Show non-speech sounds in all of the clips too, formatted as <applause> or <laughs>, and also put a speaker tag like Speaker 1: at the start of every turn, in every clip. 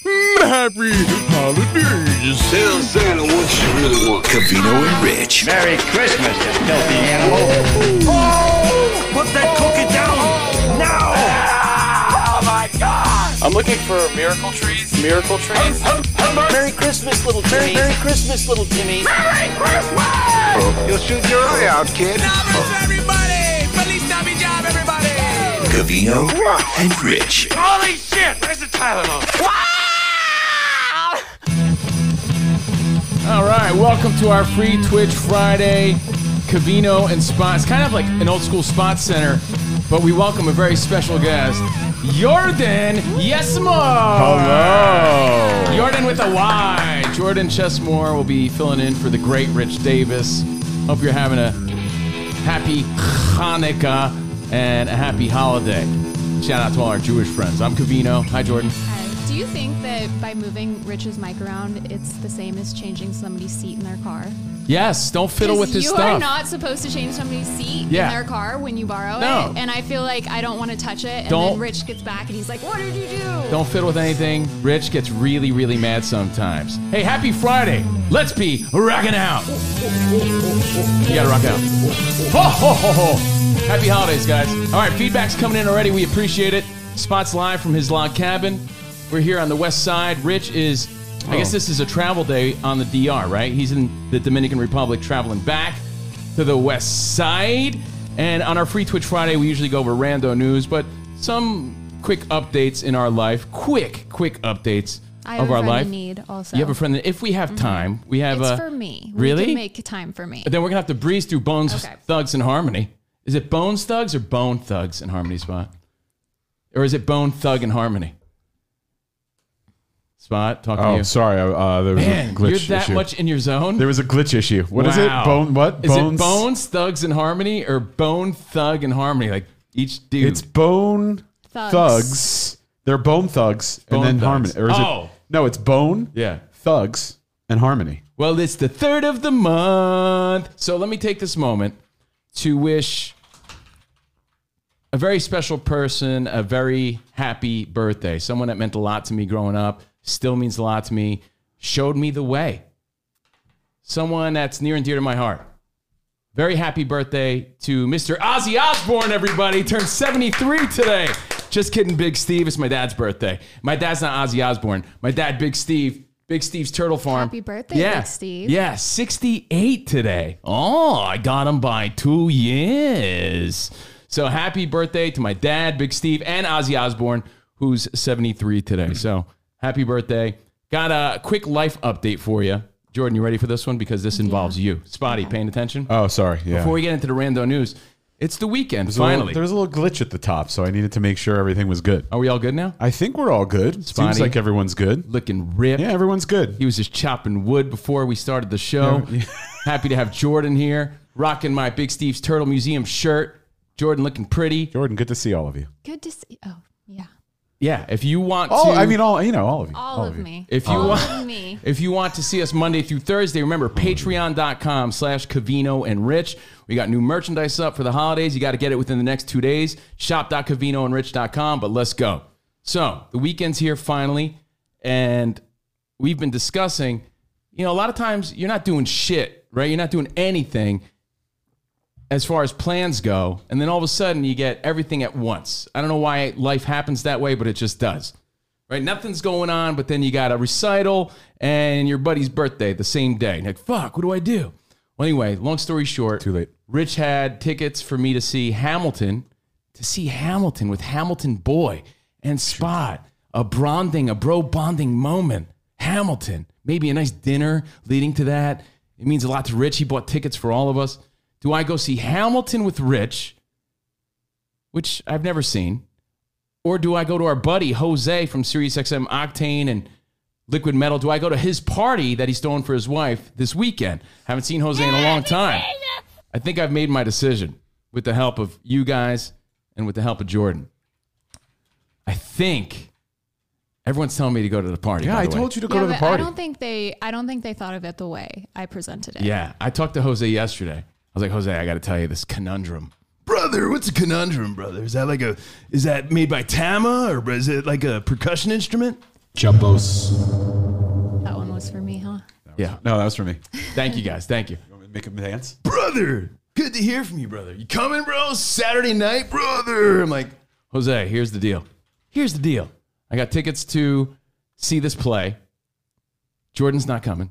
Speaker 1: Mm, Happy holidays.
Speaker 2: Tell Santa what you really want.
Speaker 3: Cavino and Rich.
Speaker 4: Merry Christmas, you filthy animal.
Speaker 5: Oh, put that cookie down now.
Speaker 6: Oh my God!
Speaker 7: I'm looking for miracle trees. Miracle trees.
Speaker 8: Merry Christmas, little Jimmy.
Speaker 9: Merry, Christmas, little Jimmy.
Speaker 6: Merry Christmas!
Speaker 2: You'll shoot your eye out, kid.
Speaker 6: Navidad, everybody! Feliz Navidad, everybody!
Speaker 3: Cavino and Rich.
Speaker 6: Holy shit! Where's the Tylenol?
Speaker 1: All right, welcome to our free Twitch Friday, Cavino and Spot. It's kind of like an old school Spot Center, but we welcome a very special guest, Jordan Yesmore. Hello. Jordan with a Y. Jordan Chesmore will be filling in for the great Rich Davis. Hope you're having a happy Hanukkah and a happy holiday. Shout out to all our Jewish friends. I'm Cavino. Hi, Jordan.
Speaker 10: Do you think that by moving Rich's mic around, it's the same as changing somebody's seat in their car?
Speaker 1: Yes, don't fiddle with this
Speaker 10: you
Speaker 1: stuff.
Speaker 10: are not supposed to change somebody's seat
Speaker 1: Yeah.
Speaker 10: in their car when you borrow
Speaker 1: No.
Speaker 10: it. And I feel like I don't want to touch it. And
Speaker 1: Don't-
Speaker 10: then Rich gets back and he's like, What did you do?
Speaker 1: Don't fiddle with anything. Rich gets really, really mad sometimes. Hey, happy Friday. Let's be rocking out. You gotta rock out. Ho, ho, ho, ho. Happy holidays, guys. All right, feedback's coming in already. We appreciate it. Spot's live from his log cabin. We're here on the west side. Rich is, I
Speaker 10: Oh.
Speaker 1: guess this is a travel day on the DR, right? He's in the Dominican Republic traveling back to the west side. And on our free Twitch Friday, we usually go over rando news, but some quick updates in our life. Quick, quick updates
Speaker 10: I have
Speaker 1: of
Speaker 10: a
Speaker 1: our
Speaker 10: friend
Speaker 1: life.
Speaker 10: in need also.
Speaker 1: You have a friend that, if we have time, we have
Speaker 10: It's
Speaker 1: a.
Speaker 10: for me.
Speaker 1: Really? Uh,
Speaker 10: We can make time for me.
Speaker 1: But then we're gonna have to breeze through Bones
Speaker 10: Okay.
Speaker 1: Thugs and Harmony. Is it Bones Thugs or Bone Thugs and Harmony Spot? Or is it Bone Thug and Harmony? Spot, talking to
Speaker 11: Oh,
Speaker 1: you.
Speaker 11: sorry. uh, Uh, there was a
Speaker 1: Man, <clears throat>
Speaker 11: glitch
Speaker 1: you're that
Speaker 11: issue.
Speaker 1: much in your zone.
Speaker 11: there was a glitch issue. What is
Speaker 1: Wow.
Speaker 11: it? Bone? What?
Speaker 1: Is it Bones Thugs and Harmony or Bone Thug and Harmony? Like each dude.
Speaker 11: It's bone
Speaker 10: Thugs.
Speaker 11: thugs. They're bone thugs
Speaker 1: Bone
Speaker 11: and then
Speaker 1: thugs.
Speaker 11: harmony. Or is
Speaker 1: Oh.
Speaker 11: it? No, it's bone.
Speaker 1: Yeah.
Speaker 11: Thugs and harmony.
Speaker 1: Well, it's the third of the month. So let me take this moment to wish a very special person a very happy birthday. Someone that meant a lot to me growing up, still means a lot to me, showed me the way. Someone that's near and dear to my heart. Very happy birthday to Mr. Ozzy Osbourne, everybody. Turned 73 today. Just kidding, Big Steve. It's my dad's birthday. My dad's not Ozzy Osbourne. My dad, Big Steve. Big Steve's Turtle Farm.
Speaker 10: Happy birthday, Big Steve.
Speaker 1: Yeah, 68 today. Oh, I got him by two years. So happy birthday to my dad, Big Steve, and Ozzy Osbourne, who's 73 today. So happy birthday. Got a quick life update for you. Jordan, you ready for this one? Because this involves you. Spotty, paying attention?
Speaker 11: Oh, sorry. Yeah.
Speaker 1: Before we get into the rando news, it's the weekend,
Speaker 11: There's a little-
Speaker 1: finally.
Speaker 11: there was a little glitch at the top, so I needed to make sure everything was good.
Speaker 1: Are we all good now?
Speaker 11: I think we're all good.
Speaker 1: Spotty.
Speaker 11: Seems like everyone's good.
Speaker 1: Looking ripped.
Speaker 11: Yeah, everyone's good.
Speaker 1: He was just chopping wood before we started the show.
Speaker 11: <laughs> Yeah, yeah.
Speaker 1: Happy to have Jordan here, rocking my Big Steve's Turtle Museum shirt. Jordan looking pretty.
Speaker 11: Jordan, good to see all of you.
Speaker 10: Good to see. Oh, yeah.
Speaker 1: Yeah, if you want
Speaker 11: Oh,
Speaker 1: to,
Speaker 11: I mean, all you know, all of you.
Speaker 10: All, of me.
Speaker 1: If you
Speaker 10: All
Speaker 1: want-
Speaker 10: of me.
Speaker 1: If you want to see us Monday through Thursday, remember patreon.com slash Cavino and Rich. We got new merchandise up for the holidays. You got to get it within the next two days. Shop.cavinoandrich.com, but let's go. So the weekend's here finally, and we've been discussing, you know, a lot of times you're not doing shit, right? You're not doing anything as far as plans go. And then all of a sudden you get everything at once. I don't know why life happens that way, but it just does right? Nothing's going on, but then you got a recital and your buddy's birthday the same day. And you're like, fuck, what do I do? Well, anyway, long story short,
Speaker 11: Too late.
Speaker 1: Rich had tickets for me to see Hamilton, to see Hamilton with Hamilton Boy and Spot, a bonding, a bro bonding moment. Hamilton, maybe a nice dinner leading to that. It means a lot to Rich. He bought tickets for all of us. Do I go see Hamilton with Rich, which I've never seen, Or do I go to our buddy Jose from SiriusXM Octane and Liquid Metal? Do I go to his party that he's throwing for his wife this weekend? Haven't seen Jose in a long time. I think I've made my decision with the help of you guys and with the help of Jordan. I think everyone's telling me to <laughs> go to the party.
Speaker 11: Yeah,
Speaker 1: by
Speaker 11: I
Speaker 1: the way.
Speaker 11: told you to go
Speaker 10: Yeah,
Speaker 11: to the
Speaker 10: but I
Speaker 11: party.
Speaker 10: don't think they. I don't think they thought of it the way I presented it.
Speaker 1: Yeah, I talked to Jose yesterday. I was like, Jose, I got to tell you this conundrum. Brother, what's a conundrum, brother? Is that like a is that made by Tama or is it like a percussion instrument?
Speaker 11: Jumbos.
Speaker 10: That one was for me, huh?
Speaker 1: Yeah.
Speaker 11: No, that was for me.
Speaker 1: Thank you guys. Thank you.
Speaker 11: Make him dance.
Speaker 1: Brother, good to hear from you, brother. You coming, bro? Saturday night, brother. I'm like, Jose, here's the deal. Here's the deal. I got tickets to see this play. Jordan's not coming.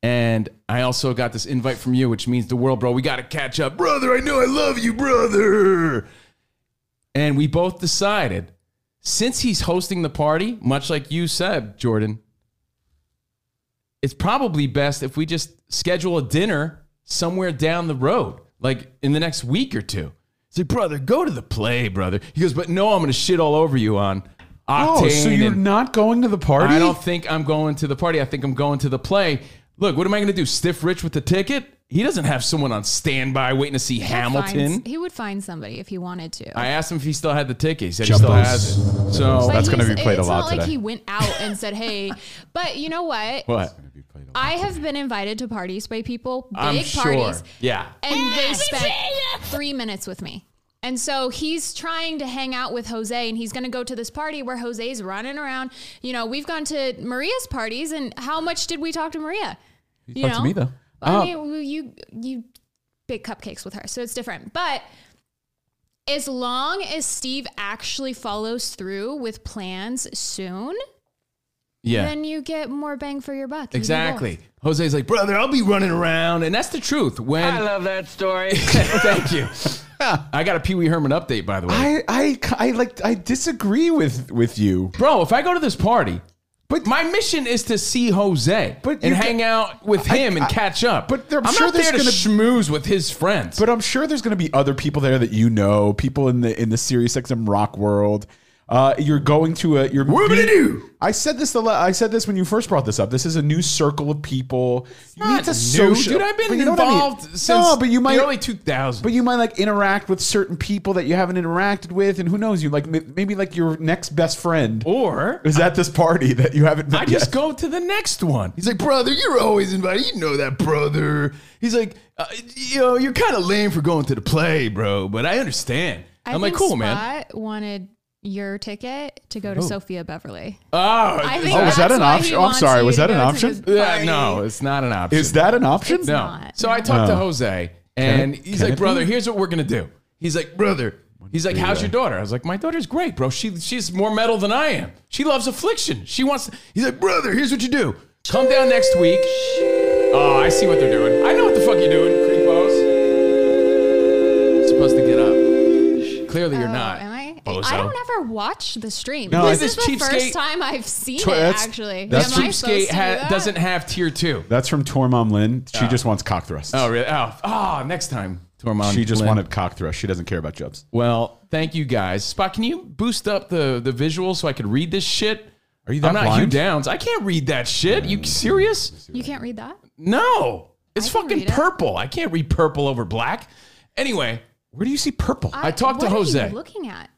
Speaker 1: And I also got this invite from you, which means the world, bro. We got to catch up. Brother, I know I love you, brother. And we both decided since he's hosting the party, much like you said, Jordan, it's probably best if we just schedule a dinner somewhere down the road, like in the next week or two. Say, brother, go to the play, brother. He goes, but no, I'm going to shit all over you on Octane.
Speaker 11: Oh, so you're
Speaker 1: and-
Speaker 11: not going to the party?
Speaker 1: I don't think I'm going to the party. I think I'm going to the play. Look, what am I going to do? Stiff Rich with the ticket? He doesn't have someone on standby waiting to see Hamilton.
Speaker 10: Finds- he would find somebody if he wanted to.
Speaker 1: I asked him if he still had the ticket. He said he still
Speaker 11: Jumbos.
Speaker 1: has it. So
Speaker 10: But
Speaker 11: That's gonna
Speaker 10: he's-
Speaker 11: be played a
Speaker 10: it's
Speaker 11: lot
Speaker 10: not like
Speaker 11: today.
Speaker 10: he went out and said,
Speaker 11: <laughs>
Speaker 10: "Hey," but you know what?
Speaker 1: what?
Speaker 10: I have been invited to parties by people, big
Speaker 1: I'm
Speaker 10: parties,
Speaker 1: sure. Yeah.
Speaker 10: and they spent three minutes with me. And so he's trying to hang out with Jose, and he's going to go to this party where Jose's running around. You know, we've gone to Maria's parties, and how much did we talk to Maria? You
Speaker 11: Talk to me, though.
Speaker 10: I
Speaker 11: Oh.
Speaker 10: mean, well, you you bake cupcakes with her, so it's different. But as long as Steve actually follows through with plans soon,
Speaker 1: Yeah.
Speaker 10: then you get more bang for your buck. You do
Speaker 1: Exactly.
Speaker 10: both.
Speaker 1: Jose's like, brother, I'll be running around. And that's the truth. When I love that story. <laughs> Thank
Speaker 11: <laughs>
Speaker 1: you. I got a Pee Wee Herman update, by the way.
Speaker 11: I, I, I like I disagree with with you.
Speaker 1: Bro, if I go to this party, but my mission is to see Jose
Speaker 11: But
Speaker 1: and
Speaker 11: you
Speaker 1: hang
Speaker 11: get-
Speaker 1: out with
Speaker 11: I-
Speaker 1: him
Speaker 11: I-
Speaker 1: and catch up.
Speaker 11: but I'm
Speaker 1: I'm
Speaker 11: sure
Speaker 1: not
Speaker 11: there's
Speaker 1: there to
Speaker 11: gonna-
Speaker 1: schmooze with his friends.
Speaker 11: But I'm sure there's going to be other people there that you know, people in the in the Sirius XM rock world. Uh, you're going to a you're.
Speaker 1: What would I do?
Speaker 11: I said this the la- I said this when you first brought this up. This is a new circle of people. you
Speaker 1: not new, dude. I've been
Speaker 11: but you know what I mean?
Speaker 1: involved since
Speaker 11: no, but you might
Speaker 1: the early 2000s.
Speaker 11: But you might like interact with certain people that you haven't interacted with, and who knows? You like m- maybe like your next best friend
Speaker 1: or
Speaker 11: is at this party that you haven't. Met
Speaker 1: I just
Speaker 11: yet.
Speaker 1: go to the next one. He's like, brother, you're always invited. You know that, brother. He's like, uh, you know, you're kind of lame for going to the play, bro, but I understand.
Speaker 10: I
Speaker 1: am like,
Speaker 10: think
Speaker 1: cool, man.
Speaker 10: Spot wanted your ticket to go to Sophia Beverly.
Speaker 1: Oh,
Speaker 10: I
Speaker 1: it's-
Speaker 10: think
Speaker 11: Oh, was that
Speaker 10: that's
Speaker 11: an
Speaker 10: why
Speaker 11: option?
Speaker 10: he
Speaker 11: I'm
Speaker 10: wants
Speaker 11: sorry,
Speaker 10: you
Speaker 11: was
Speaker 10: to
Speaker 11: that
Speaker 10: go
Speaker 11: an
Speaker 10: to
Speaker 11: option?
Speaker 10: his
Speaker 1: yeah,
Speaker 10: party.
Speaker 1: no, it's not an option.
Speaker 11: Is that an option?
Speaker 10: It's
Speaker 1: No.
Speaker 10: not.
Speaker 1: So I talked to Jose, and he's
Speaker 11: can
Speaker 1: like,
Speaker 11: it
Speaker 1: "Brother,
Speaker 11: be?
Speaker 1: here's what we're gonna do." He's like, "Brother," he's like, "How's your daughter?" I was like, "My daughter's great, bro. She she's more metal than I am. She loves affliction. She wants." To, he's like, "Brother, here's what you do. Come down next week." Oh, I see what they're doing. I know what the fuck you're doing, creepos. You're supposed to get up. Clearly, you're
Speaker 10: Oh,
Speaker 1: not.
Speaker 10: Am I?
Speaker 1: bozo.
Speaker 10: I don't ever watch the stream.
Speaker 11: No,
Speaker 10: this
Speaker 1: this
Speaker 10: is the
Speaker 1: cheapskate-
Speaker 10: first time I've seen
Speaker 11: Tw-
Speaker 10: it.
Speaker 11: that's-
Speaker 10: Actually,
Speaker 11: that's
Speaker 10: am I supposed
Speaker 1: Cheapskate
Speaker 10: to do
Speaker 1: ha-
Speaker 10: that?
Speaker 1: doesn't have tier two.
Speaker 11: That's from Tormom Lynn. She just wants cock thrusts.
Speaker 1: Oh, really? Oh, oh next time, Tormund.
Speaker 11: She just
Speaker 1: Lin.
Speaker 11: wanted cock thrust. She doesn't care about jobs.
Speaker 1: Well, thank you guys. Spot, can you boost up the the visual so I could read this shit?
Speaker 11: Are you that
Speaker 1: I'm not
Speaker 11: blind?
Speaker 1: Hugh Downs. I can't read that shit. You serious?
Speaker 10: You can't read that.
Speaker 1: No. It's
Speaker 10: I can
Speaker 1: fucking
Speaker 10: read it.
Speaker 1: purple. I can't read purple over black. Anyway,
Speaker 11: Where do you see purple?
Speaker 1: I talked to
Speaker 10: what are you
Speaker 1: Jose.
Speaker 10: looking at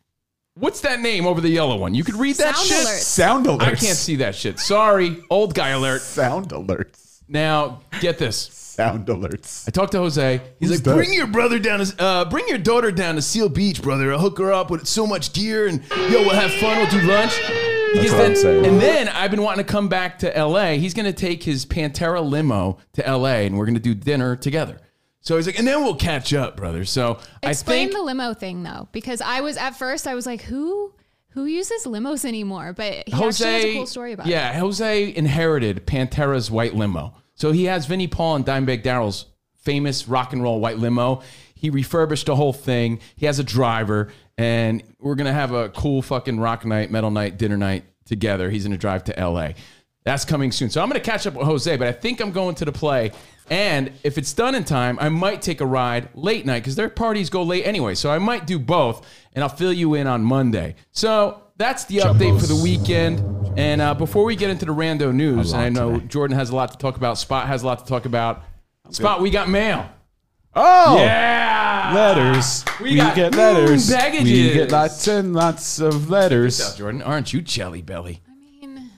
Speaker 1: what's that name over the yellow one? You could read that
Speaker 10: Sound
Speaker 1: shit.
Speaker 10: alert.
Speaker 11: <laughs> Sound alerts.
Speaker 1: I can't see that shit. Sorry. Old guy alert.
Speaker 11: Sound alerts.
Speaker 1: Now, get this.
Speaker 11: Sound alerts.
Speaker 1: I talked to Jose. He's
Speaker 11: Who's
Speaker 1: like,
Speaker 11: that?
Speaker 1: bring your brother down to, uh, bring your daughter down to Seal Beach, brother. I'll hook her up with so much gear, and yo, we'll have fun. We'll do lunch. He gets
Speaker 11: That's what
Speaker 1: that-
Speaker 11: I'm saying.
Speaker 1: and then I've been wanting to come back to LA. He's gonna take his Pantera limo to LA, and we're gonna do dinner together. So he's like, and then we'll catch up, brother. So
Speaker 10: Explain
Speaker 1: I
Speaker 10: the
Speaker 1: think
Speaker 10: limo thing though, because I was at first I was like, who who uses limos anymore? But he actually has
Speaker 1: Jose,
Speaker 10: a cool story about it.
Speaker 1: yeah, Jose inherited Pantera's white limo. So he has Vinnie Paul and Dimebag Darrell's famous rock and roll white limo. He refurbished the whole thing. He has a driver, and we're gonna have a cool fucking rock night, metal night, dinner night together. He's gonna drive to L.A. That's coming soon. So I'm going to catch up with Jose, but I think I'm going to the play. And if it's done in time, I might take a ride late night because their parties go late anyway. So I might do both, and I'll fill you in on Monday. So that's the update for the weekend. And uh, before we get into the rando news, and I know Jordan has a lot to talk about, Spot has a lot to talk about. Spot, we got mail.
Speaker 11: Oh,
Speaker 1: Yeah.
Speaker 11: letters.
Speaker 1: We got-
Speaker 11: get letters.
Speaker 1: Mm, baggages.
Speaker 11: We get lots and lots of
Speaker 1: Now,
Speaker 11: letters.
Speaker 1: Jordan, aren't you jelly belly?
Speaker 10: I mean,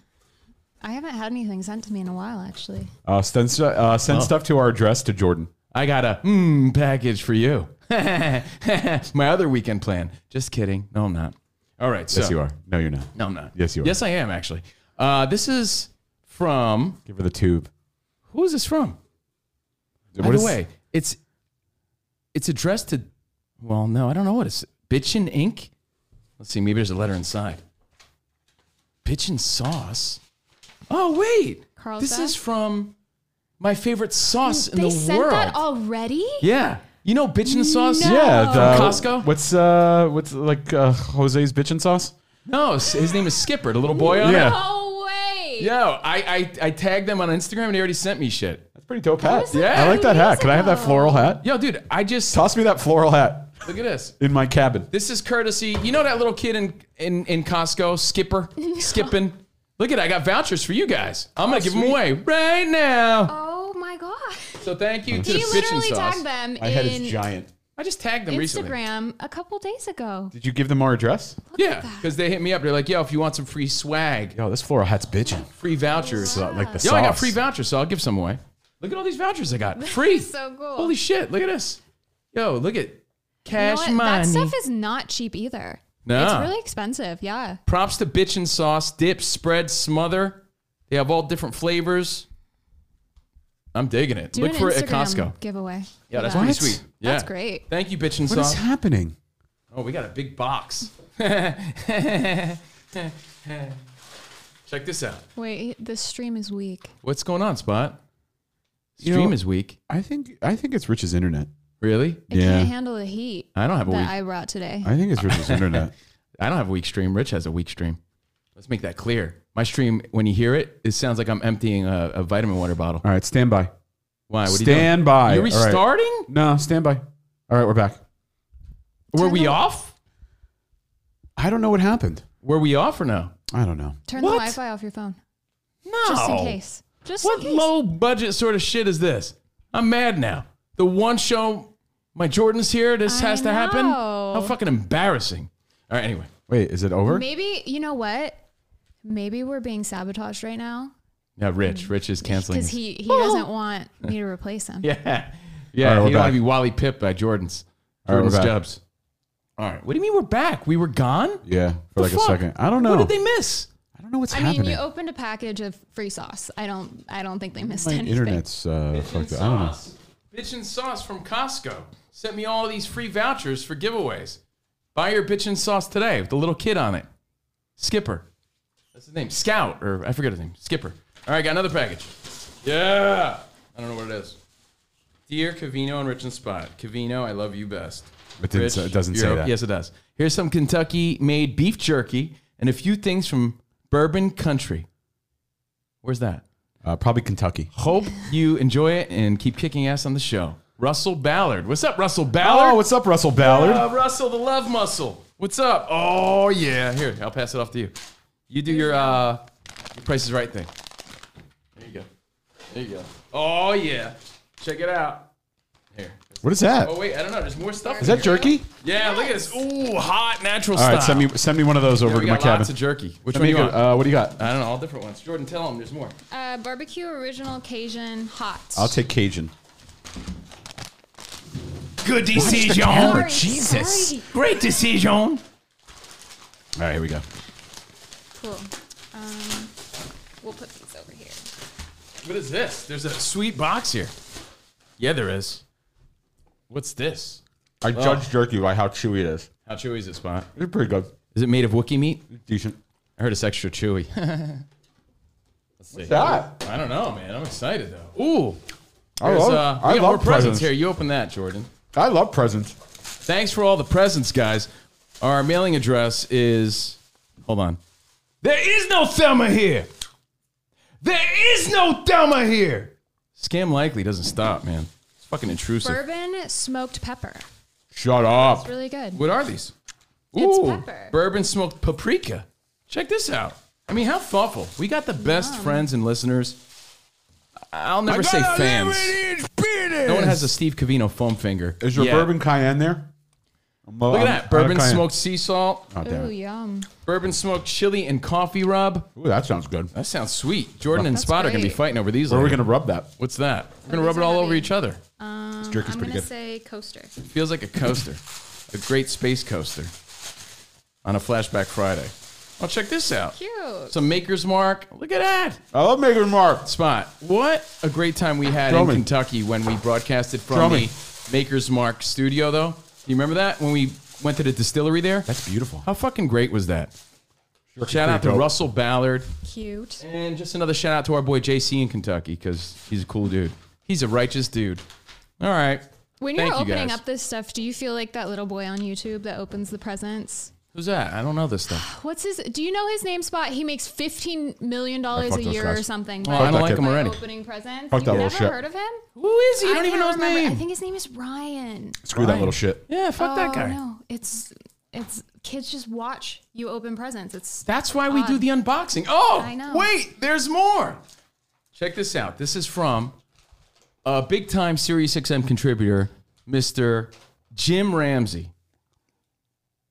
Speaker 10: I haven't had anything sent to me in a while, actually.
Speaker 11: Uh, send stu- uh, send stuff to our address to Jordan.
Speaker 1: I got a mm, package for you. <laughs> My other weekend plan. Just kidding. No, I'm not. All right. So,
Speaker 11: Yes, you are. No, you're not.
Speaker 1: No, I'm not.
Speaker 11: Yes, you are.
Speaker 1: Yes, I am actually. Uh, this is from
Speaker 11: Give her the tube.
Speaker 1: who is this from?
Speaker 11: What
Speaker 1: By the
Speaker 11: is-
Speaker 1: way, it's it's addressed to. Well, no, I don't know what it's bitchin' ink. Let's see. Maybe there's a letter inside. Bitchin' sauce. Oh wait,
Speaker 10: Carl's
Speaker 1: this
Speaker 10: back?
Speaker 1: is from my favorite sauce in
Speaker 10: they
Speaker 1: the
Speaker 10: sent
Speaker 1: world.
Speaker 10: that already?
Speaker 1: Yeah. You know bitchin' sauce?
Speaker 10: No.
Speaker 11: Yeah,
Speaker 10: Oh.
Speaker 11: the,
Speaker 1: From Costco?
Speaker 11: What's uh, what's like uh, Jose's bitchin' sauce?
Speaker 1: No, s- his name is Skipper, the little boy on
Speaker 11: Yeah.
Speaker 1: it.
Speaker 10: No way.
Speaker 1: Yo, I, I I tagged them on Instagram and they already sent me shit.
Speaker 11: That's pretty dope
Speaker 10: That
Speaker 11: hat.
Speaker 10: was like
Speaker 1: Yeah.
Speaker 11: I like that
Speaker 10: two
Speaker 11: hat.
Speaker 10: years
Speaker 11: Can I have that
Speaker 10: ago.
Speaker 11: floral hat?
Speaker 1: Yo, dude, I just
Speaker 11: Toss me that floral hat
Speaker 1: look at this.
Speaker 11: in my cabin.
Speaker 1: This is courtesy. You know that little kid in in, in Costco,
Speaker 10: <laughs>
Speaker 1: Skipper, skipping. Look at, I got vouchers for you guys. I'm gonna give them away right now.
Speaker 10: Oh my god.
Speaker 1: So thank you to
Speaker 10: He
Speaker 1: the bitchin'
Speaker 10: literally
Speaker 1: sauce.
Speaker 10: tagged them
Speaker 11: My
Speaker 10: in
Speaker 11: head is giant.
Speaker 1: I just tagged them recently.
Speaker 10: Instagram a couple days ago.
Speaker 11: Did you give them our address?
Speaker 1: Yeah, because they hit me up. They're like, "Yo, if you want some free swag,
Speaker 11: Yo, this floral hat's bitchin'.
Speaker 1: free vouchers,
Speaker 11: Like the
Speaker 1: Yo, I got
Speaker 11: sauce.
Speaker 1: free vouchers, so I'll give some away. Look at all these vouchers I
Speaker 10: <laughs>
Speaker 1: got. Free.
Speaker 10: so cool.
Speaker 1: Holy shit, look at this. Yo, look at
Speaker 10: You know
Speaker 1: cash
Speaker 10: what?
Speaker 1: money. Ah.
Speaker 10: That stuff is not cheap either.
Speaker 1: No.
Speaker 10: It's really expensive. Yeah.
Speaker 1: Props to Bitch and Sauce, Dip, Spread, Smother. They have all different flavors. I'm digging it.
Speaker 10: Do
Speaker 1: look
Speaker 10: an
Speaker 1: for it at
Speaker 10: Instagram
Speaker 1: Costco.
Speaker 10: giveaway.
Speaker 1: Yeah, that's
Speaker 10: What?
Speaker 1: pretty sweet. Yeah.
Speaker 10: That's great.
Speaker 1: Thank you, Bitch and
Speaker 11: What is
Speaker 1: Sauce.
Speaker 11: happening?
Speaker 1: Oh, we got a big box. Check this out.
Speaker 10: Wait, the stream is weak.
Speaker 1: What's going on, Spot?
Speaker 11: You
Speaker 1: Stream
Speaker 11: know-
Speaker 1: is weak.
Speaker 11: I think I think it's Rich's internet.
Speaker 1: Really?
Speaker 10: It
Speaker 11: Yeah.
Speaker 10: can't handle the heat
Speaker 1: I don't have a weak.
Speaker 10: that I brought today.
Speaker 11: I think it's Rich's <laughs> internet.
Speaker 1: I don't have a weak stream. Rich has a weak stream. Let's make that clear. My stream, when you hear it, it sounds like I'm emptying a, a vitamin water bottle.
Speaker 11: All right, stand by.
Speaker 1: Why? What are you doing?
Speaker 11: Stand by.
Speaker 1: You're
Speaker 11: All right.
Speaker 1: restarting?
Speaker 11: No, stand by. All right, we're back.
Speaker 1: Were we
Speaker 10: Turn the-
Speaker 1: off?
Speaker 11: I don't know what happened.
Speaker 1: Were we off or no?
Speaker 11: I don't know.
Speaker 10: Turn
Speaker 1: What?
Speaker 10: the Wi-Fi off your phone,
Speaker 1: No.
Speaker 10: just in case. Just
Speaker 1: What
Speaker 10: in case.
Speaker 1: low budget sort of shit is this? I'm mad now. The one show, my Jordan's here. This
Speaker 10: I
Speaker 1: has to happen.
Speaker 10: know.
Speaker 1: How fucking embarrassing. All right. Anyway.
Speaker 11: Wait, is it over?
Speaker 10: Maybe you know what? Maybe we're being sabotaged right now
Speaker 1: Yeah, Rich. Rich is canceling.
Speaker 10: because
Speaker 1: this.
Speaker 10: he he doesn't want me to replace him.
Speaker 1: <laughs> yeah.
Speaker 11: All
Speaker 1: Yeah.
Speaker 11: right, we're
Speaker 1: you don't want
Speaker 11: back.
Speaker 1: to be Wally Pip by Jordan's.
Speaker 11: All right, we're
Speaker 1: Jordan's
Speaker 11: back.
Speaker 1: Jubs. All right. What do you mean we're back? We were gone.
Speaker 11: Yeah, for like
Speaker 1: fuck?
Speaker 11: a second. I don't know.
Speaker 1: What did they miss?
Speaker 11: I don't know what's
Speaker 10: I
Speaker 11: happening.
Speaker 10: mean, you opened a package of free sauce. I don't I don't think they missed
Speaker 11: My
Speaker 10: anything.
Speaker 11: internet's uh, fucked up. I don't know.
Speaker 1: Bitch and sauce from Costco sent me all these free vouchers for giveaways. Buy your bitch and sauce today with the little kid on it. Skipper. That's his name. Scout, or I forget his name. Skipper. All right, got another package. Yeah. I don't know what it is. Dear Cavino and Rich and Spot, Cavino, I love you best.
Speaker 11: It didn't say- it doesn't say
Speaker 1: you're-
Speaker 11: that.
Speaker 1: Yes, it does. Here's some Kentucky made beef jerky and a few things from Bourbon Country. Where's that?
Speaker 11: Uh, probably Kentucky.
Speaker 1: Hope you enjoy it and keep kicking ass on the show. Russell Ballard. What's up, Russell
Speaker 11: Oh,
Speaker 1: Ballard?
Speaker 11: what's up, Russell Ballard?
Speaker 1: Uh, Russell, the love muscle. What's up? Oh, yeah. Here, I'll pass it off to you. You do your, uh, your Price is Right thing. There you go. There you go. Oh, yeah. Check it out. Here.
Speaker 11: what is that?
Speaker 1: Oh, wait. I don't know. There's more stuff.
Speaker 11: Is
Speaker 1: in
Speaker 11: that
Speaker 1: here.
Speaker 11: jerky?
Speaker 1: Yeah, look at this. Ooh, hot natural
Speaker 11: All
Speaker 1: stuff.
Speaker 11: right, send me send me one of those over
Speaker 1: we
Speaker 11: to my
Speaker 1: got
Speaker 11: cabin.
Speaker 1: lots of jerky. Which one
Speaker 11: Send me
Speaker 1: do you
Speaker 11: a-
Speaker 1: want?
Speaker 11: uh, what do you got?
Speaker 1: I don't know. All different ones. Jordan, tell them there's more.
Speaker 10: Uh, barbecue original Cajun hot.
Speaker 11: I'll take Cajun.
Speaker 1: Good
Speaker 10: Sorry,
Speaker 1: decision.
Speaker 10: Jesus. Sorry.
Speaker 1: Great decision.
Speaker 11: All right, here we go.
Speaker 10: Cool. Um, we'll put these over here.
Speaker 1: What is this? There's a sweet box here. Yeah, there is. What's this?
Speaker 11: I judge jerky by how chewy it is.
Speaker 1: How chewy is it, Spot?
Speaker 11: It's pretty good.
Speaker 1: Is it made of Wookiee meat?
Speaker 11: Decent.
Speaker 1: I heard it's extra chewy. Let's see.
Speaker 11: That.
Speaker 1: <laughs> I don't know, man. I'm excited though. Ooh,
Speaker 11: I
Speaker 1: there's,
Speaker 11: love,
Speaker 1: uh, we
Speaker 11: I
Speaker 1: got
Speaker 11: love
Speaker 1: more
Speaker 11: presents.
Speaker 1: presents here. You open that, Jordan.
Speaker 11: I love presents.
Speaker 1: Thanks for all the presents, guys. Our mailing address is. Hold on. There is no Thelma here. There is no Delma here. Scam likely doesn't stop, man. It's fucking intrusive.
Speaker 10: Bourbon smoked pepper.
Speaker 11: Shut up.
Speaker 10: It's really good.
Speaker 1: What are these?
Speaker 10: It's pepper.
Speaker 1: bourbon smoked paprika. Check this out. I mean, how thoughtful. We got the best friends and listeners. I'll never say fans. No one has a Steve Cavino foam finger.
Speaker 11: Is your
Speaker 1: yet.
Speaker 11: bourbon cayenne there?
Speaker 1: Look at that. Bourbon smoked sea salt,
Speaker 11: Oh, damn
Speaker 10: Ooh,
Speaker 11: it.
Speaker 10: yum.
Speaker 1: bourbon smoked chili and coffee rub.
Speaker 11: Ooh, that sounds good.
Speaker 1: That sounds sweet. Jordan and Spot are going to be
Speaker 10: great.
Speaker 1: fighting over these.
Speaker 11: Where are we
Speaker 1: later.
Speaker 11: going to rub that?
Speaker 1: What's that? We're going
Speaker 10: Oh,
Speaker 1: to rub
Speaker 10: these
Speaker 1: it
Speaker 10: are
Speaker 1: all
Speaker 10: heavy.
Speaker 1: over each other.
Speaker 11: This jerk is
Speaker 10: Uh, I'm
Speaker 11: pretty
Speaker 10: gonna
Speaker 11: good.
Speaker 10: say coaster.
Speaker 1: Feels like a coaster, a great space coaster on a Flashback Friday. Oh, check this out.
Speaker 10: Cute.
Speaker 1: Some Maker's Mark. Look at that.
Speaker 11: I love making remarks.
Speaker 1: Spot. What a great time we had
Speaker 11: Drummond.
Speaker 1: in Kentucky when we broadcasted from
Speaker 11: Drummond.
Speaker 1: the Maker's Mark studio, though. You remember that when we went to the distillery there?
Speaker 11: That's beautiful.
Speaker 1: How fucking great was that?
Speaker 11: Jerk is
Speaker 1: Shout out
Speaker 11: pretty
Speaker 1: to
Speaker 11: dope.
Speaker 1: Russell Ballard.
Speaker 10: Cute.
Speaker 1: And just another shout out to our boy JC in Kentucky because he's a cool dude. He's a righteous dude. All right.
Speaker 10: When you're
Speaker 1: Thank you
Speaker 10: opening
Speaker 1: guys.
Speaker 10: up this stuff, do you feel like that little boy on YouTube that opens the presents?
Speaker 1: Who's that? I don't know this stuff.
Speaker 10: What's his? Do you know his name? Spot. He makes fifteen million dollars a
Speaker 11: fucked those
Speaker 10: year
Speaker 11: guys.
Speaker 10: or something.
Speaker 1: Oh, I
Speaker 10: by-
Speaker 1: don't like him
Speaker 10: by
Speaker 1: already.
Speaker 10: Opening presents.
Speaker 11: Fuck
Speaker 10: You've
Speaker 11: that
Speaker 10: never
Speaker 11: little shit.
Speaker 10: heard of him?
Speaker 1: Who is he? You don't
Speaker 10: I
Speaker 1: even know
Speaker 10: can't
Speaker 1: his
Speaker 10: remember.
Speaker 1: name.
Speaker 10: I think his name is Ryan.
Speaker 11: Screw that little shit.
Speaker 1: yeah, fuck that
Speaker 10: oh,
Speaker 1: guy.
Speaker 10: No, it's it's kids just watch you open presents. It's
Speaker 1: That's why we do
Speaker 10: Odd.
Speaker 1: the unboxing. Oh,
Speaker 10: I know.
Speaker 1: wait, there's more. Check this out. This is from a big time Sirius XM contributor, Mr. Jim Ramsey.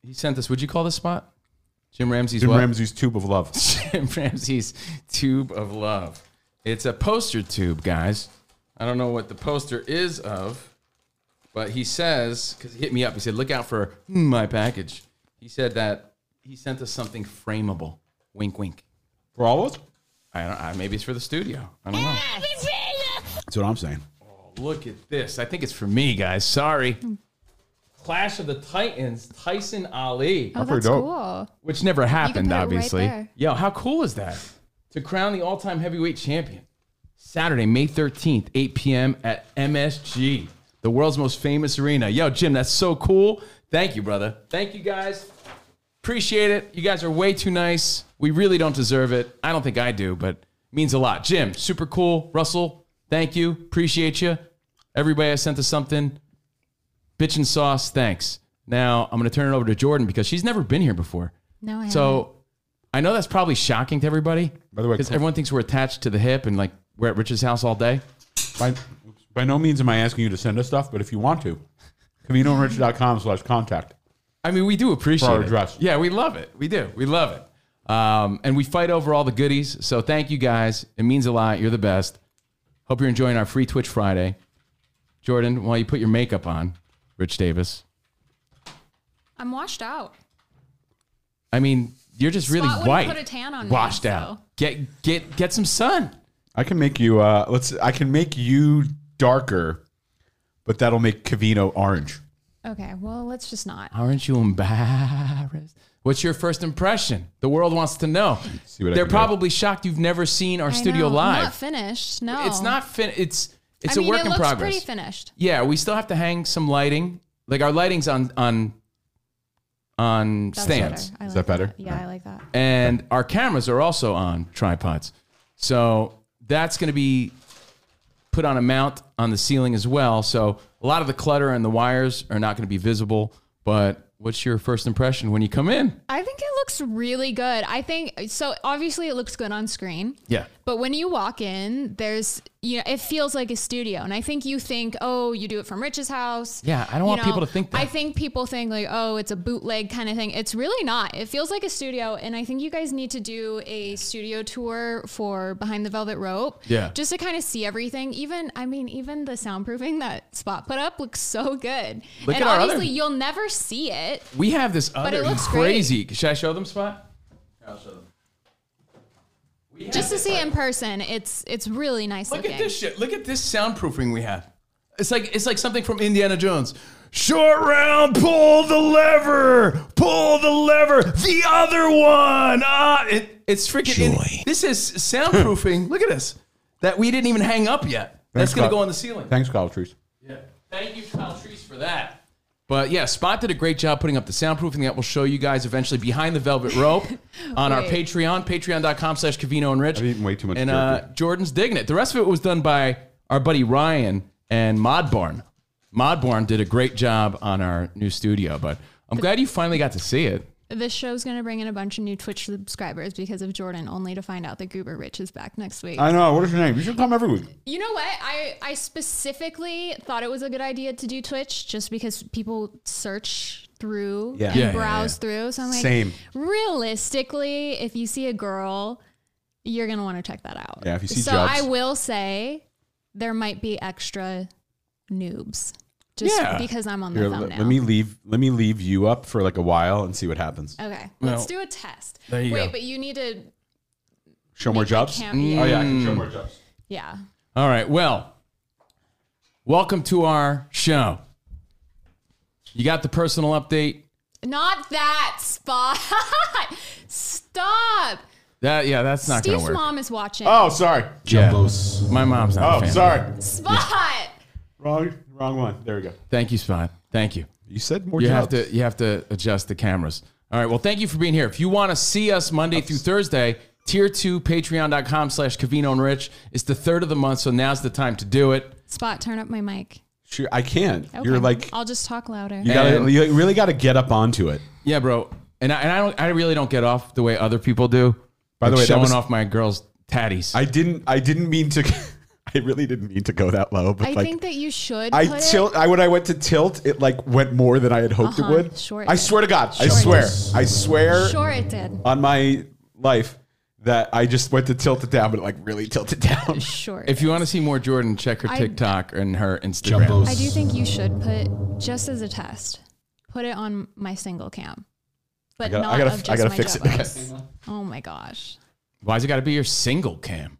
Speaker 1: He sent this. Would you call this spot? Jim Ramsey's
Speaker 11: Jim
Speaker 1: what?
Speaker 11: Ramsey's tube of <laughs> love.
Speaker 1: <laughs> Jim Ramsey's tube of love. It's a poster tube, guys. I don't know what the poster is of, but he says, because he hit me up, he said, look out for my package. He said that he sent us something frameable. Wink, wink.
Speaker 11: For all of us?
Speaker 1: I don't, I, maybe it's for the studio. I don't know.
Speaker 11: That's what I'm saying.
Speaker 1: Look at this. I think it's for me, guys. Sorry. Clash of the Titans, Tyson Ali,
Speaker 10: oh,
Speaker 11: pretty
Speaker 10: that's
Speaker 11: dope.
Speaker 10: cool.
Speaker 1: which never happened,
Speaker 10: put it right
Speaker 1: obviously.
Speaker 10: there.
Speaker 1: Yo, how cool is that? To crown the all time heavyweight champion. Saturday, May 13th, 8 p.m. at MSG, the world's most famous arena. Yo, Jim, that's so cool. Thank you, brother. Thank you, guys. Appreciate it. You guys are way too nice. We really don't deserve it. I don't think I do, but it means a lot. Jim, super cool. Russell, thank you. Appreciate you. Everybody I sent to something. Bitch and sauce, thanks. Now I'm going to turn it over to Jordan because she's never been here before.
Speaker 10: No, I haven't.
Speaker 1: So I know that's probably shocking to everybody.
Speaker 11: By the way,
Speaker 1: because
Speaker 11: Cl-
Speaker 1: everyone thinks we're attached to the hip and like we're at Rich's house all day.
Speaker 11: By, oops. by no means am I asking you to send us stuff, but if you want to, CaminoRich.com slash contact.
Speaker 1: I mean, we do appreciate
Speaker 11: For our
Speaker 1: it.
Speaker 11: dress.
Speaker 1: Yeah, we love it. We do. We love it. Um, and we fight over all the goodies. So thank you guys. It means a lot. You're the best. Hope you're enjoying our free Twitch Friday. Jordan, while you put your makeup on, Rich Davis.
Speaker 10: I'm washed out.
Speaker 1: I mean, you're just really
Speaker 10: Spot wouldn't
Speaker 1: white.
Speaker 10: put a tan on me,
Speaker 1: washed
Speaker 10: so.
Speaker 1: out. Get get get some sun.
Speaker 11: I can make you, uh, let's, I can make you darker, but that'll make Cavino orange.
Speaker 10: Okay, well let's just not.
Speaker 1: Aren't you embarrassed? What's your first impression? The world wants to know.
Speaker 11: See what I
Speaker 1: They're
Speaker 11: can do.
Speaker 1: probably shocked you've never seen our
Speaker 10: I
Speaker 1: studio
Speaker 10: know, I'm
Speaker 1: live.
Speaker 10: Not finished. No,
Speaker 1: It's not fin. It's it's a
Speaker 10: I mean,
Speaker 1: work
Speaker 10: it
Speaker 1: in
Speaker 10: looks
Speaker 1: progress.
Speaker 10: Pretty finished.
Speaker 1: Yeah, we still have to hang some lighting. Like our lighting's on on on
Speaker 10: That's
Speaker 1: stands,
Speaker 10: better. I
Speaker 11: Is
Speaker 10: like
Speaker 11: that better?
Speaker 10: Yeah,
Speaker 11: No.
Speaker 10: I like that.
Speaker 1: and our cameras are also on tripods. So that's going to be put on a mount on the ceiling as well. So a lot of the clutter and the wires are not going to be visible. But what's your first impression when you come in?
Speaker 10: I think it looks really good. I think so. Obviously, it looks good on screen.
Speaker 1: Yeah.
Speaker 10: But when you walk in, there's you know it feels like a studio, and I think you think, oh, you do it from Rich's house.
Speaker 1: Yeah, I don't
Speaker 10: You
Speaker 1: want people to think that.
Speaker 10: I think people think like, oh, it's a bootleg kind of thing. It's really not. It feels like a studio, and I think you guys need to do a studio tour for Behind the Velvet Rope.
Speaker 1: Yeah.
Speaker 10: just to kind of see everything. Even I mean, even the soundproofing that Spot put up looks so good.
Speaker 1: Look
Speaker 10: and
Speaker 1: at our other-
Speaker 10: obviously, you'll never see it.
Speaker 1: We have this
Speaker 10: it
Speaker 1: other
Speaker 10: looks
Speaker 1: crazy. Should I show them spot? I'll show them.
Speaker 10: Just to see it in person, it's it's really nice
Speaker 1: Look
Speaker 10: looking.
Speaker 1: at this shit. Look at this soundproofing we have. It's like it's like something from Indiana Jones. Short round, pull the lever, pull the lever, the other one. Ah, it, it's freaking.
Speaker 3: Joy.
Speaker 1: this is soundproofing. Look at this. That we didn't even hang up yet. That's
Speaker 11: Thanks,
Speaker 1: gonna
Speaker 11: Kyle.
Speaker 1: go on the ceiling.
Speaker 11: Thanks, Kyle Trees.
Speaker 1: Yeah. Thank you, Kyle Treese, for that. But yeah, Spot did a great job putting up the soundproofing that we'll show you guys eventually behind the velvet
Speaker 10: <laughs>
Speaker 1: rope on our
Speaker 10: Wait.
Speaker 1: Patreon, patreon.com slash Cavino and Rich.
Speaker 11: I've eaten way too much
Speaker 1: And uh,
Speaker 11: jerky.
Speaker 1: Jordan's digging it. The rest of it was done by our buddy Ryan and Modborn. Modborn did a great job on our new studio, but I'm glad you finally got to see it.
Speaker 10: This show's going to bring in a bunch of new Twitch subscribers because of Jordan, only to find out that Goober Rich is back next week.
Speaker 11: I know. What is your name? You should come every week.
Speaker 10: You know what? I, I specifically thought it was a good idea to do Twitch just because people search through
Speaker 11: Yeah.
Speaker 10: and
Speaker 11: Yeah, yeah,
Speaker 10: browse
Speaker 11: yeah.
Speaker 10: through. So I'm like,
Speaker 11: Same.
Speaker 10: realistically, if you see a girl, you're going to want to check that out.
Speaker 11: Yeah, if you see
Speaker 10: So
Speaker 11: jobs.
Speaker 10: I will say there might be extra noobs just
Speaker 1: Yeah.
Speaker 10: because I'm on the
Speaker 11: Here,
Speaker 10: thumbnail.
Speaker 11: let, let me leave. Let me leave you up for like a while and see what happens.
Speaker 10: Okay,
Speaker 1: Well,
Speaker 10: let's do a test.
Speaker 1: there you
Speaker 10: Wait,
Speaker 1: go.
Speaker 10: but you need to,
Speaker 11: Show more
Speaker 10: Make it
Speaker 11: jobs.
Speaker 10: campy.
Speaker 11: Oh yeah, I can show more jobs.
Speaker 10: yeah.
Speaker 1: All right. Well, welcome to our show. You got the personal update.
Speaker 10: Not that spot. <laughs> Stop.
Speaker 1: That yeah, that's not going
Speaker 10: Steve's
Speaker 1: to work.
Speaker 10: mom is watching.
Speaker 11: Oh, sorry.
Speaker 1: Jumbos. My mom's not. a
Speaker 11: Oh,
Speaker 1: fan.
Speaker 11: sorry.
Speaker 10: Spot.
Speaker 11: Wrong, wrong one. There we go.
Speaker 1: Thank you, Spot. Thank you.
Speaker 11: You said more
Speaker 1: you have
Speaker 11: jobs.
Speaker 1: to you have to adjust the cameras. All right. Well, thank you for being here. If you want to see us Monday through Thursday, tier two, patreon.com slash Cavino and Rich. It's the third of the month, so now's the time to do it.
Speaker 10: Spot, turn up my mic.
Speaker 11: Sure, I can't.
Speaker 10: Okay.
Speaker 11: You're like
Speaker 10: I'll just talk louder.
Speaker 11: you gotta.
Speaker 1: And-
Speaker 11: You really got to get up onto it.
Speaker 1: Yeah, bro. And I and I don't I really don't get off the way other people do. By
Speaker 11: the way, that
Speaker 1: showing
Speaker 11: was-
Speaker 1: off my girls' tatties.
Speaker 11: I didn't. I didn't mean to. <laughs> I really didn't mean to go that low. But
Speaker 10: I
Speaker 11: like,
Speaker 10: think that you should.
Speaker 11: I
Speaker 10: put
Speaker 11: tilt. I when I went to tilt, it like went more than I had hoped
Speaker 10: Uh-huh.
Speaker 11: it would.
Speaker 10: Sure it
Speaker 11: I
Speaker 10: did.
Speaker 11: swear to God.
Speaker 10: Sure
Speaker 11: I
Speaker 10: it
Speaker 11: swear.
Speaker 10: did.
Speaker 11: I swear
Speaker 10: It, sure, it did.
Speaker 11: on my life that I just went to tilt it down, but it like really tilted <laughs> down.
Speaker 10: Sure.
Speaker 1: if you want to see more Jordan, check her
Speaker 10: I-
Speaker 1: TikTok and her Instagram.
Speaker 10: I do think you should put just as a test. Put it on my single cam, but
Speaker 11: gotta-
Speaker 10: not
Speaker 11: I gotta-
Speaker 10: of just
Speaker 11: I gotta
Speaker 10: my
Speaker 11: fix it. <laughs>
Speaker 10: jumbos. Oh my gosh!
Speaker 1: Why's it got to be your single cam?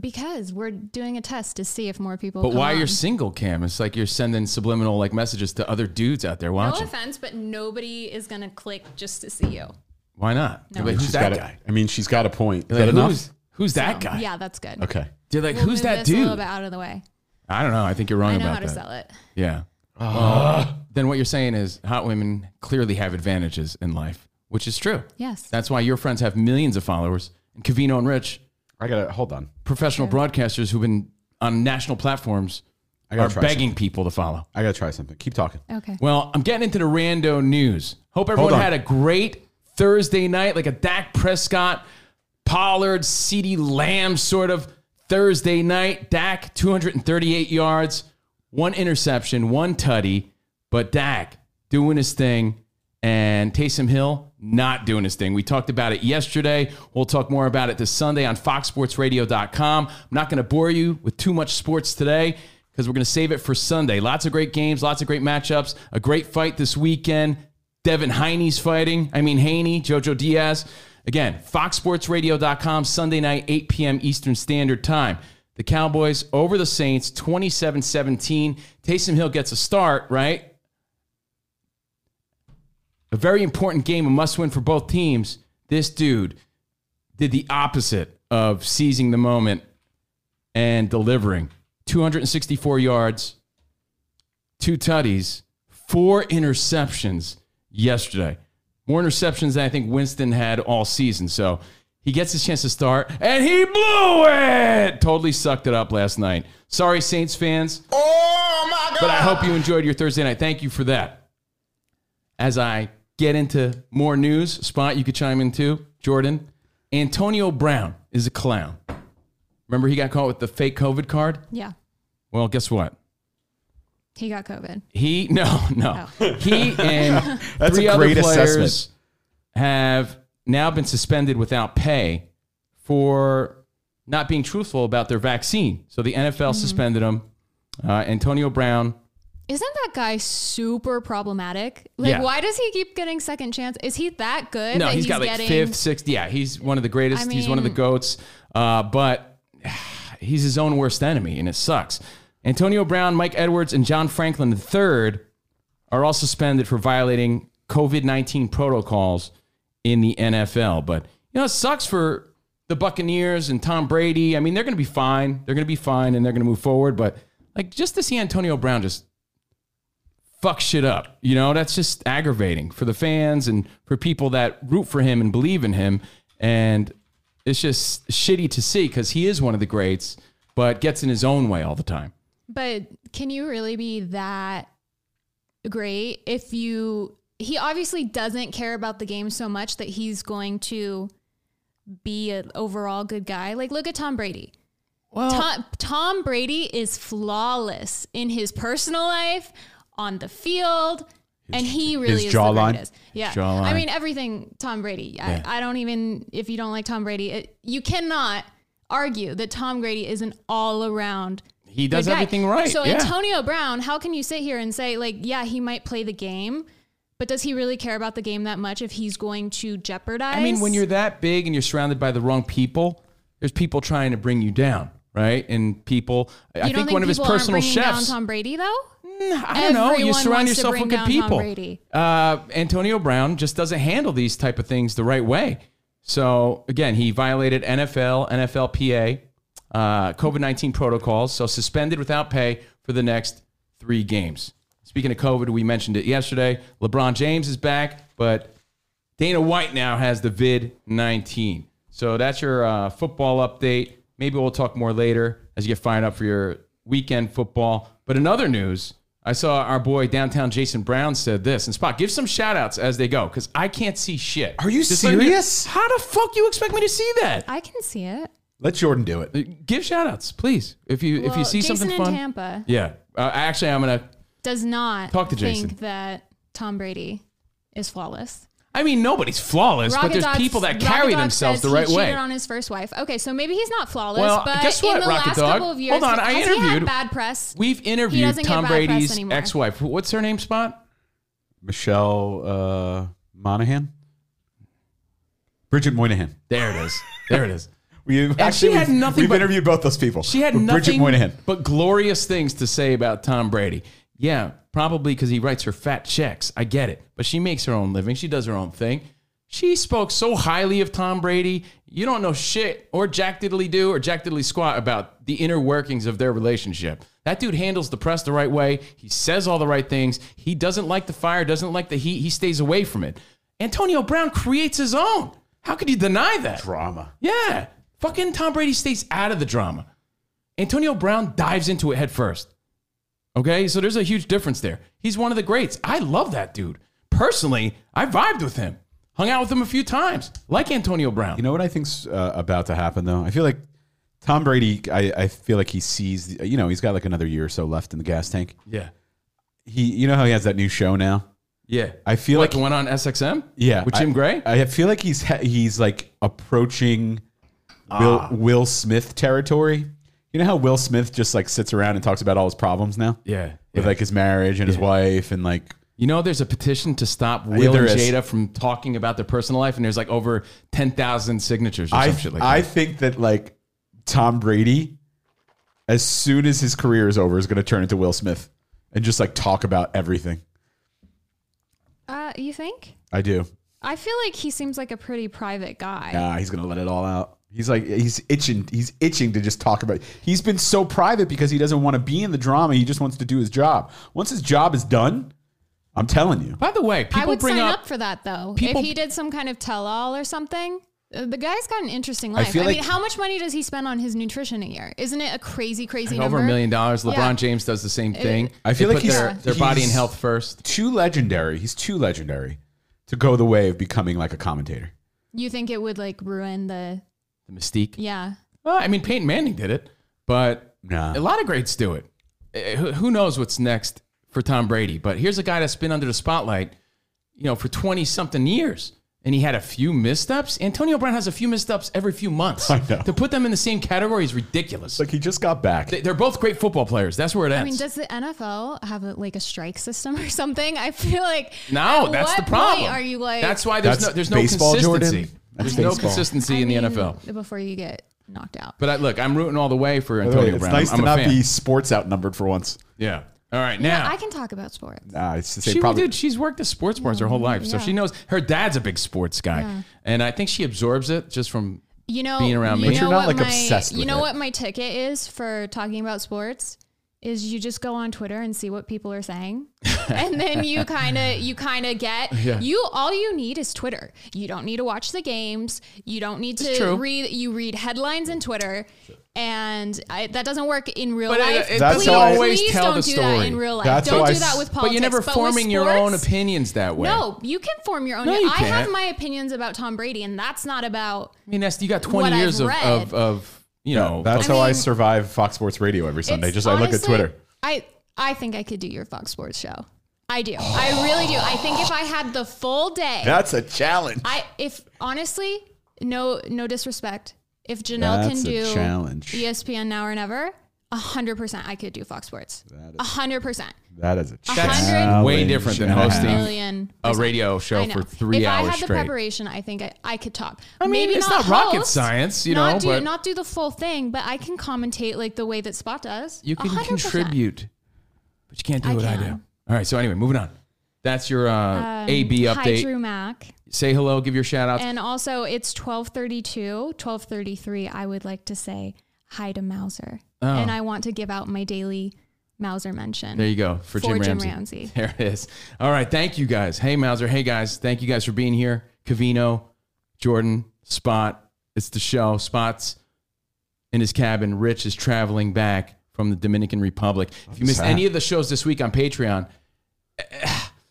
Speaker 10: Because we're doing a test to see if more people.
Speaker 1: But
Speaker 10: come
Speaker 1: why
Speaker 10: on.
Speaker 1: your single cam? It's like you're sending subliminal like messages to other dudes out there
Speaker 10: No
Speaker 1: watching.
Speaker 10: offense, but nobody is gonna click just to see you.
Speaker 1: Why not?
Speaker 10: No.
Speaker 1: You're like, who's
Speaker 11: She's
Speaker 1: that
Speaker 11: got a-
Speaker 1: guy?
Speaker 11: I mean, she's got a point. Is
Speaker 1: You're like,
Speaker 11: that enough?
Speaker 1: Who's, who's that
Speaker 10: So,
Speaker 1: guy?
Speaker 10: Yeah, that's good.
Speaker 11: Okay.
Speaker 1: They're like,
Speaker 10: We'll
Speaker 1: who's
Speaker 10: move
Speaker 1: that
Speaker 10: this A little
Speaker 1: dude?
Speaker 10: bit out of the way.
Speaker 1: I don't know. I think you're wrong
Speaker 10: I know
Speaker 1: about
Speaker 10: how to
Speaker 1: that.
Speaker 10: sell it.
Speaker 1: Yeah.
Speaker 11: Ah.
Speaker 1: Well, then what you're saying is hot women clearly have advantages in life, which is true.
Speaker 10: Yes.
Speaker 1: That's why your friends have millions of followers. And Cavino and Rich,
Speaker 11: I gotta hold on.
Speaker 1: professional broadcasters who've been on national platforms,
Speaker 11: I
Speaker 1: are
Speaker 11: gotta try
Speaker 1: begging people to follow.
Speaker 11: I gotta try something. Keep talking.
Speaker 10: Okay.
Speaker 1: Well, I'm getting into the rando news. Hope everyone
Speaker 11: on.
Speaker 1: had a great Thursday night, like a Dak Prescott, Pollard, CeeDee Lamb sort of Thursday night. Dak, 238 yards, one interception, one tutty, but Dak doing his thing. And Taysom Hill not doing his thing. We talked about it yesterday. We'll talk more about it this Sunday on foxsportsradio.com. I'm not going to bore you with too much sports today because we're going to save it for Sunday. Lots of great games, lots of great matchups, a great fight this weekend. Devin Haney's fighting. I mean, Haney, JoJo Diaz. Again, foxsportsradio.com, Sunday night, 8 p.m. Eastern Standard Time. The Cowboys over the Saints, 27 17. Taysom Hill gets a start, right? A very important game, a must win for both teams. This dude did the opposite of seizing the moment and delivering 264 yards, two tutties, four interceptions yesterday. More interceptions than I think Winston had all season. So he gets his chance to start, and he blew it. Totally sucked it up last night. Sorry, Saints fans. Oh my God! But I hope you enjoyed your Thursday night. Thank you for that. As I get into more news, spot you could chime in too, Jordan. Antonio Brown is a clown. Remember he got caught with the fake COVID card?
Speaker 10: Yeah.
Speaker 1: Well, guess what?
Speaker 10: He got COVID.
Speaker 1: He <laughs> no no he and
Speaker 11: Oh. <laughs> That's
Speaker 1: three
Speaker 11: a
Speaker 1: other
Speaker 11: great
Speaker 1: players
Speaker 11: assessment.
Speaker 1: have now been suspended without pay for not being truthful about their vaccine. So the NFL
Speaker 11: Mm-hmm.
Speaker 1: suspended them. Uh, Antonio Brown.
Speaker 10: Isn't that guy super problematic? Like,
Speaker 1: Yeah.
Speaker 10: why does he keep getting second chance? Is he that good?
Speaker 1: No,
Speaker 10: that
Speaker 1: he's got like
Speaker 10: getting,
Speaker 1: fifth, sixth. Yeah, he's one of the greatest.
Speaker 10: I
Speaker 1: he's one of the
Speaker 10: mean-
Speaker 1: goats. Uh, but he's his own worst enemy, and it sucks. Antonio Brown, Mike Edwards, and John Franklin III are all suspended for violating COVID nineteen protocols in the NFL. But you know, it sucks for the Buccaneers and Tom Brady. I mean, they're going to be fine. They're going to be fine, and they're going to move forward. But like, just to see Antonio Brown just fuck shit up. You know, that's just aggravating for the fans and for people that root for him and believe in him. And it's just shitty to see because he is one of the greats, but gets in his own way all the time.
Speaker 10: But can you really be that great if you. He obviously doesn't care about the game so much that he's going to be an overall good guy. Like, look at Tom Brady. Well, Tom, Tom Brady is flawless in his personal life, on the field, and he really
Speaker 11: his
Speaker 10: is
Speaker 11: jawline?
Speaker 10: the greatest. Yeah,
Speaker 11: His jawline.
Speaker 10: I mean everything. Tom Brady. I,
Speaker 11: Yeah.
Speaker 10: I don't even. If you don't like Tom Brady, it, you cannot argue that Tom Brady is an all-around.
Speaker 1: He
Speaker 10: good
Speaker 1: does
Speaker 10: guy.
Speaker 1: everything right.
Speaker 10: So
Speaker 1: yeah.
Speaker 10: Antonio Brown, how can you sit here and say like, yeah, he might play the game, but does he really care about the game that much if he's going to jeopardize?
Speaker 1: I mean, when you're that big and you're surrounded by the wrong people, there's people trying to bring you down, right? And people, I- I
Speaker 10: You don't
Speaker 1: think one of his
Speaker 10: people aren't
Speaker 1: personal
Speaker 10: bringing down
Speaker 1: chefs.
Speaker 10: Tom Brady though.
Speaker 1: I don't know. You surround yourself with good people.
Speaker 10: Tom Brady.
Speaker 1: Uh, Antonio Brown just doesn't handle these type of things the right way. So again, he violated NFL, NFLPA, uh, COVID nineteen protocols. So suspended without pay for the next three games. Speaking of COVID, we mentioned it yesterday. LeBron James is back, but Dana White now has the vid nineteen. So that's your uh, football update. Maybe we'll talk more later as you get fired up for your weekend football. But in other news, I saw our boy downtown Jason Brown said this. And Spot, give some shout outs as they go because I can't see shit.
Speaker 11: Are you
Speaker 1: let me-
Speaker 11: serious?
Speaker 1: How the fuck you expect me to see that?
Speaker 10: I can see it.
Speaker 11: Let Jordan do it.
Speaker 1: Give shout outs, please. If you if you
Speaker 10: Well,
Speaker 1: see
Speaker 10: Jason
Speaker 1: something
Speaker 10: in
Speaker 1: fun.
Speaker 10: Tampa
Speaker 1: Yeah. Uh, actually, I'm gonna.
Speaker 10: does not
Speaker 1: Talk to
Speaker 10: think
Speaker 1: Jason.
Speaker 10: that Tom Brady is flawless.
Speaker 1: I mean, nobody's flawless, but
Speaker 10: Rocket
Speaker 1: there's
Speaker 10: Dog-
Speaker 1: people that
Speaker 10: Rocket
Speaker 1: carry
Speaker 10: Dog
Speaker 1: themselves
Speaker 10: says
Speaker 1: the right
Speaker 10: he
Speaker 1: way.
Speaker 10: Cheated on his first wife. Okay, so maybe he's not flawless.
Speaker 1: Well,
Speaker 10: but
Speaker 1: guess what,
Speaker 10: in the
Speaker 1: Rocket
Speaker 10: last
Speaker 1: Dog?
Speaker 10: couple of years,
Speaker 1: Hold on, I
Speaker 10: has he had
Speaker 1: interviewed-
Speaker 10: bad press.
Speaker 1: We've interviewed
Speaker 10: doesn't get
Speaker 1: Tom
Speaker 10: bad press
Speaker 1: Brady's
Speaker 10: anymore.
Speaker 1: ex-wife. What's her name? Spot.
Speaker 11: Michelle uh, Monahan, Bridget Moynihan.
Speaker 1: There it is. There it is.
Speaker 11: We
Speaker 1: she had
Speaker 11: we've,
Speaker 1: nothing
Speaker 11: We've
Speaker 1: but-
Speaker 11: interviewed both those people.
Speaker 1: She had
Speaker 11: But Bridget
Speaker 1: nothing
Speaker 11: Moynihan.
Speaker 1: but glorious things to say about Tom Brady. Yeah, probably because he writes her fat checks. I get it. But she makes her own living. She does her own thing. She spoke so highly of Tom Brady. You don't know shit or Jack Diddley do or Jack Diddley squat about the inner workings of their relationship. That dude handles the press the right way. He says all the right things. He doesn't like the fire, doesn't like the heat. He stays away from it. Antonio Brown creates his own. How could you deny that?
Speaker 11: Drama.
Speaker 1: Yeah. Fucking Tom Brady stays out of the drama. Antonio Brown dives into it head first. Okay, so there's a huge difference there. He's one of the greats. I love that dude. Personally, I vibed with him. Hung out with him a few times, like Antonio Brown.
Speaker 11: You know what I think's uh, about to happen though? I feel like Tom Brady. I, I feel like he sees. You know, he's got like another year or so left in the gas tank.
Speaker 1: yeah.
Speaker 11: He, you know how he has that new show now.
Speaker 1: Yeah.
Speaker 11: I feel
Speaker 1: like
Speaker 11: like,
Speaker 1: the one on SXM?
Speaker 11: yeah,
Speaker 1: With Jim
Speaker 11: I-
Speaker 1: Gray?
Speaker 11: I feel like he's he- he's like approaching
Speaker 1: Ah.
Speaker 11: Will Will Smith territory. You know how Will Smith just like sits around and talks about all his problems now
Speaker 1: yeah.
Speaker 11: with
Speaker 1: yeah.
Speaker 11: like his marriage and his wife and like
Speaker 1: you know, there's a petition to stop Will
Speaker 11: there
Speaker 1: and
Speaker 11: is.
Speaker 1: Jada from talking about their personal life, and there's like over 10,000 signatures or
Speaker 11: I
Speaker 1: some shit like
Speaker 11: I
Speaker 1: that.
Speaker 11: think that like Tom Brady, as soon as his career is over, is going to turn into Will Smith and just like talk about everything.
Speaker 10: Uh, you think?
Speaker 11: I do.
Speaker 10: I feel like he seems like a pretty private guy.
Speaker 11: Nah, he's going to let it all out. He's like he's itching. He's itching to just talk about. He's been so private because he doesn't want to be in the drama. He just wants to do his job. Once his job is done, I'm telling you,
Speaker 1: By the way, people
Speaker 10: I would
Speaker 1: bring
Speaker 10: sign
Speaker 1: up,
Speaker 10: up, for that though.
Speaker 1: people-
Speaker 10: if he did some kind of tell-all or something, uh, the guy's got an interesting
Speaker 11: I
Speaker 10: life. I,
Speaker 11: feel
Speaker 10: mean,
Speaker 11: like-
Speaker 10: how much money does he spend on his nutrition a year? Isn't it a crazy, crazy
Speaker 1: over
Speaker 10: number?
Speaker 1: a million dollars. LeBron
Speaker 10: Yeah.
Speaker 1: James does the same thing.
Speaker 11: I feel
Speaker 1: They put
Speaker 11: like he's-
Speaker 1: their,
Speaker 11: Yeah.
Speaker 1: their body and
Speaker 11: he's-
Speaker 1: health first.
Speaker 11: too legendary. He's too legendary to go the way of becoming like a commentator.
Speaker 10: You think it would like ruin the?
Speaker 1: The mystique.
Speaker 10: Yeah.
Speaker 1: Well, I mean, Peyton Manning did it, but
Speaker 11: Nah.
Speaker 1: a lot of greats do it. Eh, Who who knows what's next for Tom Brady? But here's a guy that's been under the spotlight, you know, for 20 something years. And he had a few missteps. Antonio Brown has a few missteps every few months.
Speaker 11: <laughs> I know.
Speaker 1: To put them in the same category is ridiculous.
Speaker 11: Like he just got back.
Speaker 1: They- They're both great football players. That's where it ends.
Speaker 10: I mean, does the NFL have a, like a strike system <laughs> or something? I feel like
Speaker 1: no,
Speaker 10: at
Speaker 1: that's
Speaker 10: what
Speaker 1: the problem.
Speaker 10: Point are you like?
Speaker 1: That's why there's
Speaker 11: That's
Speaker 1: no there's no
Speaker 11: baseball, Jordan.
Speaker 1: consistency.
Speaker 11: That's
Speaker 1: There's no
Speaker 11: baseball.
Speaker 1: consistency
Speaker 10: I
Speaker 1: in the
Speaker 10: mean,
Speaker 1: NFL.
Speaker 10: before you get knocked out?
Speaker 1: But I, look, I'm rooting all the way for
Speaker 11: By the way,
Speaker 1: Antonio
Speaker 11: it's
Speaker 1: Brown.
Speaker 11: nice
Speaker 1: I'm
Speaker 11: to
Speaker 1: a
Speaker 11: not
Speaker 1: fan.
Speaker 11: be sports outnumbered for once.
Speaker 1: Yeah. All right.
Speaker 10: Yeah,
Speaker 1: Now
Speaker 10: I can talk about sports.
Speaker 11: Nah, it's the same
Speaker 1: she
Speaker 11: problem.
Speaker 1: did. She's worked at sports bars her whole life, so
Speaker 10: yeah.
Speaker 1: she knows her dad's a big sports guy, and I think she absorbs it just from.
Speaker 10: You know,
Speaker 1: Being around me.
Speaker 10: you
Speaker 1: But
Speaker 10: know
Speaker 11: you're not,
Speaker 10: what
Speaker 11: like,
Speaker 10: my,
Speaker 11: obsessed
Speaker 10: You
Speaker 11: with
Speaker 10: know
Speaker 11: it.
Speaker 10: what my ticket is for talking about sports is you just go on Twitter and see what people
Speaker 1: <laughs>
Speaker 10: are saying. and then you kind of you kind of get
Speaker 1: Yeah.
Speaker 10: you all you need is Twitter. You don't need to watch the games. You don't need
Speaker 1: It's
Speaker 10: to
Speaker 1: true.
Speaker 10: read you read headlines in Twitter. And I, that doesn't work in real
Speaker 1: But it-
Speaker 10: life.
Speaker 1: it That's
Speaker 10: please,
Speaker 1: doesn't always
Speaker 10: please
Speaker 1: tell
Speaker 10: don't
Speaker 1: the
Speaker 10: do that
Speaker 1: story.
Speaker 10: in real life.
Speaker 11: That's
Speaker 10: don't
Speaker 11: how
Speaker 10: do
Speaker 11: I
Speaker 10: that
Speaker 11: s-
Speaker 10: with politics.
Speaker 1: But you're never
Speaker 10: with
Speaker 1: forming your own
Speaker 10: sports-
Speaker 1: opinions that way.
Speaker 10: No, you can form your own.
Speaker 1: No, you
Speaker 10: I have
Speaker 1: can't.
Speaker 10: my opinions about Tom Brady, and that's not about.
Speaker 1: I mean, that's you got
Speaker 10: What
Speaker 1: 20
Speaker 10: I've
Speaker 1: years of,
Speaker 10: read-
Speaker 1: of of you know.
Speaker 11: That's
Speaker 10: I
Speaker 11: how I
Speaker 10: mean-
Speaker 11: survive Fox Sports Radio every Sunday.
Speaker 10: It's
Speaker 11: Just I look at
Speaker 10: honestly-
Speaker 11: Twitter.
Speaker 10: I I think I could do your Fox Sports show.
Speaker 1: <sighs>
Speaker 10: I do. I really do. I think if I had the full day,
Speaker 11: <laughs> That's a challenge.
Speaker 10: I if honestly, no no disrespect. If Janelle
Speaker 11: That's
Speaker 10: can
Speaker 11: a
Speaker 10: do E
Speaker 11: challenge.
Speaker 10: ESPN now or never, hundred percent I could do Fox Sports. hundred percent.
Speaker 11: That is a
Speaker 10: hundred-
Speaker 11: challenge.
Speaker 1: way different than hosting
Speaker 10: Million
Speaker 1: a
Speaker 10: percent.
Speaker 1: radio show
Speaker 10: I know.
Speaker 1: for three
Speaker 10: if
Speaker 1: hours
Speaker 10: I had the
Speaker 1: straight.
Speaker 10: preparation, I think I, I could talk.
Speaker 1: I mean,
Speaker 10: Maybe
Speaker 1: it's
Speaker 10: not,
Speaker 1: not rocket
Speaker 10: host,
Speaker 1: science, you
Speaker 10: not
Speaker 1: know,
Speaker 10: Do,
Speaker 1: but-
Speaker 10: not do the full thing, but I can commentate like the way that Spot does.
Speaker 1: you can
Speaker 10: 100%.
Speaker 1: contribute, but you can't do
Speaker 10: I
Speaker 1: what I do.
Speaker 10: can.
Speaker 1: All right. So anyway, moving on. That's your uh,
Speaker 10: Um,
Speaker 1: AB
Speaker 10: Hi,
Speaker 1: update.
Speaker 10: Drew Mack.
Speaker 1: Say hello. Give your shout outs.
Speaker 10: And also, it's 1232, 1233. I would like to say hi to Mauser.
Speaker 1: Oh.
Speaker 10: And I want to give out my daily Mauser mention.
Speaker 1: There you go for, Jim, Ramsey. <laughs> There it is. All right. Thank you guys. Hey, Mauser. Hey, guys. Thank you guys for being here. Cavino, Jordan, Spot. It's the show. Spot's in his cabin. Rich is traveling back from the Dominican Republic. If you missed
Speaker 11: sad.
Speaker 1: any of the shows this week on Patreon, <sighs>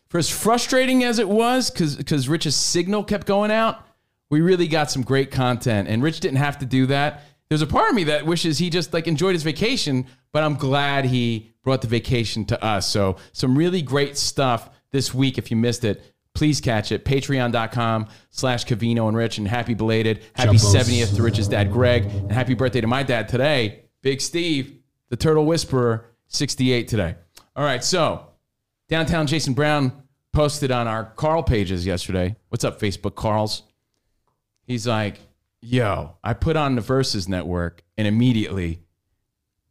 Speaker 1: for as frustrating as it was, because Rich's signal kept going out, we really got some great content. And Rich didn't have to do that. There's a part of me that wishes he just like enjoyed his vacation, but I'm glad he brought the vacation to us. So some really great stuff this week. If you missed it, please catch it. Patreon.com slash Cavino and Rich. And happy belated, happy 70th to Rich's dad, Greg. And happy birthday to my dad today, Big Steve, the Turtle Whisperer, 68 today. All right, so Downtown Jason Brown posted on our Carl pages yesterday. What's up, Facebook Carls? He's like, yo, I put on the Versus Network and immediately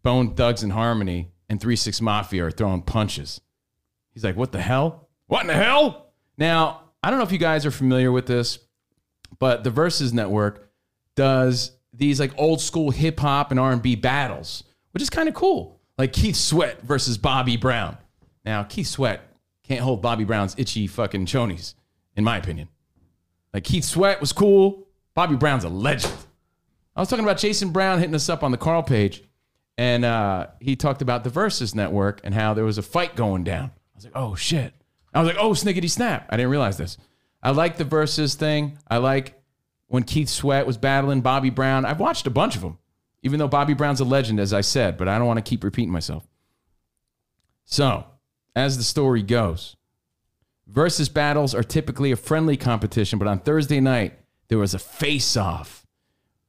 Speaker 1: Bone Thugs and Harmony and 3 Six Mafia are throwing punches. He's like, what the hell? What in the hell? Now, I don't know if you guys are familiar with this, but the Versus Network does these like old school hip hop and R&B battles, which is kind of cool. Like Keith Sweat versus Bobby Brown. Now, Keith Sweat can't hold Bobby Brown's itchy fucking chonies, in my opinion. Like Keith Sweat was cool. Bobby Brown's a legend. I was talking about Jason Brown hitting us up on the Carl page, and uh, he talked about the Versus Network and how there was a fight going down. I was like, oh shit. I was like, oh snickety snap. I didn't realize this. I like the Versus thing. I like when Keith Sweat was battling Bobby Brown. I've watched a bunch of them, even though Bobby Brown's a legend, as I said, but I don't want to keep repeating myself. So, as the story goes, versus battles are typically a friendly competition, but on Thursday night, there was a face off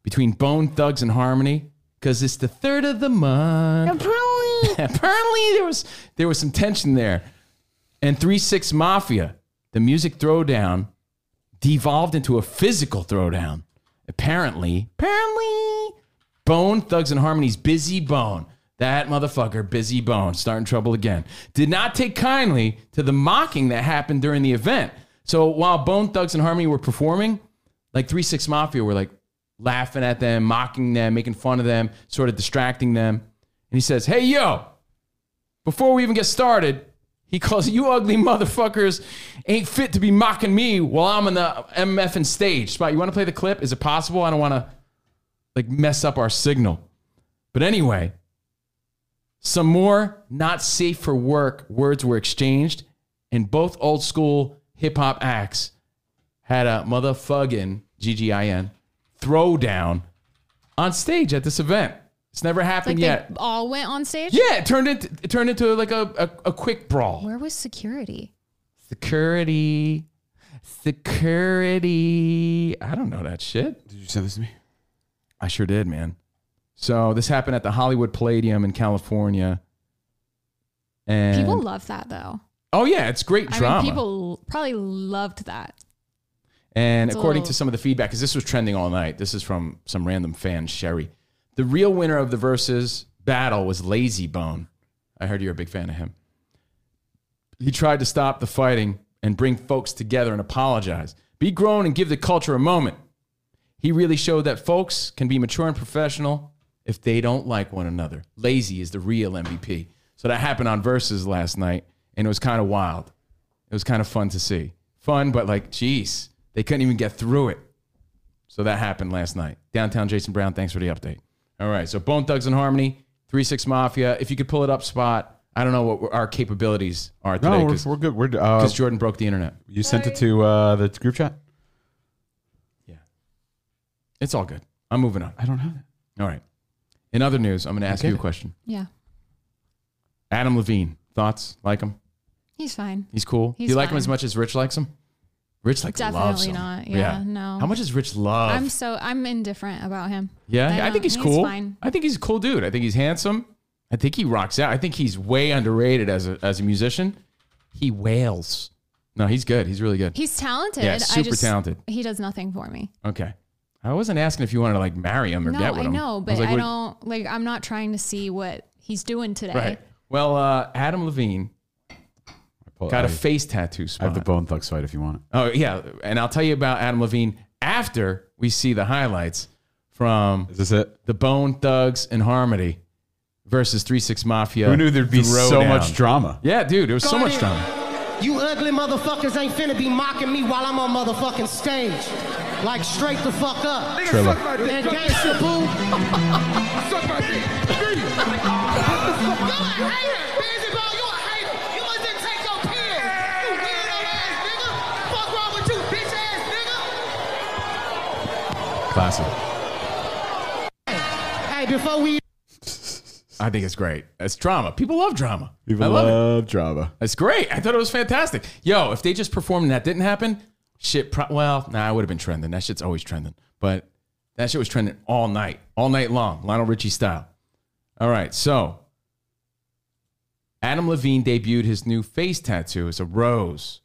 Speaker 1: between Bone Thugs and Harmony because it's the third of the month. <laughs> Apparently, there was there was some tension there, and Three Six Mafia, the music throwdown, devolved into a physical throwdown. Apparently, apparently, Bone Thugs and Harmony's Busy Bone. That motherfucker, Busy Bone, starting trouble again. Did not take kindly to the mocking that happened during the event. So while Bone Thugs and Harmony were performing, like 3 Six Mafia were like laughing at them, mocking them, making fun of them, sort of distracting them. And he says, Hey, yo, before we even get started, he calls you ugly motherfuckers ain't fit to be mocking me while I'm on the MF and stage. Spot, you want to play the clip? Is it possible? I don't want to like mess up our signal. But anyway, some more not safe for work words were exchanged, and both old school hip hop acts had a motherfucking GGIN throwdown on stage at this event. It's never
Speaker 10: Like
Speaker 1: happened yet.
Speaker 10: they all went on stage?
Speaker 1: Yeah, it turned into it turned into like a, a, a quick brawl.
Speaker 10: Where was security?
Speaker 1: Security. Security. I don't know that shit.
Speaker 11: Did you send this to me?
Speaker 1: I sure did, man. So this happened at the Hollywood Palladium in California. And
Speaker 10: People love that though.
Speaker 1: Oh yeah, it's great drama.
Speaker 10: I mean, people l- probably loved that.
Speaker 1: And
Speaker 10: It's a
Speaker 1: according
Speaker 10: little-
Speaker 1: to some of the feedback, because this was trending all night, this is from some random fan, Sherry. The real winner of the versus battle was Lazy Bone. I heard you're a big fan of him. He tried to stop the fighting and bring folks together and apologize. Be grown and give the culture a moment. He really showed that folks can be mature and professional if they don't like one another. Lazy is the real MVP. So that happened on Versus last night, and it was kind of wild. It was kind of fun to see. Fun, but like, geez, they couldn't even get through it. So that happened last night. Downtown Jason Brown, thanks for the update. All right, so Bone Thugs and Harmony, 3 6 Mafia. If you could pull it up, spot. I don't know what our capabilities are today.
Speaker 11: No, we're,
Speaker 1: 'cause-
Speaker 11: we're good. We're uh,
Speaker 1: because Jordan broke the internet.
Speaker 11: you sent it to uh, the group chat.
Speaker 1: It's all good. I'm moving on.
Speaker 11: I don't have it.
Speaker 1: All right. In other news, I'm going to ask
Speaker 11: get
Speaker 1: you a
Speaker 11: it.
Speaker 1: question.
Speaker 10: Yeah,
Speaker 1: Adam Levine, thoughts? Like him?
Speaker 10: he's fine.
Speaker 1: He's cool. Do
Speaker 10: He's
Speaker 1: you like him
Speaker 10: fine.
Speaker 1: as much as Rich likes him? Rich like
Speaker 10: Definitely
Speaker 1: loves him.
Speaker 10: not. Yeah, no.
Speaker 1: How much is Rich love?
Speaker 10: I'm so I'm indifferent about him.
Speaker 1: yeah, I,
Speaker 10: don't-
Speaker 1: think he's cool.
Speaker 10: fine.
Speaker 1: I think he's a cool dude. I think he's handsome. I think he rocks out. I think he's way underrated as a as a musician. He wails. No, he's good. He's really good.
Speaker 10: He's talented.
Speaker 1: Yeah, super
Speaker 10: I just,
Speaker 1: talented.
Speaker 10: He does nothing for me.
Speaker 1: okay. I wasn't asking if you wanted to like marry him or
Speaker 10: no,
Speaker 1: get with
Speaker 10: I
Speaker 1: him.
Speaker 10: know,
Speaker 1: was
Speaker 10: but
Speaker 1: like,
Speaker 10: I
Speaker 1: what-
Speaker 10: don't like. I'm not trying to see what he's doing today.
Speaker 1: Right. Well, uh, Adam Levine
Speaker 11: Well,
Speaker 1: got a
Speaker 11: I-
Speaker 1: face tattoo
Speaker 11: I
Speaker 1: spot.
Speaker 11: have the Bone Thugs fight if you want it.
Speaker 1: Oh yeah, and I'll tell you about Adam Levine after we see the highlights from
Speaker 11: Is this it?
Speaker 1: the Bone Thugs and Harmony versus Three Six Mafia.
Speaker 11: Who knew there'd be so
Speaker 1: Throwdown.
Speaker 11: much drama?
Speaker 1: Yeah, dude, there was so much drama.
Speaker 9: You ugly motherfuckers ain't finna be mocking me while I'm on motherfucking stage. Like straight the fuck up.
Speaker 11: Triller.
Speaker 9: And gangsta boo. <laughs> Suck my dick.
Speaker 11: Classic.
Speaker 9: Hey, before we
Speaker 1: I think it's great. It's drama. People love drama.
Speaker 11: People
Speaker 1: I love, it.
Speaker 11: drama.
Speaker 1: It's great. I thought it was fantastic. Yo, if they just performed and that didn't happen, shit. Pro- well, nah, I would have been trending. That shit's always trending. But that shit was trending all night, all night long, Lionel Richie style. All right, so Adam Levine debuted his new face tattoo. It's a rose.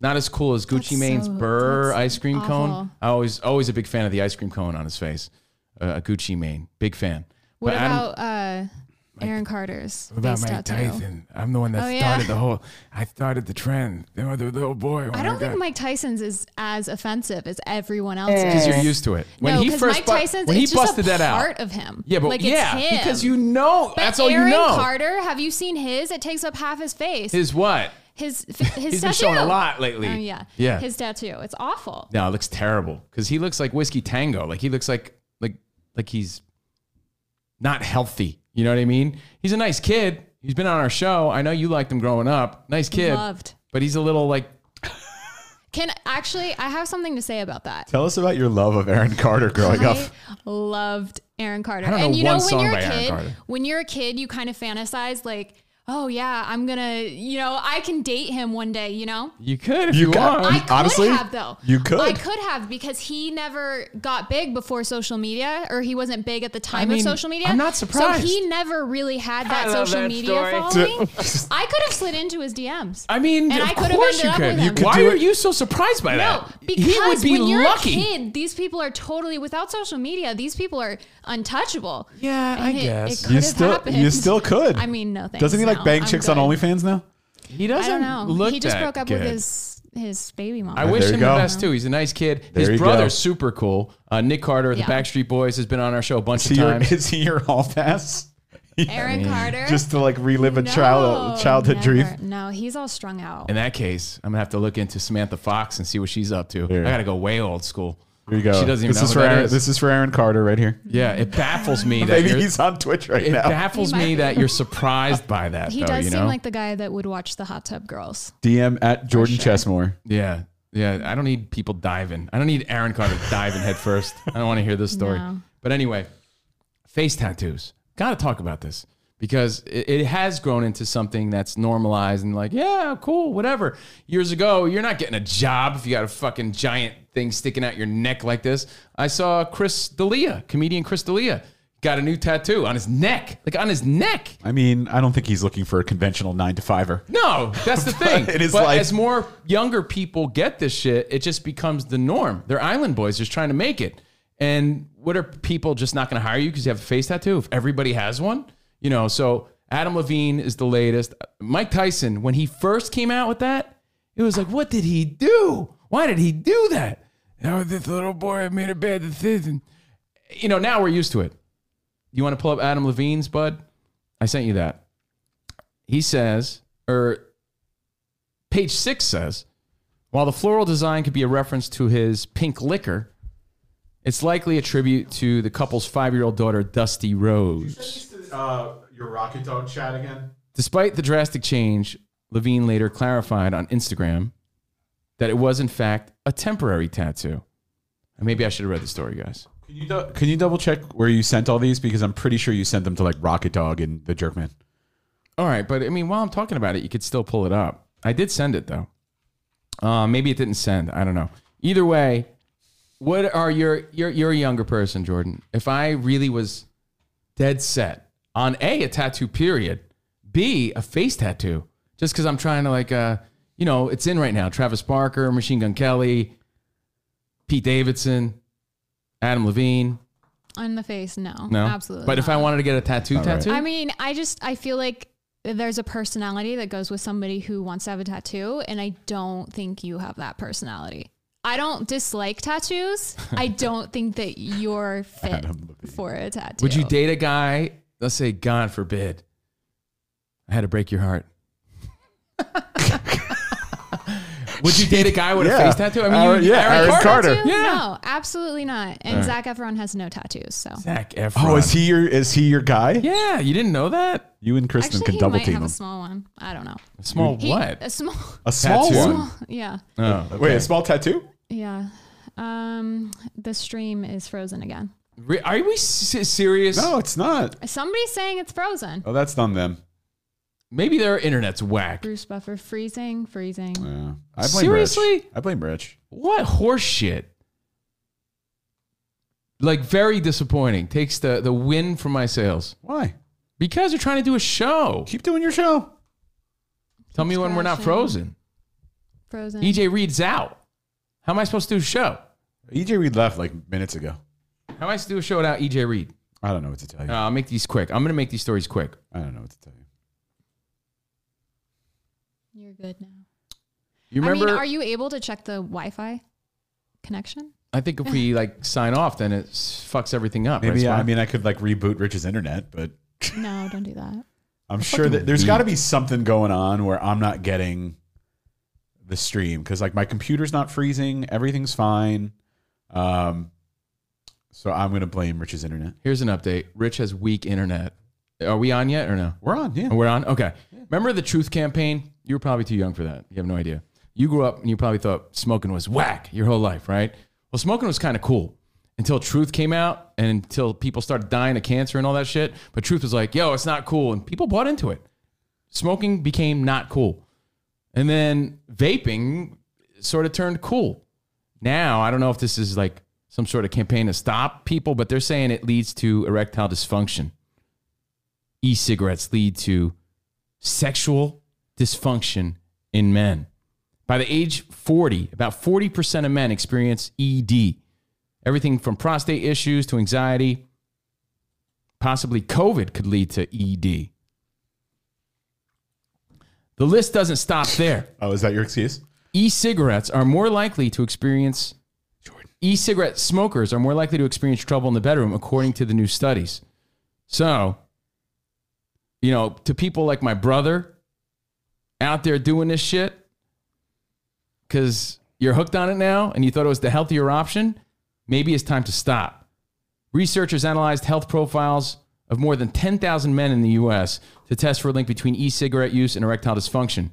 Speaker 1: Not as cool as Gucci
Speaker 10: That's
Speaker 1: Mane's
Speaker 10: so-
Speaker 1: burr
Speaker 10: that's
Speaker 1: ice cream cone.
Speaker 10: awful.
Speaker 1: I always, always a big fan of the ice cream cone on his face. Uh, a Gucci Mane, big fan.
Speaker 10: What
Speaker 1: But Adam-
Speaker 10: about uh, Aaron Carter's
Speaker 1: what about
Speaker 10: face
Speaker 1: Mike
Speaker 10: tattoo?
Speaker 1: Tyson? I'm the one that
Speaker 10: Oh, yeah.
Speaker 1: started the whole. I started the trend. The other little boy. Oh
Speaker 10: I don't think Mike Tyson's is as offensive as everyone else's.
Speaker 1: Because you're used to it.
Speaker 10: no, because Mike
Speaker 1: bu-
Speaker 10: Tyson's
Speaker 1: when
Speaker 10: it's
Speaker 1: he
Speaker 10: just
Speaker 1: busted
Speaker 10: a
Speaker 1: that out.
Speaker 10: part of him.
Speaker 1: yeah, but
Speaker 10: like,
Speaker 1: yeah,
Speaker 10: it's him.
Speaker 1: because you know
Speaker 10: But
Speaker 1: that's all
Speaker 10: Aaron
Speaker 1: you know.
Speaker 10: Carter, have you seen his? It takes up half his face.
Speaker 1: His what? <laughs>
Speaker 10: his his
Speaker 1: He's been
Speaker 10: tattoo.
Speaker 1: showing a lot lately.
Speaker 10: Oh yeah,
Speaker 1: Yeah.
Speaker 10: His tattoo. It's awful.
Speaker 1: no, it looks terrible because he looks like whiskey tango. Like he looks like like like he's not healthy. You know what I mean? He's a nice kid. He's been on our show. I know you liked him growing up. Nice kid.
Speaker 10: Loved.
Speaker 1: But he's a little like
Speaker 10: Can actually, I have something to say about that.
Speaker 11: Tell us about your love of Aaron Carter growing up. <laughs>
Speaker 10: I loved Aaron Carter.
Speaker 1: uh, I don't
Speaker 10: and
Speaker 1: know
Speaker 10: you
Speaker 1: one
Speaker 10: know, when
Speaker 1: song
Speaker 10: you're
Speaker 1: by
Speaker 10: a
Speaker 1: Aaron
Speaker 10: kid,
Speaker 1: Carter.
Speaker 10: when you're a kid, you kind of fantasize like, oh yeah, I'm gonna, you know, I can date him one day. You know,
Speaker 1: you could if you,
Speaker 11: You got-
Speaker 1: want.
Speaker 10: I could
Speaker 11: Honestly,
Speaker 10: have though.
Speaker 11: you could.
Speaker 10: I could have because he never got big before social media, or he wasn't big at the time
Speaker 1: mean,
Speaker 10: of social media.
Speaker 1: I'm not surprised.
Speaker 10: So he never really had that
Speaker 1: love
Speaker 10: social
Speaker 1: that
Speaker 10: media following.
Speaker 1: <laughs>
Speaker 10: I could have slid into his DMs.
Speaker 1: I mean,
Speaker 10: And
Speaker 1: of
Speaker 10: I could have
Speaker 1: course
Speaker 10: ended
Speaker 1: you
Speaker 10: up
Speaker 1: could.
Speaker 10: with
Speaker 1: You
Speaker 10: him.
Speaker 1: Why
Speaker 11: do
Speaker 1: are
Speaker 11: it.
Speaker 1: you so surprised by
Speaker 10: No,
Speaker 1: that?
Speaker 10: because
Speaker 1: he would be
Speaker 10: when you're
Speaker 1: lucky.
Speaker 10: a kid, these people are totally without social media. These people are untouchable.
Speaker 1: Yeah,
Speaker 10: And
Speaker 1: I
Speaker 10: it-
Speaker 1: guess.
Speaker 10: it could
Speaker 11: You
Speaker 10: have
Speaker 11: still,
Speaker 10: happened.
Speaker 11: you still could.
Speaker 10: I mean, no thanks.
Speaker 11: Doesn't he like
Speaker 10: no.
Speaker 11: bang
Speaker 10: I'm
Speaker 11: chicks
Speaker 10: good.
Speaker 11: on OnlyFans now?
Speaker 1: He
Speaker 10: I
Speaker 1: doesn't
Speaker 10: don't know.
Speaker 1: look
Speaker 10: he just
Speaker 1: that
Speaker 10: broke up
Speaker 1: good.
Speaker 10: with his his baby mom.
Speaker 1: I wish
Speaker 11: there
Speaker 1: him
Speaker 11: you
Speaker 1: the
Speaker 11: go.
Speaker 1: best too. He's a nice kid.
Speaker 11: There
Speaker 1: His
Speaker 11: you
Speaker 1: brother's
Speaker 11: go.
Speaker 1: super cool. Uh, Nick Carter of the
Speaker 10: Yeah.
Speaker 1: Backstreet Boys has been on our show a bunch
Speaker 11: Is
Speaker 1: of
Speaker 11: he your, <laughs>
Speaker 1: times.
Speaker 11: is he your hall pass?
Speaker 10: Aaron Carter.
Speaker 11: Just to like relive a
Speaker 10: No,
Speaker 11: child, childhood
Speaker 10: never.
Speaker 11: dream.
Speaker 10: No, he's all strung out.
Speaker 1: In that case, I'm gonna have to look into Samantha Fox and see what she's up to. I gotta go way old school.
Speaker 11: Here you go.
Speaker 1: She doesn't even
Speaker 11: this
Speaker 1: know
Speaker 11: is
Speaker 1: what
Speaker 11: for
Speaker 1: that
Speaker 11: Aaron,
Speaker 1: is.
Speaker 11: This is for Aaron Carter right here.
Speaker 1: Yeah, it baffles me that
Speaker 11: <laughs> Maybe
Speaker 1: you're,
Speaker 11: he's on Twitch right
Speaker 1: it
Speaker 11: now.
Speaker 1: baffles
Speaker 10: He might
Speaker 1: me
Speaker 10: be.
Speaker 1: that you're surprised by that.
Speaker 10: he
Speaker 11: Oh,
Speaker 1: though,
Speaker 10: does
Speaker 1: you
Speaker 10: seem
Speaker 1: know?
Speaker 10: like the guy that would watch the hot tub girls.
Speaker 11: DM at Jordan Chessmore.
Speaker 1: Yeah. Yeah. I don't need people diving. I don't need Aaron Carter diving head first. I don't want to hear this story.
Speaker 10: No.
Speaker 1: But anyway, face tattoos. Got to talk about this because it, it has grown into something that's normalized and like, yeah, cool, whatever. Years ago, you're not getting a job if you got a fucking giant thing sticking out your neck like this. I saw Chris D'Elia, comedian Chris D'Elia, got a new tattoo on his neck, like on his neck.
Speaker 11: I mean, I don't think he's looking for a conventional nine to fiver.
Speaker 1: No, that's
Speaker 11: <laughs>
Speaker 1: the thing.
Speaker 11: It is
Speaker 1: but
Speaker 11: like-
Speaker 1: as more younger people get this shit, it just becomes the norm. They're island boys just trying to make it. And what are people just not going to hire you because you have a face tattoo? If everybody has one, you know. So Adam Levine is the latest. Mike Tyson, when he first came out with that, it was like, what did he do? Why did he do that? Now this little boy made a bad decision. You know, now we're used to it. You want to pull up Adam Levine's, bud? I sent you that. he says, or page six says, while the floral design could be a reference to his pink liquor, it's likely a tribute to the couple's five year old daughter, Dusty Rose.
Speaker 11: Uh, your rocket dog chat again.
Speaker 1: Despite the drastic change, Levine later clarified on Instagram that it was, in fact, a temporary tattoo. And maybe I should have read the story, guys.
Speaker 11: Can you, dou- can you double check where you sent all these? Because I'm pretty sure you sent them to like Rocket Dog and the Jerkman.
Speaker 1: All right, but I mean, while I'm talking about it, you could still pull it up. I did send it though. Uh, maybe it didn't send. I don't know. Either way, what are your you're you're a younger person, Jordan? If I really was dead set on a a tattoo, period. B a face tattoo, just because I'm trying to like uh you know it's in right now. Travis Barker, Machine Gun Kelly, Pete Davidson, Adam Levine.
Speaker 10: On the face, no.
Speaker 1: No,
Speaker 10: Absolutely.
Speaker 1: But if I
Speaker 10: not.
Speaker 1: wanted to get a tattoo,
Speaker 11: Not right.
Speaker 1: tattoo,
Speaker 10: I mean, I just I feel like there's a personality that goes with somebody who wants to have a tattoo, and I don't think you have that personality. I don't dislike tattoos.
Speaker 1: <laughs>
Speaker 10: I don't think that you're fit for a tattoo.
Speaker 1: Would you date a guy? Let's say, God forbid, I had to break your heart. <laughs> Would you date a guy with a
Speaker 11: Yeah.
Speaker 1: face tattoo? I mean,
Speaker 11: Aaron-
Speaker 1: you,
Speaker 11: yeah, Aaron Carter.
Speaker 10: Tattoo? No, absolutely not. And
Speaker 1: All
Speaker 10: Zac Efron has no tattoos, so
Speaker 1: Zac Efron.
Speaker 11: Oh, is he your is he your guy?
Speaker 1: Yeah, you didn't know that.
Speaker 11: You and Kristen
Speaker 10: actually
Speaker 11: can
Speaker 10: he
Speaker 11: double
Speaker 10: might
Speaker 11: team
Speaker 10: have
Speaker 11: him.
Speaker 10: a small one. I don't know.
Speaker 1: Small
Speaker 10: He-
Speaker 1: what?
Speaker 10: A small.
Speaker 11: A small
Speaker 1: Tattoo.
Speaker 11: one.
Speaker 10: Yeah,
Speaker 1: Oh,
Speaker 11: Wait,
Speaker 1: okay.
Speaker 11: a small tattoo?
Speaker 10: yeah. Um, the stream is frozen again.
Speaker 1: Re- Are we s- serious?
Speaker 11: No, it's not.
Speaker 10: Somebody's saying it's frozen.
Speaker 11: Oh, that's done them.
Speaker 1: Maybe their internet's whack.
Speaker 10: Bruce Buffer freezing, freezing.
Speaker 11: Yeah. I blame Rich.
Speaker 1: Seriously?
Speaker 11: I blame Rich.
Speaker 1: What horse shit? Like, very disappointing. Takes the, the wind from my sails.
Speaker 11: Why?
Speaker 1: Because you're trying to do a show.
Speaker 11: Keep doing your show.
Speaker 1: Tell me when we're not
Speaker 10: crashing.
Speaker 1: frozen.
Speaker 10: Frozen.
Speaker 1: EJ E Reed's out. How am I supposed to do a show?
Speaker 11: EJ E Reed left like minutes ago.
Speaker 1: How am I supposed to do a show without EJ Reed?
Speaker 11: I don't know what to tell you.
Speaker 1: Uh, I'll make these quick. I'm going to make these stories quick.
Speaker 11: I don't know what to tell you.
Speaker 10: You're good now.
Speaker 1: You remember? I,
Speaker 10: I mean, are you able to check the Wi-Fi
Speaker 1: <laughs>
Speaker 10: connection?
Speaker 1: think if
Speaker 10: <laughs>
Speaker 1: we like sign off, then it s- fucks everything up.
Speaker 11: Maybe uh,
Speaker 1: right, Spot?
Speaker 11: I mean I could like reboot Rich's internet, but
Speaker 10: No, don't do that.
Speaker 11: I'm sure that there's got to be something going on where I'm not getting the stream because like my computer's not freezing, everything's fine. Um, so I'm gonna blame Rich's internet.
Speaker 1: here's an update. Rich has weak internet. Are we on yet or no?
Speaker 11: We're on, yeah.
Speaker 1: Oh, We're on. Okay. Remember the Truth Campaign? You were probably too young for that. You have no idea. You grew up and you probably thought smoking was whack your whole life, right? Well, smoking was kind of cool until Truth came out and until people started dying of cancer and all that shit. But Truth was like, "Yo, it's not cool," and people bought into it. Smoking became not cool, and then vaping sort of turned cool. Now, I don't know if this is like some sort of campaign to stop people, but they're saying it leads to erectile dysfunction e cigarettes lead to sexual dysfunction in men. By the age 40, about 40% of men experience ED, everything from prostate issues to anxiety. Possibly COVID could lead to E ED. The list doesn't stop there.
Speaker 11: Oh, is that your excuse?
Speaker 1: E-cigarettes are more likely to experience E-cigarette smokers are more likely to experience trouble in the bedroom according to the new studies. So, you know, to people like my brother out there doing this shit cuz you're hooked on it now and you thought it was the healthier option, maybe it's time to stop. Researchers analyzed health profiles of more than 10,000 men in the US to test for a link between e-cigarette use and erectile dysfunction.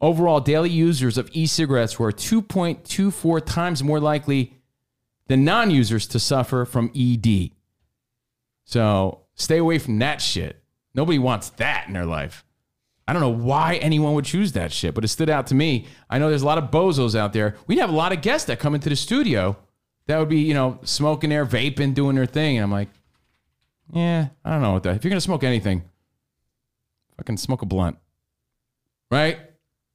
Speaker 1: Overall, daily users of e cigarettes were 2.24 times more likely than non users to suffer from ED. So stay away from that shit. Nobody wants that in their life. I don't know why anyone would choose that shit, but it stood out to me. I know there's a lot of bozos out there. We'd have a lot of guests that come into the studio that would be, you know, smoking their vaping, doing their thing. And I'm like, yeah, I don't know what that. If you're going to smoke anything, fucking smoke a blunt. Right?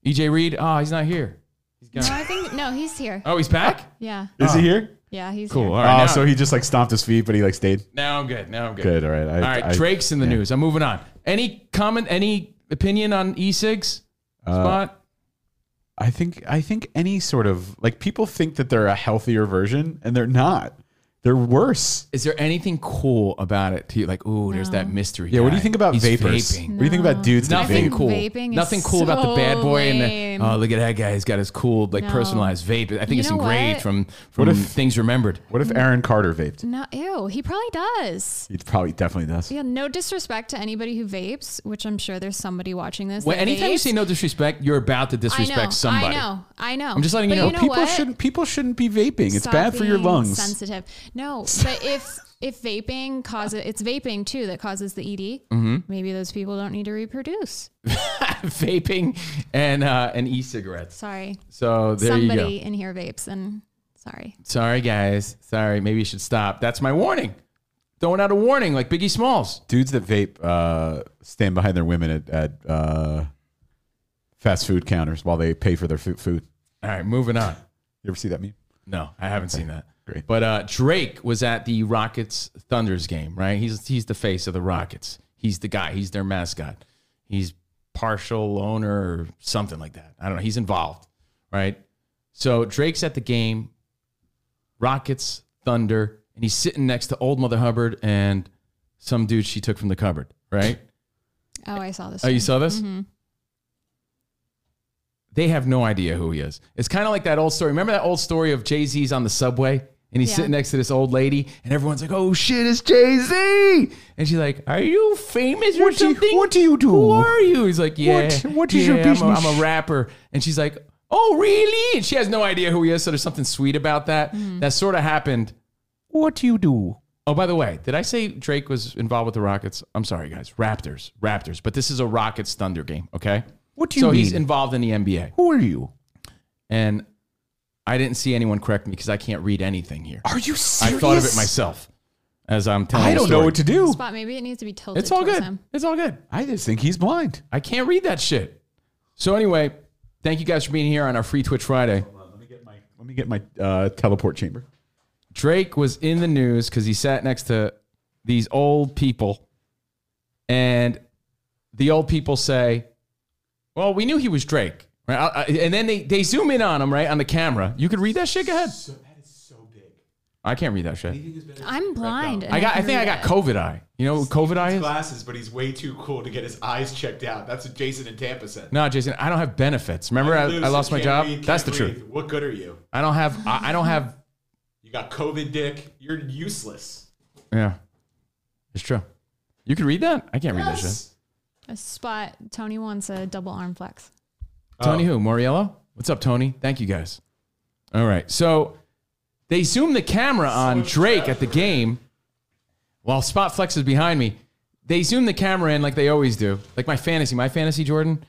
Speaker 1: EJ Reed, oh, he's not here.
Speaker 10: No, I think no. He's here.
Speaker 1: Oh, he's
Speaker 11: Ah,
Speaker 1: back?
Speaker 10: Yeah,
Speaker 11: Is he here?
Speaker 10: yeah, he's
Speaker 1: Cool.
Speaker 10: Here.
Speaker 1: All right.
Speaker 11: oh,
Speaker 1: now,
Speaker 11: so he just like stomped his feet, but he like stayed.
Speaker 1: now I'm good. Now I'm good.
Speaker 11: Good. All right. I,
Speaker 1: All right.
Speaker 11: I-
Speaker 1: Drake's in the news. I'm moving on. Any comment, any opinion on e cigs?
Speaker 11: Uh,
Speaker 1: Spot?
Speaker 11: I think I think any sort of like people think that they're a healthier version, and they're not. They're worse.
Speaker 1: Is there anything cool about it to you? Like, ooh, there's that mystery.
Speaker 11: Yeah, what do you
Speaker 1: guy.
Speaker 11: think about
Speaker 1: He's
Speaker 11: vapors?
Speaker 1: vaping.
Speaker 11: What do you think about dudes that
Speaker 1: Nothing
Speaker 11: vape?
Speaker 1: cool.
Speaker 10: Vaping is
Speaker 1: Nothing cool about the
Speaker 10: so
Speaker 1: bad boy and
Speaker 10: lame.
Speaker 1: the, oh look at that guy. He's got his cool like
Speaker 10: No.
Speaker 1: personalized vape. I think
Speaker 10: You
Speaker 1: it's
Speaker 10: know
Speaker 1: engraved
Speaker 10: what?
Speaker 1: from from
Speaker 11: What if-
Speaker 1: things remembered.
Speaker 11: What if Aaron Carter vaped?
Speaker 10: No, ew. He probably does.
Speaker 11: He probably definitely does.
Speaker 10: Yeah, no disrespect to anybody who vapes, which I'm sure there's somebody watching this.
Speaker 1: Well,
Speaker 10: that
Speaker 1: anytime you
Speaker 10: vapes.
Speaker 1: say no disrespect, you're about to disrespect
Speaker 10: I know,
Speaker 1: somebody.
Speaker 10: I know. I know.
Speaker 1: I'm just letting
Speaker 10: But
Speaker 1: you know,
Speaker 10: know
Speaker 11: people
Speaker 10: what?
Speaker 11: shouldn't people shouldn't be vaping. it's
Speaker 10: Stop
Speaker 11: bad for your
Speaker 10: being
Speaker 11: lungs.
Speaker 10: Sensitive.
Speaker 1: <laughs>
Speaker 10: No, but if if vaping causes, it's vaping too that causes the ED.
Speaker 1: Mm-hmm.
Speaker 10: Maybe those people don't need to reproduce.
Speaker 1: <laughs> Vaping and uh, and e-cigarettes.
Speaker 10: Sorry.
Speaker 1: So there
Speaker 10: Somebody
Speaker 1: you go.
Speaker 10: in here vapes, and sorry.
Speaker 1: Sorry guys. Sorry. Maybe you should stop. That's my warning. Throwing out a warning like Biggie Smalls.
Speaker 11: Dudes that vape uh, stand behind their women at, at uh, fast food counters while they pay for their fu- food.
Speaker 1: All right, moving on.
Speaker 11: You ever see that meme?
Speaker 1: No, I haven't seen that.
Speaker 11: Great.
Speaker 1: But uh, Drake was at the Rockets Thunder's game, right? He's he's the face of the Rockets. He's the guy. He's their mascot. He's partial owner or something like that. I don't know. He's involved, right? So Drake's at the game, Rockets Thunder, and he's sitting next to old Mother Hubbard and some dude she took from the cupboard, right?
Speaker 10: Oh, I saw this.
Speaker 1: Oh, you
Speaker 10: one.
Speaker 1: saw this? They have no idea who he is. It's kind of like that old story. Remember that old story of Jay Z's on the subway and he's
Speaker 10: Yeah.
Speaker 1: sitting next to this old lady and everyone's like, "Oh shit, it's Jay Z!" And she's like, "Are you famous or
Speaker 11: What do you-
Speaker 1: something?
Speaker 11: what do you do?
Speaker 1: Who are you?" He's like, "Yeah,
Speaker 11: What- what is
Speaker 1: yeah,
Speaker 11: your
Speaker 1: I'm a-
Speaker 11: business?"
Speaker 1: I'm a rapper." And she's like, "Oh really?" And she has no idea who he is. So there's something sweet about that. That sort of happened.
Speaker 11: What do you do?
Speaker 1: Oh, by the way, did I say Drake was involved with the Rockets? I'm sorry, guys. Raptors, Raptors. But this is a Rockets Thunder game, okay?
Speaker 11: What do you
Speaker 1: so he's
Speaker 11: mean?
Speaker 1: involved in the NBA,
Speaker 11: Who are you?
Speaker 1: and I didn't see anyone correct me because I can't read anything here.
Speaker 11: Are you
Speaker 1: I
Speaker 11: serious?
Speaker 1: thought of it myself as I'm telling.
Speaker 11: I
Speaker 1: the
Speaker 11: don't know
Speaker 1: story.
Speaker 11: what to do.
Speaker 10: Spot. Maybe it needs to be tilted.
Speaker 1: It's all
Speaker 10: towards
Speaker 1: good.
Speaker 10: Him.
Speaker 1: It's all good.
Speaker 11: I just think he's blind.
Speaker 1: I can't read that shit. So anyway, thank you guys for being here on our free Twitch Friday.
Speaker 11: Let me get my let me get my uh, teleport chamber.
Speaker 1: Drake was in the news because he sat next to these old people, and the old people say, "Well, we knew he was Drake." Right? I- I- and then they, they zoom in on him right on the camera. You could read that shit. Go ahead. I can't read that shit.
Speaker 10: I'm blind. and
Speaker 1: I got. I
Speaker 10: can
Speaker 1: think I
Speaker 10: read
Speaker 1: got
Speaker 10: it.
Speaker 1: COVID eye. You know what COVID eye is?
Speaker 12: Glasses, but he's way too cool to get his eyes checked out. That's what Jason in Tampa said.
Speaker 1: No, Jason. I don't have benefits. Remember, I, I
Speaker 12: Lucid,
Speaker 1: lost my
Speaker 12: can't
Speaker 1: job.
Speaker 12: read,
Speaker 1: That's the
Speaker 12: can't
Speaker 1: truth.
Speaker 12: breathe. What good are you?
Speaker 1: I don't have. I, I don't have.
Speaker 12: You got COVID, Dick. You're useless.
Speaker 1: Yeah, it's true. You could read that. I can't read that shit.
Speaker 10: A spot. Tony wants a double arm flex.
Speaker 1: Tony who? Moriello? What's up, Tony? Thank you guys. All right. So they zoom the camera on Drake at the game while Spot Flex is behind me. They zoom the camera in like they always do. Like my fantasy, my fantasy, Jordan,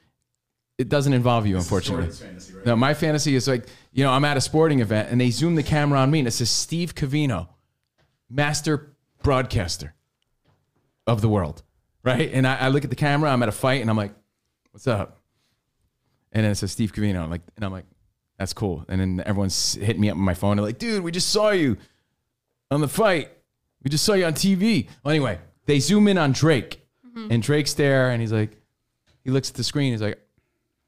Speaker 1: it doesn't involve you, unfortunately. No, my fantasy is like, you know, I'm at a sporting event and they zoom the camera on me and it says Steve Cavino, master broadcaster of the world. Right. And I, I look at the camera, I'm at a fight and I'm like, what's up? And then it says Steve Cavino. I'm like, and I'm like, that's cool. And then everyone's hitting me up on my phone. They're like, dude, we just saw you on the fight. We just saw you on TV. Well, anyway, they zoom in on Drake. And Drake's there and he's like, he looks at the screen. He's like,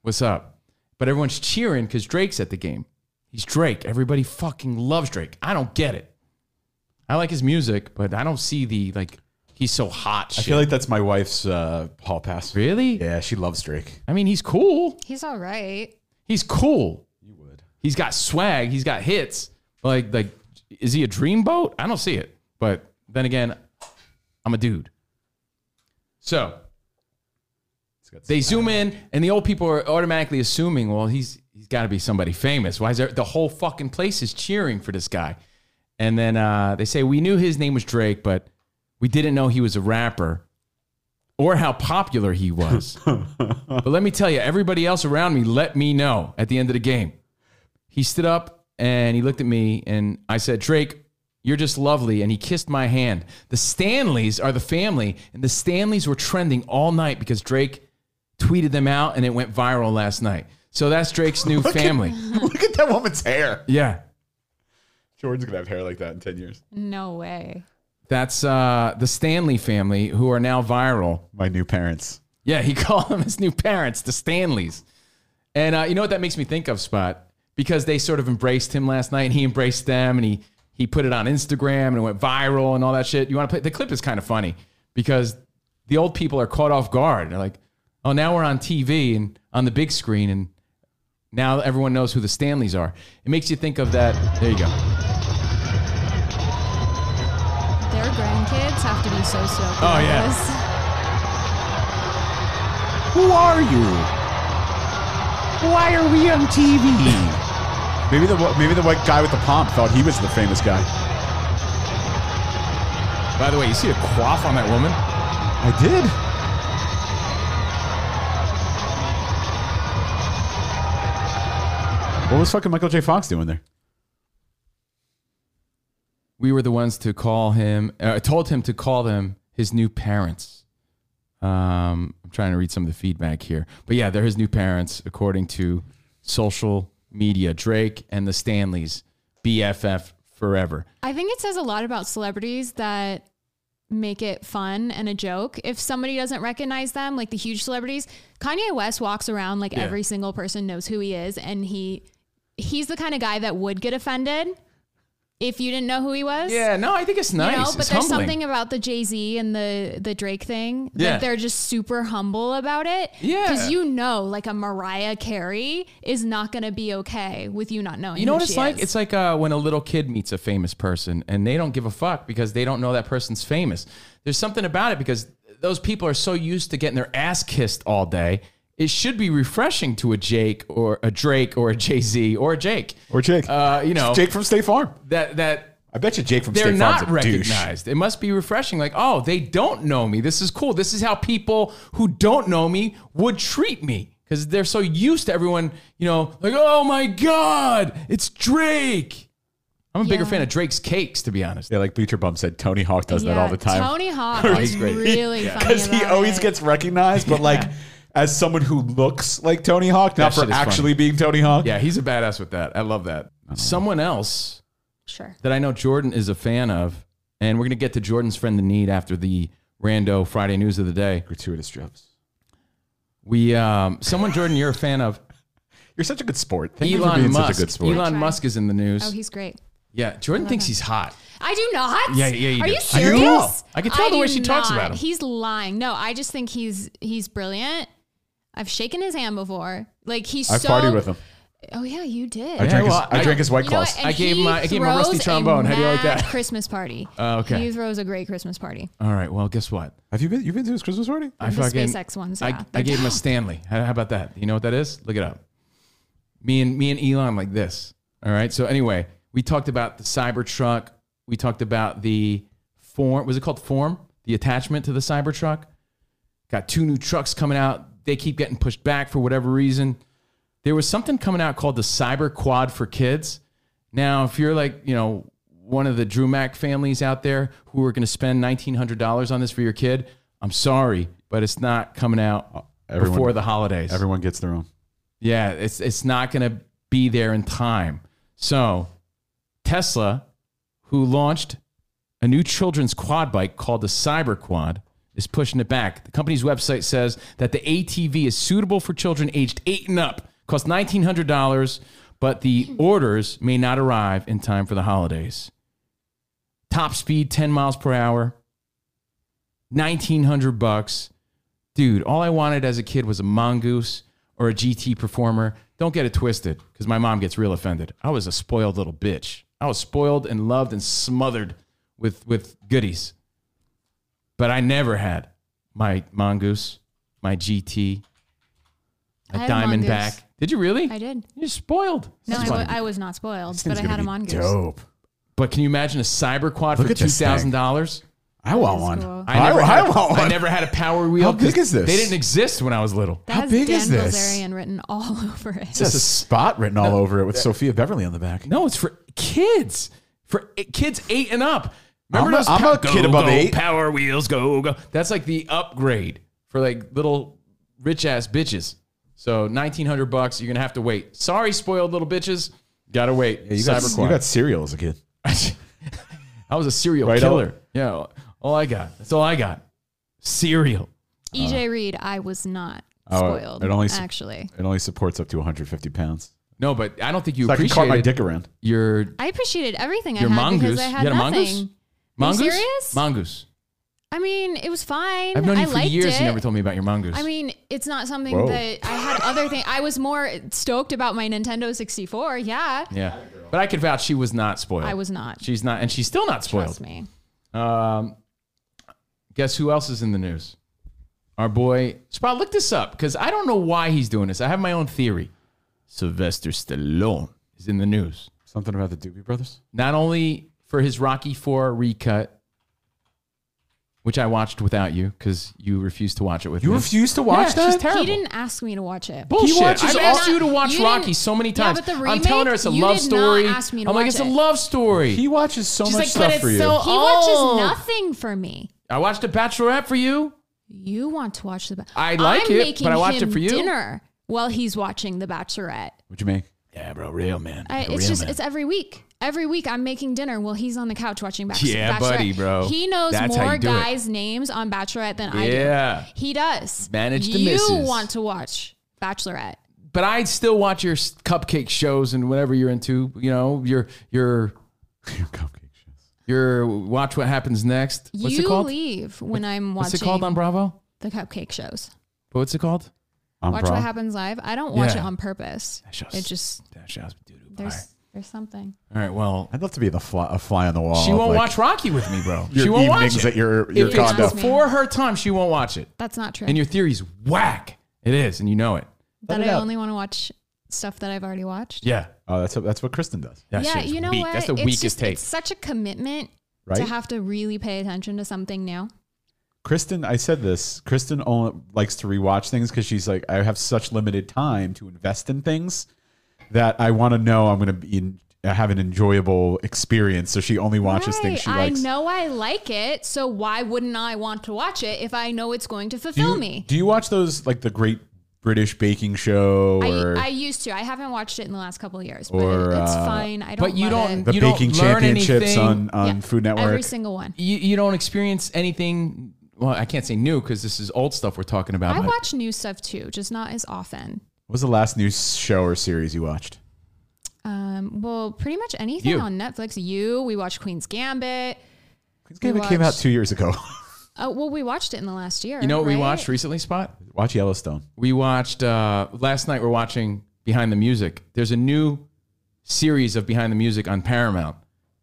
Speaker 1: what's up? But everyone's cheering because Drake's at the game. He's Drake. Everybody fucking loves Drake. I don't get it. I like his music, but I don't see the, like, he's so hot
Speaker 11: I
Speaker 1: shit.
Speaker 11: feel like that's my wife's uh, hall pass.
Speaker 1: really?
Speaker 11: Yeah, she loves
Speaker 12: <laughs>
Speaker 11: Drake.
Speaker 1: I mean, he's cool.
Speaker 10: He's all right.
Speaker 1: He's cool. You would. He's got swag. He's got hits. Like like, is he a dreamboat? I don't see it. But then again, I'm a dude. So they zoom in, and the old people are automatically assuming, well, he's he's got to be somebody famous. Why is there the whole fucking place is cheering for this guy? And then uh, they say we knew his name was Drake, but we didn't know he was a rapper or how popular he was. but let me tell you, everybody else around me let me know at the end of the game. He stood up and he looked at me, and I said, Drake, you're just lovely. And he kissed my hand. The Stanleys are the family, and the Stanleys were trending all night because Drake tweeted them out and it went viral last night. So that's Drake's new family.
Speaker 11: Look at that woman's hair.
Speaker 1: Yeah.
Speaker 11: Jordan's gonna have hair like that in ten years.
Speaker 10: No way.
Speaker 1: That's uh, the Stanley family who are now viral.
Speaker 11: My new parents.
Speaker 1: Yeah, he <laughs> called them his new parents, the Stanleys. And uh, you know what that makes me think of, Spot? Because they sort of embraced him last night, and he embraced them, and he he He put it on Instagram and it went viral and all that shit. You want to play? The clip is kind of funny because the old people are caught off guard. They're like, oh, now we're on TV and on the big screen, and now everyone knows who the Stanleys are. It makes you think of that. There you go.
Speaker 10: Their grandkids have to be so
Speaker 1: Oh,
Speaker 10: stoked. about
Speaker 1: yeah.
Speaker 10: this.
Speaker 11: Who are you? Why are we on TV? maybe the maybe the white guy with the pomp thought he was the famous guy.
Speaker 1: By the way, you see a quaff on that woman?
Speaker 11: I did. What was fucking Michael J. Fox doing there?
Speaker 1: we were the ones to call him. Uh, told him to call them his new parents. Um, I'm trying to read some of the feedback here, but yeah, they're his new parents according to social media. Drake and the Stanleys, BFF forever.
Speaker 10: I think it says a lot about celebrities that make it fun and a joke. If somebody doesn't recognize them, like the huge celebrities, Kanye West walks around like
Speaker 1: Yeah.
Speaker 10: every single person knows who he is and he he's the kind of guy that would get offended if you didn't know who he was.
Speaker 1: Yeah, no, I think it's nice.
Speaker 10: You know, but
Speaker 1: It's
Speaker 10: there's
Speaker 1: humbling.
Speaker 10: something about the Jay-Z and the the Drake thing
Speaker 1: Yeah.
Speaker 10: that they're just super humble about it.
Speaker 1: Yeah.
Speaker 10: Cuz you know like a Mariah Carey is not going to be okay with you not knowing
Speaker 1: You know
Speaker 10: who
Speaker 1: what it's
Speaker 10: she
Speaker 1: like?
Speaker 10: is.
Speaker 1: It's like uh, when a little kid meets a famous person and they don't give a fuck because they don't know that person's famous. There's something about it because those people are so used to getting their ass kissed all day. It should be refreshing to a Jake or a Drake or a Jay Z or a Jake
Speaker 11: or Jake.
Speaker 1: Uh, you know,
Speaker 11: Jake from State Farm.
Speaker 1: That that
Speaker 11: I bet you Jake from
Speaker 1: they're
Speaker 11: State
Speaker 1: not
Speaker 11: Farm's a douche.
Speaker 1: recognized. It must be refreshing. Like, oh, they don't know me. This is cool. This is how people who don't know me would treat me because they're so used to everyone, you know, like, oh my God, it's Drake. I'm a bigger
Speaker 10: Yeah.
Speaker 1: fan of Drake's cakes, to be honest.
Speaker 11: Yeah, like Bleacher Bum said, Tony Hawk does that all the time. <laughs>
Speaker 10: Tony Hawk
Speaker 11: Or
Speaker 10: is
Speaker 11: he-
Speaker 10: really
Speaker 11: yeah.
Speaker 10: funny.
Speaker 11: he
Speaker 10: about
Speaker 11: always
Speaker 10: it.
Speaker 11: gets recognized, but like as someone who looks like Tony Hawk,
Speaker 1: That
Speaker 11: not for
Speaker 1: shit is funny.
Speaker 11: actually being Tony Hawk.
Speaker 1: Yeah, he's a badass with that. I love that. Someone else
Speaker 10: Sure.
Speaker 1: that I know Jordan is a fan of, and we're going to get to Jordan's friend the need after the rando Friday news of the day.
Speaker 11: Gratuitous jokes.
Speaker 1: We um, someone Jordan you're a fan of.
Speaker 11: You're such a good sport. Thank you for
Speaker 1: Elon
Speaker 11: being
Speaker 1: Musk.
Speaker 11: such a good sport.
Speaker 1: Elon Musk is in the news.
Speaker 10: Oh, he's great.
Speaker 1: yeah, Jordan thinks he's hot.
Speaker 10: I do not.
Speaker 1: Yeah, yeah, you
Speaker 10: Are
Speaker 1: do.
Speaker 10: you
Speaker 1: I can tell.
Speaker 10: serious?
Speaker 1: I can tell the
Speaker 10: do
Speaker 1: way she talks
Speaker 10: not.
Speaker 1: about him.
Speaker 10: He's lying. No, I just think he's he's brilliant. I've shaken his hand before. Like he's
Speaker 11: I've
Speaker 10: so.
Speaker 11: partied with him.
Speaker 10: Oh yeah, you did.
Speaker 11: I drank
Speaker 1: well,
Speaker 11: his, I,
Speaker 1: I-
Speaker 11: drank his white
Speaker 10: You know
Speaker 11: claws.
Speaker 10: what? And
Speaker 1: I gave
Speaker 10: he
Speaker 1: him a- I gave him a rusty
Speaker 10: throws
Speaker 1: trombone. How do you like
Speaker 10: mad
Speaker 1: that?
Speaker 10: <laughs> Christmas party.
Speaker 1: Oh, okay.
Speaker 10: He throws a great Christmas party.
Speaker 1: All right. Well, guess what?
Speaker 11: Have you been? You've been to his Christmas party?
Speaker 1: I
Speaker 10: The SpaceX ones, yeah.
Speaker 1: I, I gave him a Stanley. How, how about that? You know what that is? Look it up. Me and me and Elon like this. All right. So anyway, we talked about the Cybertruck. We talked about the form. Was it called form? The attachment to the Cybertruck. Got two new trucks coming out. They keep getting pushed back for whatever reason. There was something coming out called the Cyber Quad for kids. Now, if you're like, you know, one of the Drew Mac families out there who are going to spend $1,900 on this for your kid, I'm sorry, but it's not coming out
Speaker 11: Everyone-
Speaker 1: before the holidays.
Speaker 11: Everyone gets their own.
Speaker 1: Yeah, it's it's not going to be there in time. So, Tesla, who launched a new children's quad bike called the Cyber Quad, is pushing it back. The company's website says that the ATV is suitable for children aged eight and up. Costs nineteen hundred dollars, but the orders may not arrive in time for the holidays. Top speed ten miles per hour. Nineteen hundred bucks dude, all I wanted as a kid was a mongoose or a GT performer. Don't get it twisted, because my mom gets real offended. I was a spoiled little bitch. I was spoiled and loved and smothered with with goodies. But I never had my mongoose, my GT, a
Speaker 10: I had a mongoose.
Speaker 1: diamondback. Did you really?
Speaker 10: I did.
Speaker 1: You're spoiled.
Speaker 10: No, I
Speaker 1: This is
Speaker 10: wa-
Speaker 1: funny.
Speaker 10: I was not spoiled,
Speaker 11: This
Speaker 10: but
Speaker 11: thing's
Speaker 10: I
Speaker 11: gonna
Speaker 10: had
Speaker 11: be
Speaker 10: him on goose.
Speaker 11: Dope.
Speaker 1: but can you imagine a cyber quad
Speaker 11: Look
Speaker 1: for
Speaker 11: at
Speaker 1: two
Speaker 11: this thing.
Speaker 1: thousand dollars?
Speaker 11: I want one.
Speaker 10: cool.
Speaker 1: I never, had, a-
Speaker 11: want one.
Speaker 1: I never had a power wheel.
Speaker 11: How big
Speaker 1: 'cause
Speaker 11: is this?
Speaker 1: They didn't exist when I was little.
Speaker 10: That
Speaker 11: How
Speaker 10: has
Speaker 11: big
Speaker 10: Dan
Speaker 11: is this?
Speaker 10: Bilzerian written all <laughs> over it.
Speaker 11: It's a spot written all over it with Sophia Beverly on the back.
Speaker 1: No, it's for kids. For i- kids eight and up.
Speaker 11: I'm a- I'm a
Speaker 1: pow-
Speaker 11: kid above
Speaker 1: go,
Speaker 11: eight.
Speaker 1: Power wheels, go go. That's like the upgrade for like little rich ass bitches. So nineteen hundred bucks. You're gonna have to wait. Sorry, spoiled little bitches. Gotta wait.
Speaker 11: You got,
Speaker 1: Cyber
Speaker 11: you got cereal as a kid.
Speaker 1: <laughs> I was a serial
Speaker 11: Right oh.
Speaker 1: killer.
Speaker 11: up.
Speaker 1: Yeah, all I got. That's all I got. Cereal.
Speaker 10: EJ E Reed, I was not
Speaker 11: Oh,
Speaker 10: spoiled.
Speaker 11: it only s-
Speaker 10: actually.
Speaker 11: It only supports up to 150 pounds.
Speaker 1: No, but I don't think you
Speaker 11: So I can
Speaker 1: appreciate
Speaker 11: cart my dick around.
Speaker 1: Your
Speaker 10: I appreciated everything I
Speaker 1: your
Speaker 10: had
Speaker 1: mongoose.
Speaker 10: because I
Speaker 1: you
Speaker 10: had,
Speaker 1: had a
Speaker 10: nothing.
Speaker 1: mongoose. Mongoose.
Speaker 10: Are you serious?
Speaker 1: Mongoose.
Speaker 10: I mean, it was fine.
Speaker 1: I've known you
Speaker 10: I
Speaker 1: for
Speaker 10: liked
Speaker 1: years.
Speaker 10: It.
Speaker 1: You never told me about your mongoose.
Speaker 10: I mean, it's not something
Speaker 1: Whoa.
Speaker 10: that I had other things. I was more stoked about my Nintendo 64. Yeah.
Speaker 1: yeah, but I could vouch she was not spoiled.
Speaker 10: I was not.
Speaker 1: She's not, and she's still not spoiled.
Speaker 10: Trust me.
Speaker 1: Um, guess who else is in the news? Our boy Sprout. Look this up because I don't know why he's doing this. I have my own theory. Sylvester Stallone is in the news.
Speaker 11: Something about the Doobie Brothers.
Speaker 1: Not only for his Rocky Four recut, which I watched without you because you refused to watch it with
Speaker 11: You
Speaker 1: me.
Speaker 11: refused to watch
Speaker 1: Yeah,
Speaker 11: that?
Speaker 1: It's just terrible.
Speaker 10: He didn't ask me to watch it.
Speaker 1: Bullshit. I've
Speaker 10: You
Speaker 1: asked
Speaker 10: did
Speaker 1: you to
Speaker 10: not-
Speaker 1: watch
Speaker 10: didn't-
Speaker 1: Rocky so many times.
Speaker 10: Yeah, but the remake,
Speaker 1: I'm telling her it's a
Speaker 10: you
Speaker 1: love
Speaker 10: did
Speaker 1: story.
Speaker 10: Not ask me to
Speaker 1: I'm like,
Speaker 10: watch
Speaker 1: it's
Speaker 10: it.
Speaker 1: a love story.
Speaker 11: He watches so
Speaker 1: She's
Speaker 11: much
Speaker 1: like, but
Speaker 11: stuff
Speaker 1: it's
Speaker 11: for you.
Speaker 1: so-
Speaker 10: He watches
Speaker 1: Oh.
Speaker 10: nothing for me.
Speaker 1: I watched a Bachelorette for you.
Speaker 10: You want to watch the Bachelorette?
Speaker 1: I like
Speaker 10: I'm
Speaker 1: it,
Speaker 10: making
Speaker 1: but I watched it
Speaker 10: him
Speaker 1: for you.
Speaker 10: Dinner while he's watching the Bachelorette.
Speaker 11: What'd you make?
Speaker 1: Yeah, bro, real man.
Speaker 10: I, it's just it's every week. Every week I'm making dinner while he's on the couch watching Bachelor.
Speaker 1: Yeah,
Speaker 10: Bachelorette.
Speaker 1: buddy, bro.
Speaker 10: He knows
Speaker 1: That's how
Speaker 10: more
Speaker 1: you do it.
Speaker 10: guys' names on Bachelorette than I do.
Speaker 1: Yeah.
Speaker 10: he does.
Speaker 1: Manage the
Speaker 10: You
Speaker 1: misses.
Speaker 10: want to watch Bachelorette?
Speaker 1: but I still watch your s- cupcake shows and whatever you're into. You know, your your
Speaker 11: your <laughs> cupcake
Speaker 1: shows. Your watch what happens next. What's
Speaker 10: you
Speaker 1: it called?
Speaker 10: leave when I'm watching.
Speaker 1: What's it called on Bravo?
Speaker 10: The cupcake shows.
Speaker 1: What's it called?
Speaker 10: watch what happens live. I don't watch
Speaker 1: Yeah.
Speaker 10: it on purpose.
Speaker 1: That show's-
Speaker 10: It just
Speaker 1: That show's
Speaker 10: there's there's something.
Speaker 1: All right, well,
Speaker 11: I'd love to be the fly, a fly on the wall.
Speaker 1: She
Speaker 11: of,
Speaker 1: won't
Speaker 11: like,
Speaker 1: watch Rocky with me, bro.
Speaker 11: Your
Speaker 1: she won't watch
Speaker 11: evenings
Speaker 1: it.
Speaker 11: at your- your
Speaker 1: If it's
Speaker 11: condo.
Speaker 1: before her time, she won't watch it.
Speaker 10: That's not true.
Speaker 1: And your theory's whack. It is, and you know it.
Speaker 10: that I only want to watch stuff that I've already watched.
Speaker 1: Yeah.
Speaker 11: Oh, that's what, that's what Kristen does.
Speaker 10: yeah, you know what?
Speaker 1: That's the
Speaker 10: it's
Speaker 1: weakest
Speaker 10: just,
Speaker 1: take.
Speaker 10: It's such a commitment to
Speaker 11: Right?
Speaker 10: have to really pay attention to something new.
Speaker 11: Kristen, I said this. Kristen only likes to rewatch things because she's like, I have such limited time to invest in things that I want to know I'm going to be in, have an enjoyable experience. So she only watches things she
Speaker 10: I
Speaker 11: likes.
Speaker 10: know I like it, so why wouldn't I want to watch it if I know it's going to
Speaker 11: Do
Speaker 10: fulfill
Speaker 11: you,
Speaker 10: me?
Speaker 11: do you watch those like the Great British Baking Show or
Speaker 10: I, I used to. I haven't watched it in the last couple of years, but
Speaker 11: or
Speaker 10: it's
Speaker 11: uh,
Speaker 10: fine. I don't.
Speaker 1: but you
Speaker 10: love
Speaker 1: don't-
Speaker 10: it.
Speaker 11: the
Speaker 1: you
Speaker 11: baking
Speaker 1: learn
Speaker 11: championships
Speaker 1: anything.
Speaker 11: on on
Speaker 10: Yeah.
Speaker 11: Food Network?
Speaker 10: Every single one.
Speaker 1: you, you don't experience anything. Well, I can't say new because this is old stuff we're talking about.
Speaker 10: I
Speaker 1: but-
Speaker 10: watch new stuff too, just not as often.
Speaker 11: What was the last new show or series you watched?
Speaker 10: Um, well, pretty much anything
Speaker 11: You.
Speaker 10: on Netflix. You, we watch Queen's Gambit.
Speaker 11: Queen's
Speaker 10: We
Speaker 11: Gambit came out
Speaker 10: watched-
Speaker 11: two years ago. <laughs>
Speaker 10: Oh, well, we watched it in the last year.
Speaker 1: you know what we
Speaker 10: right?
Speaker 1: watched recently, Spot?
Speaker 11: Watch Yellowstone.
Speaker 1: We watched uh, last night. We're watching Behind the Music. There's a new series of Behind the Music on Paramount,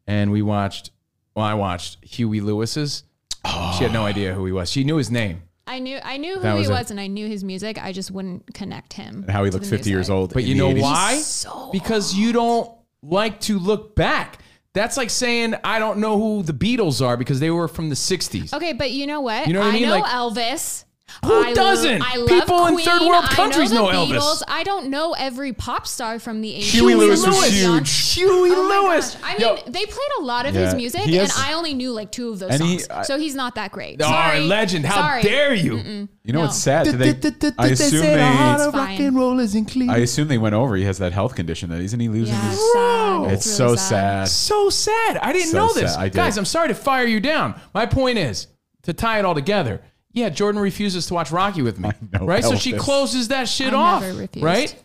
Speaker 1: and we watched. Well, I watched Huey Lewis's. She had no idea who he was. She knew his name,
Speaker 10: I knew I knew who
Speaker 1: That
Speaker 10: he
Speaker 1: was
Speaker 10: was,
Speaker 1: it.
Speaker 10: and I knew his music. I just wouldn't connect him.
Speaker 11: How he
Speaker 10: to
Speaker 11: looked
Speaker 10: the
Speaker 11: 50 years
Speaker 10: music.
Speaker 11: old.
Speaker 1: but
Speaker 11: in
Speaker 1: you
Speaker 11: the
Speaker 1: know
Speaker 11: 80s.
Speaker 1: why?
Speaker 10: So
Speaker 1: because you don't like to look back. That's like saying I don't know who the Beatles are because they were from the '60s.
Speaker 10: Okay, but you know what?
Speaker 1: You know what I mean? Like-
Speaker 10: Elvis.
Speaker 1: Who
Speaker 10: I lo-
Speaker 1: doesn't?
Speaker 10: I love
Speaker 1: People in
Speaker 10: Queen.
Speaker 1: third world
Speaker 10: I
Speaker 1: countries
Speaker 10: know, the
Speaker 1: know Elvis.
Speaker 10: Beatles. I don't know every pop star from the 80s.
Speaker 11: Huey Lewis was
Speaker 10: Beyonce.
Speaker 11: huge.
Speaker 1: Huey
Speaker 10: Oh my
Speaker 1: Lewis.
Speaker 10: gosh. I mean,
Speaker 1: Yo,
Speaker 10: they played a lot of
Speaker 11: Yeah,
Speaker 10: his music,
Speaker 11: he
Speaker 10: and
Speaker 11: has-
Speaker 10: I only knew like two of those
Speaker 11: And he-
Speaker 10: songs.
Speaker 11: I-
Speaker 10: so he's not that great.
Speaker 1: Oh,
Speaker 10: Sorry.
Speaker 1: legend. How
Speaker 10: Sorry.
Speaker 1: dare you?
Speaker 11: You know what's sad? Did they, I assume
Speaker 1: said a heart
Speaker 11: they.
Speaker 1: of rock and roll is in Cleveland.
Speaker 11: I assume they went over. He has that health condition that isn't he losing
Speaker 10: Yeah,
Speaker 11: his.
Speaker 10: sad.
Speaker 11: It's,
Speaker 10: really
Speaker 11: so sad.
Speaker 1: So sad. I didn't
Speaker 11: So
Speaker 1: know this.
Speaker 11: sad. I did.
Speaker 1: Guys, I'm sorry to fire you down. My point is to tie it all together. Yeah, Jordan refuses to watch Rocky with me.
Speaker 11: know
Speaker 1: Right? So she
Speaker 11: Elvis.
Speaker 1: closes that shit
Speaker 10: I
Speaker 1: off.
Speaker 10: never refused.
Speaker 1: Right?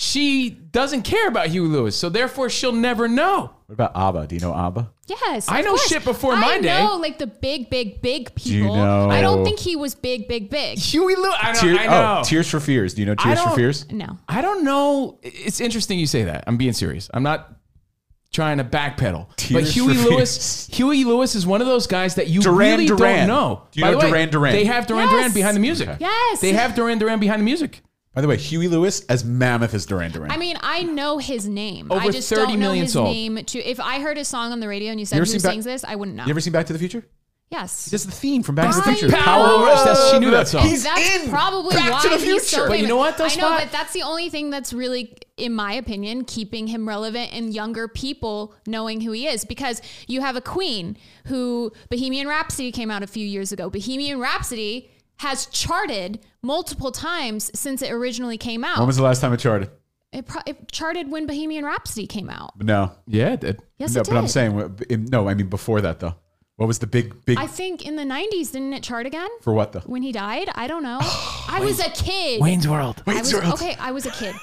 Speaker 1: She doesn't care about Huey Lewis, so therefore she'll never know.
Speaker 11: What about ABBA? Do you know ABBA?
Speaker 10: Yes,
Speaker 1: I
Speaker 10: of
Speaker 1: know
Speaker 10: course.
Speaker 1: shit before my
Speaker 10: I
Speaker 1: day.
Speaker 10: know like the big, big, big people.
Speaker 11: you know-
Speaker 10: I don't think he was big, big, big.
Speaker 1: Huey Lewis. I know.
Speaker 11: Tear-
Speaker 1: I know.
Speaker 11: Oh, Tears for Fears. Do you know Tears for
Speaker 1: don't-
Speaker 11: Fears?
Speaker 10: No,
Speaker 1: I don't know. It's interesting you say that. I'm being serious. I'm not trying to backpedal.
Speaker 11: Tears
Speaker 1: but Huey
Speaker 11: for
Speaker 1: Lewis, Huey Lewis is one of those guys that you
Speaker 11: Duran
Speaker 1: really
Speaker 11: Duran.
Speaker 1: don't know.
Speaker 11: Do you know Duran Duran?
Speaker 1: They have Duran Duran
Speaker 10: Yes.
Speaker 1: behind the music.
Speaker 10: Yes.
Speaker 1: They have Duran Duran behind the music.
Speaker 11: By the way, Huey Lewis as mammoth as Duran Duran.
Speaker 10: I mean, I know his name. I
Speaker 1: Over
Speaker 10: just
Speaker 1: 30
Speaker 10: don't know
Speaker 1: million
Speaker 10: his
Speaker 1: sold.
Speaker 10: name. To if I heard a song on the radio and you said
Speaker 11: ever
Speaker 10: who
Speaker 11: seen
Speaker 10: sings
Speaker 11: Ba-
Speaker 10: this, I wouldn't know.
Speaker 11: you ever seen Back to the Future?
Speaker 10: yes,
Speaker 11: This is the theme from Back to the
Speaker 10: I
Speaker 11: Future.
Speaker 10: know.
Speaker 1: Power Rush. That's, she knew that song.
Speaker 11: He's
Speaker 10: that's
Speaker 11: in
Speaker 10: probably
Speaker 11: Back
Speaker 10: why
Speaker 11: to the
Speaker 10: he's so
Speaker 11: Future.
Speaker 1: But you
Speaker 10: famous.
Speaker 1: know what, though,
Speaker 10: I know,
Speaker 1: Spot?
Speaker 10: but that's the only thing that's really, in my opinion, keeping him relevant and younger people knowing who he is. Because you have a queen who Bohemian Rhapsody came out a few years ago. Bohemian Rhapsody has charted multiple times since it originally came out.
Speaker 11: When was the last time it charted?
Speaker 10: it, pro- it charted when Bohemian Rhapsody came out.
Speaker 11: No.
Speaker 1: Yeah, it did.
Speaker 10: Yes,
Speaker 11: no,
Speaker 10: it did.
Speaker 11: but I'm saying no. I mean before that though. What was the big big
Speaker 10: I think in the 90s, didn't it chart again?
Speaker 11: for what though?
Speaker 1: <sighs>
Speaker 10: when he died? I don't know. I was a kid.
Speaker 1: Wayne's World.
Speaker 10: I was, Okay, I was a kid.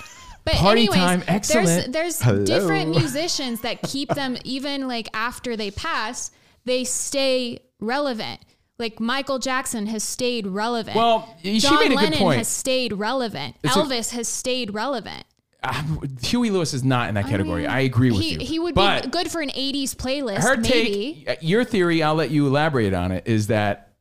Speaker 10: But
Speaker 1: Party
Speaker 10: anyways,
Speaker 1: time,
Speaker 10: there's
Speaker 1: excellent.
Speaker 10: there's
Speaker 1: Hello. <laughs>
Speaker 10: different musicians that keep them even like after they pass, they stay relevant. Like Michael Jackson has stayed relevant.
Speaker 1: Well, y- she
Speaker 10: John
Speaker 1: made a good
Speaker 10: Lennon
Speaker 1: point.
Speaker 10: has stayed relevant.
Speaker 1: It's a-
Speaker 10: Elvis has stayed relevant.
Speaker 1: Ah, Huey Lewis is not in that category. I, agree with
Speaker 10: he,
Speaker 1: you.
Speaker 10: He would
Speaker 1: but
Speaker 10: be good for an '80s playlist.
Speaker 1: her
Speaker 10: maybe.
Speaker 1: take, uh, your theory. I'll let you elaborate on it. Is that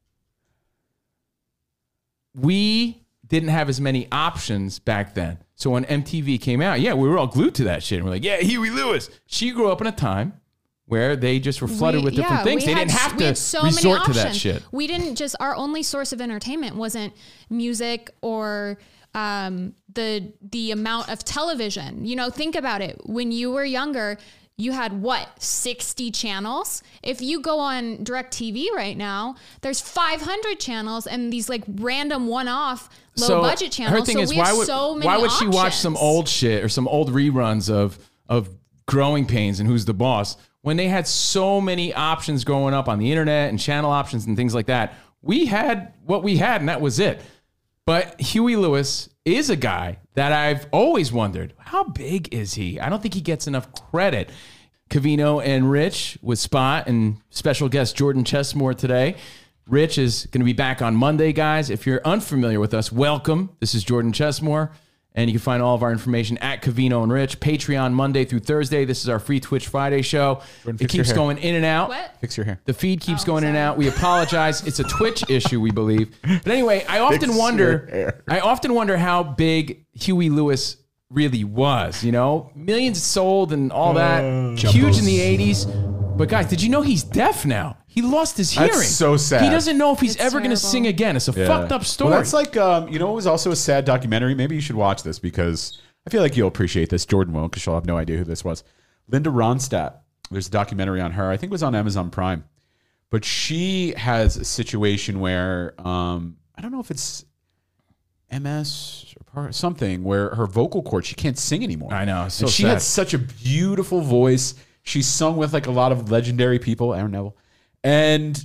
Speaker 1: we didn't have as many options back then. So when MTV came out, yeah, we were all glued to that shit. And we're like, yeah, Huey Lewis. She grew up in a time where they just were flooded
Speaker 10: We-
Speaker 1: with different
Speaker 10: yeah,
Speaker 1: things.
Speaker 10: we
Speaker 1: They
Speaker 10: had
Speaker 1: didn't
Speaker 10: s-
Speaker 1: have
Speaker 10: we
Speaker 1: to
Speaker 10: had so many
Speaker 1: resort to that
Speaker 10: options.
Speaker 1: shit.
Speaker 10: We didn't just our only source of entertainment wasn't music or um, the the amount of television. You know, think about it. When you were younger, you had what sixty channels. If you go on Directv right now, there's five hundred channels and these like random one off low budget channels.
Speaker 1: Her thing
Speaker 10: so
Speaker 1: is,
Speaker 10: we
Speaker 1: why
Speaker 10: have
Speaker 1: would
Speaker 10: so many
Speaker 1: why would she watch
Speaker 10: options.
Speaker 1: some old shit or some old reruns of of Growing Pains and Who's the Boss when they had so many options growing up on the internet and channel options and things like that? We had what we had, and that was it. But Huey Lewis is a guy that I've always wondered how big is he? I don't think he gets enough credit. Cavino and Rich with Spot and special guest Jordan Chesmore today. Rich is going to be back on Monday, guys. If you're unfamiliar with us, welcome. This is Jordan Chesmore. And you can find all of our information at Cavino and Rich, Patreon Monday through Thursday. This is our free Twitch Friday show.
Speaker 11: Jordan,
Speaker 1: it
Speaker 11: fix your
Speaker 1: keeps
Speaker 11: hair.
Speaker 1: going in and out.
Speaker 10: What?
Speaker 11: Fix your hair.
Speaker 1: The feed keeps
Speaker 11: Oh,
Speaker 1: going in and out. We apologize. It's a
Speaker 11: <laughs>
Speaker 1: Twitch issue, we believe. But anyway, I often
Speaker 11: your
Speaker 1: wonder.
Speaker 11: hair.
Speaker 1: I often wonder how big Huey Lewis really was. You know, millions sold and all that.
Speaker 11: Oh.
Speaker 1: Huge in the '80s. But guys, did you know he's deaf now? He lost his hearing.
Speaker 11: That's so sad.
Speaker 1: He doesn't know if he's ever going to sing again. It's a
Speaker 11: Yeah.
Speaker 1: fucked up story.
Speaker 11: Well, that's like um, you know, it was also a sad documentary. Maybe you should watch this because I feel like you'll appreciate this. Jordan won't because she'll have no idea who this was. Linda Ronstadt. There's a documentary on her. I think it was on Amazon Prime, but she has a situation where um, I don't know if it's MS or par- something where her vocal cord she can't sing anymore. I know.
Speaker 1: so
Speaker 11: she
Speaker 1: sad.
Speaker 11: had such a beautiful voice. She sung with like a lot of legendary people, Aaron Neville, and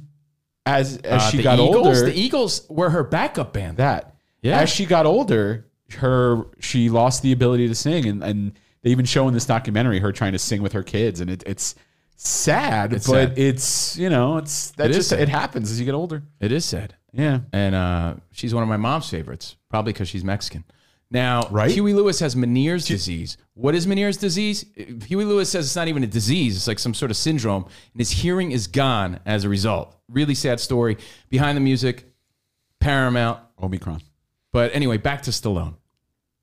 Speaker 11: as as
Speaker 1: Uh,
Speaker 11: she
Speaker 1: the
Speaker 11: got
Speaker 1: Eagles?
Speaker 11: older,
Speaker 1: The Eagles were her backup band.
Speaker 11: That
Speaker 1: Yeah.
Speaker 11: As she got older, her she lost the ability to sing, and and they even show in this documentary her trying to sing with her kids, and it, it's sad,
Speaker 1: It's
Speaker 11: but
Speaker 1: sad.
Speaker 11: it's you know it's that
Speaker 1: It is
Speaker 11: just
Speaker 1: sad.
Speaker 11: it happens as you get older.
Speaker 1: It is sad.
Speaker 11: Yeah.
Speaker 1: And uh, she's one of my mom's favorites, probably because she's Mexican. Now,
Speaker 11: Right?
Speaker 1: Huey Lewis has Meniere's disease. What is Meniere's disease? Huey Lewis says it's not even a disease, it's like some sort of syndrome, and his hearing is gone as a result. Really sad story. Behind the music, Paramount.
Speaker 11: <laughs> Omicron.
Speaker 1: But anyway, back to Stallone.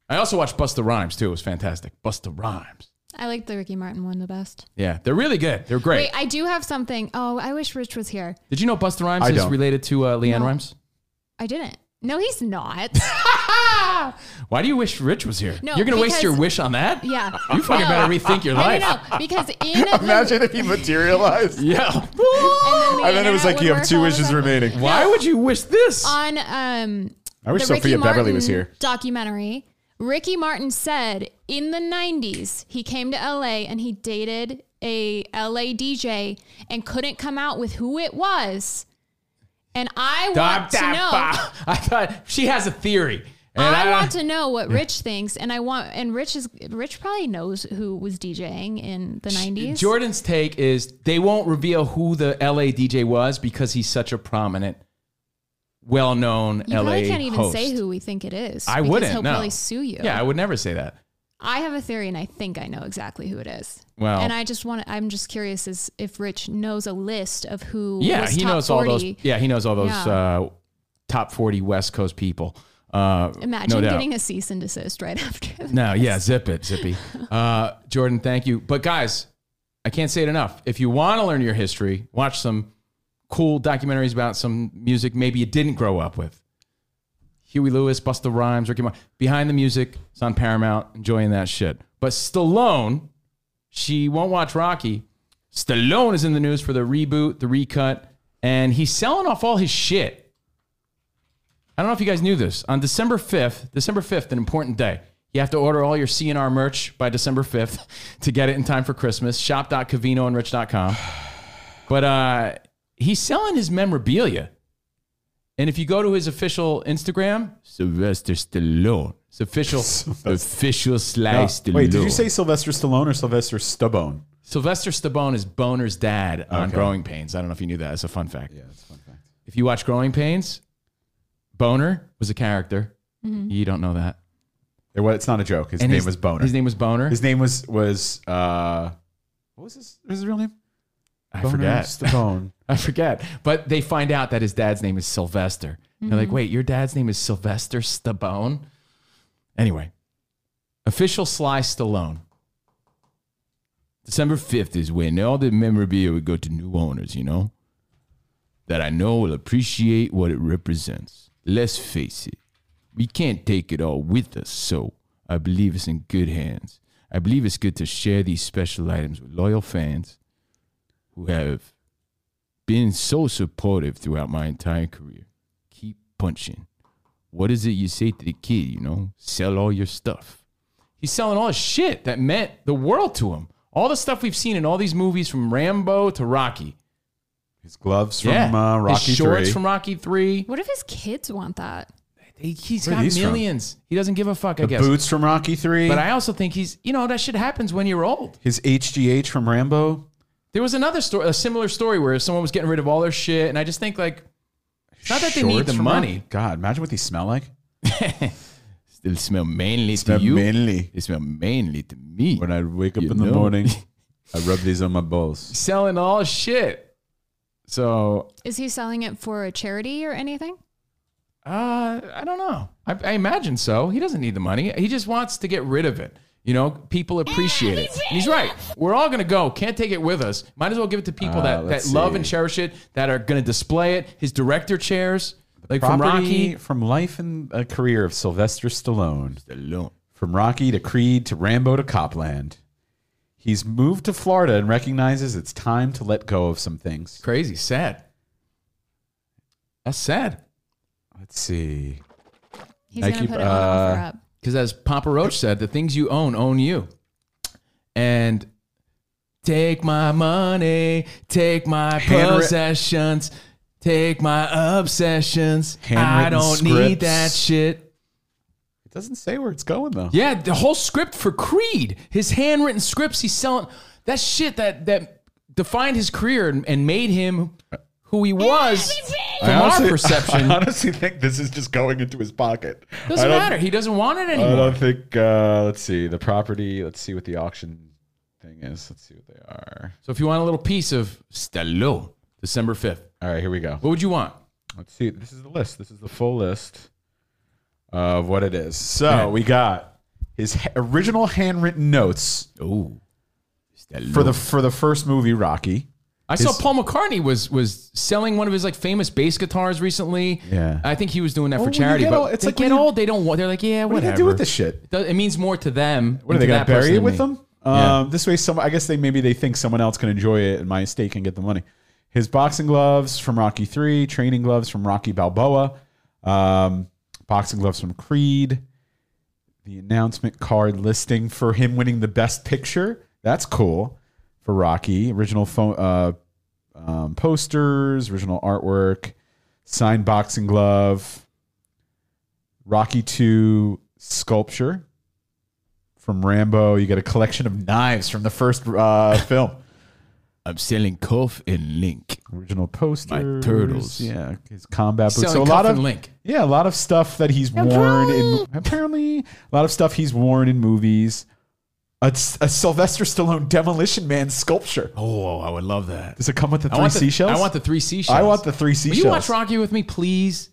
Speaker 1: I also watched Busta Rhymes too. It was fantastic. Busta Rhymes.
Speaker 10: I like the Ricky Martin one the best.
Speaker 1: Yeah, they're really good. They're great.
Speaker 10: Wait, I do have something. Oh, I wish Rich was here.
Speaker 1: Did you know Busta Rhymes
Speaker 11: I
Speaker 1: is
Speaker 11: don't.
Speaker 1: related to uh, Leanne Rhymes?
Speaker 10: I didn't. No, he's not.
Speaker 1: Why do you wish Rich was here?
Speaker 10: No,
Speaker 1: You're going to waste
Speaker 10: because-
Speaker 1: your wish on that?
Speaker 10: Yeah.
Speaker 1: You fucking better rethink your
Speaker 10: I
Speaker 1: life.
Speaker 10: don't know
Speaker 11: <laughs>
Speaker 10: because <laughs> in the,
Speaker 11: if he
Speaker 1: <laughs>
Speaker 11: materialized.
Speaker 1: Yeah.
Speaker 10: and then, the internet would work all the time.
Speaker 11: remaining.
Speaker 1: Why would you wish this?
Speaker 10: On um,
Speaker 11: I wish
Speaker 10: the Ricky
Speaker 11: Sophia Beverly
Speaker 10: Martin
Speaker 11: was here.
Speaker 10: Documentary. Ricky Martin said in the '90s he came to LA and he dated a LA DJ and couldn't come out with who it was. And I
Speaker 1: Dum,
Speaker 10: want
Speaker 1: dum,
Speaker 10: to know.
Speaker 1: bah. <laughs> I thought she has a theory. And
Speaker 10: I,
Speaker 1: I,
Speaker 10: want to know what Rich thinks, and I want and Rich is Rich probably knows who was DJing in the '90s.
Speaker 1: Jordan's take is they won't reveal who the LA DJ was because he's such a prominent, well known
Speaker 10: You
Speaker 1: LA
Speaker 10: probably can't even
Speaker 1: host.
Speaker 10: say who we think it is.
Speaker 1: I
Speaker 10: because
Speaker 1: wouldn't.
Speaker 10: He'll
Speaker 1: no.
Speaker 10: probably sue you.
Speaker 1: Yeah, I would never say that.
Speaker 10: I have a theory, and I think I know exactly who it is.
Speaker 1: Well-
Speaker 10: and I just want. to I'm just curious as if Rich knows a list of who.
Speaker 1: Yeah,
Speaker 10: was
Speaker 1: he
Speaker 10: top
Speaker 1: knows
Speaker 10: 40.
Speaker 1: all those. Yeah, he knows all those
Speaker 10: Yeah.
Speaker 1: uh, top forty West Coast people. Uh,
Speaker 10: Imagine
Speaker 1: no doubt.
Speaker 10: getting a cease and desist right <laughs> after. That.
Speaker 1: No, yeah, zip it, Zippy. Uh, Jordan, thank you. But guys, I can't say it enough. If you want to learn your history, watch some cool documentaries about some music maybe you didn't grow up with. Huey Lewis, Busta Rhymes, Ricky Martin. Behind the Music, it's on Paramount. Enjoying that shit. But Stallone, she won't watch Rocky. Stallone is in the news for the reboot, the recut, and he's selling off all his shit. I don't know if you guys knew this. On December 5th, December 5th, an important day. You have to order all your CNR merch by December 5th <laughs> to get it in time for Christmas. <sighs> Shop.cavinoandrich.com. But uh, he's selling his memorabilia. And if you go to his official Instagram, Sylvester Stallone. It's
Speaker 11: <laughs>
Speaker 1: official, official slice.
Speaker 11: No.
Speaker 1: Stallone.
Speaker 11: Wait, did you say Sylvester Stallone or Sylvester Stubbone?
Speaker 1: Sylvester Stallone is Boner's dad on
Speaker 11: Okay.
Speaker 1: Growing Pains? I don't know if you knew that. It's a fun fact. Yeah, it's a fun fact. If you watch Growing Pains, Boner was a character.
Speaker 11: Mhm.
Speaker 1: You don't know that.
Speaker 11: It wa- it's not a joke. His
Speaker 1: And
Speaker 11: name
Speaker 1: his-
Speaker 11: was Boner.
Speaker 1: his name was Boner?
Speaker 11: His name was was uh, what was his his real name?
Speaker 1: I
Speaker 11: Boner
Speaker 1: forget. <laughs>
Speaker 11: Stallone.
Speaker 1: I forget. But they find out that his dad's name is Sylvester. And They're like,
Speaker 11: Mhm.
Speaker 1: wait, your dad's name is Sylvester Stallone? Anyway, official Sly Stallone. December 5th is when all the memorabilia would go to new owners, you know? That I know will appreciate what it represents. Let's face it, we can't take it all with us, so I believe it's in good hands. I believe it's good to share these special items with loyal fans who have been so supportive throughout my entire career. Keep punching. What is it you say to the kid, you know? Sell all your stuff. He's selling all his shit that meant the world to him. All the stuff we've seen in all these movies from Rambo to Rocky.
Speaker 11: His gloves from uh, Rocky
Speaker 1: his shorts
Speaker 11: Three.
Speaker 1: from Rocky 3.
Speaker 10: What if his kids want that?
Speaker 1: He's
Speaker 11: Where are
Speaker 1: got
Speaker 11: these from?
Speaker 1: millions. He doesn't give a fuck, I
Speaker 11: the
Speaker 1: guess.
Speaker 11: boots from Rocky Three.
Speaker 1: But I also think he's, you know, that shit happens when you're old.
Speaker 11: his HGH from Rambo.
Speaker 1: There was another story, a similar story where someone was getting rid of all their shit, and I just think like, it's not that they need
Speaker 11: Shorts
Speaker 1: the
Speaker 11: from
Speaker 1: money.
Speaker 11: Rocky- God, imagine what these smell like.
Speaker 1: Still smell mainly
Speaker 11: Smell
Speaker 1: to you.
Speaker 11: mainly.
Speaker 1: They smell mainly to me.
Speaker 11: When I wake up
Speaker 1: You
Speaker 11: in the
Speaker 1: know. <laughs>
Speaker 11: morning, I rub these on my balls.
Speaker 1: Selling all shit. So
Speaker 10: Is he selling it for a charity or anything?
Speaker 1: uh, I don't know. I, I imagine so. He doesn't need the money. He just wants to get rid of it. You know, people appreciate it. And he's right. We're all gonna go. Can't take it with us. Might as well give it to people
Speaker 11: Uh,
Speaker 1: that, that
Speaker 11: let's
Speaker 1: love
Speaker 11: see.
Speaker 1: and cherish it, that are gonna display it. His director chairs, like from
Speaker 11: Property
Speaker 1: Rocky.
Speaker 11: from life and a career of Sylvester Stallone. From Rocky to Creed to Rambo to Copland. He's moved to Florida and recognizes it's time to let go of some things.
Speaker 1: Crazy, sad. That's sad.
Speaker 11: Let's see.
Speaker 10: He's gonna put it on offer up.
Speaker 1: Because as Papa Roach said, the things you own own you. And take my money, take my
Speaker 11: Handwrit-
Speaker 1: possessions, take my obsessions. I
Speaker 11: Handwritten
Speaker 1: don't need
Speaker 11: scripts.
Speaker 1: that shit.
Speaker 11: It doesn't say where it's going though.
Speaker 1: Yeah, the whole script for Creed, his handwritten scripts, he's selling that shit that that defined his career and, and made him who he was from our perception.
Speaker 11: <laughs> I honestly think this is just going into his pocket.
Speaker 1: Doesn't
Speaker 11: I don't-
Speaker 1: matter. He doesn't want it
Speaker 11: I
Speaker 1: anymore.
Speaker 11: don't think. Uh, let's see the property. Let's see what the auction thing is. Let's see what they are.
Speaker 1: So if you want a little piece of Stallone, December 5th,
Speaker 11: All right, here we go.
Speaker 1: what would you want?
Speaker 11: Let's see. This is the list. This is the full list of what it is. So
Speaker 1: Yeah.
Speaker 11: we got his ha- original handwritten notes
Speaker 1: Ooh.
Speaker 11: for the for the first movie Rocky.
Speaker 1: I
Speaker 11: His-
Speaker 1: saw Paul McCartney was was selling one of his like famous bass guitars recently.
Speaker 11: Yeah.
Speaker 1: I think he was doing that
Speaker 11: Well,
Speaker 1: for
Speaker 11: when you
Speaker 1: charity.
Speaker 11: get
Speaker 1: But
Speaker 11: old- it's
Speaker 1: it's they
Speaker 11: like when
Speaker 1: get
Speaker 11: you-
Speaker 1: old, they don't want. They're like, yeah,
Speaker 11: What do
Speaker 1: whatever.
Speaker 11: they do with this shit?
Speaker 1: It does- It means more to them.
Speaker 11: What are they
Speaker 1: and
Speaker 11: gonna
Speaker 1: that person
Speaker 11: bury it
Speaker 1: than
Speaker 11: with
Speaker 1: me.
Speaker 11: them?
Speaker 1: Yeah.
Speaker 11: Um, this way, some I guess they maybe they think someone else can enjoy it, and my estate can get the money. His boxing gloves from Rocky Three, training gloves from Rocky Balboa, um, boxing gloves from Creed, the announcement card listing for him winning the Best Picture. That's cool for Rocky. Original phone uh, um, posters, original artwork, signed boxing glove, Rocky Two sculpture from Rambo. You get a collection of knives from the first uh, <laughs> film.
Speaker 1: I'm selling Cuff and Link.
Speaker 11: Original posters,
Speaker 1: turtles.
Speaker 11: Yeah, his combat boots.
Speaker 1: Selling
Speaker 11: So a
Speaker 1: Cuff
Speaker 11: lot of
Speaker 1: and Link.
Speaker 11: yeah, a lot of stuff that he's worn in. <laughs> Apparently, a lot of stuff he's worn in movies. A, a Sylvester Stallone Demolition Man sculpture.
Speaker 1: Oh, I would love that.
Speaker 11: Does it come with the
Speaker 1: I
Speaker 11: three
Speaker 1: want the,
Speaker 11: seashells?
Speaker 1: I want the three seashells.
Speaker 11: I want the three
Speaker 1: Will
Speaker 11: seashells.
Speaker 1: you watch Rocky with me, please?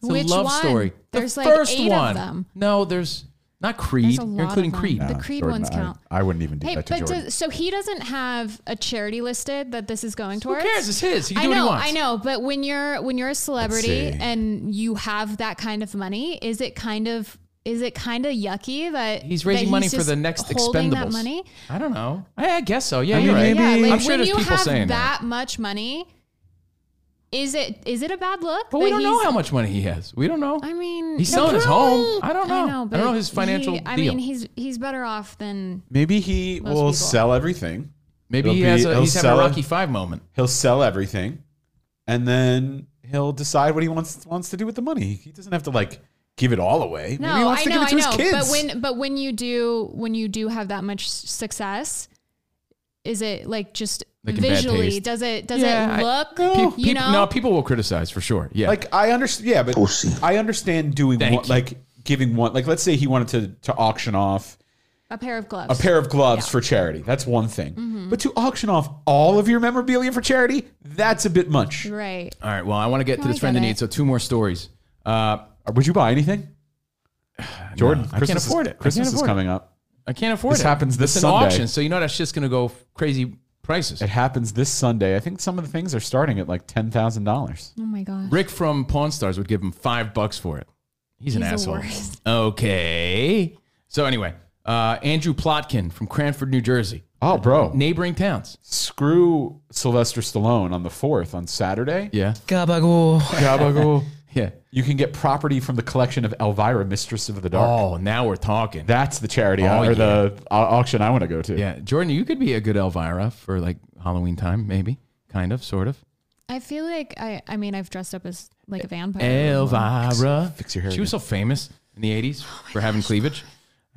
Speaker 1: It's
Speaker 10: Which
Speaker 1: a love
Speaker 10: one?
Speaker 1: story.
Speaker 10: There's
Speaker 1: the
Speaker 10: like
Speaker 1: first
Speaker 10: eight of
Speaker 1: one.
Speaker 10: them.
Speaker 1: No, there's not Creed. You're
Speaker 10: a lot of
Speaker 1: including
Speaker 10: them.
Speaker 1: Creed.
Speaker 10: The
Speaker 11: Nah,
Speaker 10: Creed
Speaker 11: Jordan,
Speaker 10: ones
Speaker 11: I-
Speaker 10: count.
Speaker 11: I, wouldn't even do
Speaker 10: Hey,
Speaker 11: that to
Speaker 10: but
Speaker 11: Jordan.
Speaker 10: does, so he doesn't have a charity listed that this is going
Speaker 1: Who
Speaker 10: towards.
Speaker 1: cares? It's his. He can
Speaker 10: I
Speaker 1: do
Speaker 10: know,
Speaker 1: what he wants.
Speaker 10: I know, but when you're when you're a celebrity
Speaker 11: see.
Speaker 10: and you have that kind of money, is it kind of is it kind of yucky that
Speaker 1: He's
Speaker 10: that
Speaker 1: raising money for
Speaker 10: just
Speaker 1: the next Expendables.
Speaker 10: holding that money?
Speaker 1: I don't know. I, I guess so. Yeah,
Speaker 11: I
Speaker 1: you're
Speaker 11: mean,
Speaker 1: right.
Speaker 11: maybe-
Speaker 10: Yeah, like
Speaker 1: I'm sure
Speaker 10: when
Speaker 1: there's
Speaker 10: you
Speaker 1: people
Speaker 10: have
Speaker 1: saying that.
Speaker 10: that much money, is it is it a bad look?
Speaker 1: But we
Speaker 10: that
Speaker 1: don't know
Speaker 10: he's-
Speaker 1: how much money he has. We don't know.
Speaker 10: I mean,
Speaker 1: He's selling his home. I don't know. I,
Speaker 10: but
Speaker 1: don't know his financial
Speaker 10: he- I
Speaker 1: deal.
Speaker 10: mean, he's he's better off than
Speaker 11: Maybe he
Speaker 10: Most
Speaker 11: will
Speaker 10: people.
Speaker 11: sell everything.
Speaker 1: Maybe
Speaker 11: It'll
Speaker 1: he has
Speaker 11: be-
Speaker 1: a,
Speaker 11: he'll
Speaker 1: he's having a
Speaker 11: sell it.
Speaker 1: Rocky Five moment.
Speaker 11: he'll sell everything and then he'll decide what he wants wants to do with the money. He doesn't have to like give it all away.
Speaker 10: No,
Speaker 11: Maybe he wants
Speaker 10: I
Speaker 11: to
Speaker 10: know,
Speaker 11: give
Speaker 10: I
Speaker 11: it to
Speaker 10: know.
Speaker 11: his kids.
Speaker 10: But when but when you do when you do have that much s- success, is it like just
Speaker 1: Like in bad
Speaker 10: visually?
Speaker 1: taste?
Speaker 10: Does it does
Speaker 11: Yeah, I-
Speaker 10: it look?
Speaker 1: Peop-
Speaker 10: you
Speaker 1: peop-
Speaker 10: know,
Speaker 1: no, people will criticize for sure. Yeah,
Speaker 11: Like I understand, yeah, but I understand doing one, like giving one. Like let's say he wanted to to auction off
Speaker 10: a pair of gloves.
Speaker 11: a pair of gloves for charity. That's one thing.
Speaker 10: Mm-hmm.
Speaker 11: But to auction off all of your memorabilia for charity, that's a bit much.
Speaker 10: Right.
Speaker 1: All right. Well, I want to get
Speaker 10: No,
Speaker 1: to this
Speaker 10: I
Speaker 1: friend
Speaker 10: get
Speaker 1: in
Speaker 10: it.
Speaker 1: need. So two more stories. Uh,
Speaker 11: Would you
Speaker 1: <sighs>
Speaker 11: buy anything? Jordan,
Speaker 1: I can't
Speaker 11: Christmas is-
Speaker 1: afford it. I
Speaker 11: Christmas
Speaker 1: can't
Speaker 11: is
Speaker 1: afford
Speaker 11: coming
Speaker 1: it.
Speaker 11: up.
Speaker 1: I can't afford
Speaker 11: This
Speaker 1: it.
Speaker 11: happens this
Speaker 1: it's
Speaker 11: Sunday.
Speaker 1: An auction, so you know that shit's gonna go crazy prices.
Speaker 11: It happens this Sunday. I think some of the things are starting at like ten thousand dollars.
Speaker 10: Oh my god.
Speaker 1: Rick from Pawn Stars would give him five bucks for it. He's an
Speaker 10: He's the
Speaker 1: asshole.
Speaker 10: worst.
Speaker 1: Okay. So anyway, uh, Andrew Plotkin from Cranford, New Jersey.
Speaker 11: Oh, bro.
Speaker 1: Neighboring towns.
Speaker 11: Screw Sylvester Stallone on the fourth on Saturday.
Speaker 1: Yeah.
Speaker 11: Gabagool. Gabagool.
Speaker 1: <laughs> Yeah.
Speaker 11: You can get property from the collection of Elvira, Mistress of the Dark.
Speaker 1: Oh, now we're talking.
Speaker 11: That's the charity
Speaker 1: Oh,
Speaker 11: or the au- auction I want to go to.
Speaker 1: Yeah, Jordan, you could be a good Elvira for like Halloween time, maybe, kind of, sort of.
Speaker 10: I feel like I I mean I've dressed up as like a vampire.
Speaker 1: Elvira.
Speaker 11: Fix your hair Oh
Speaker 1: She was so famous in the 80s for having cleavage.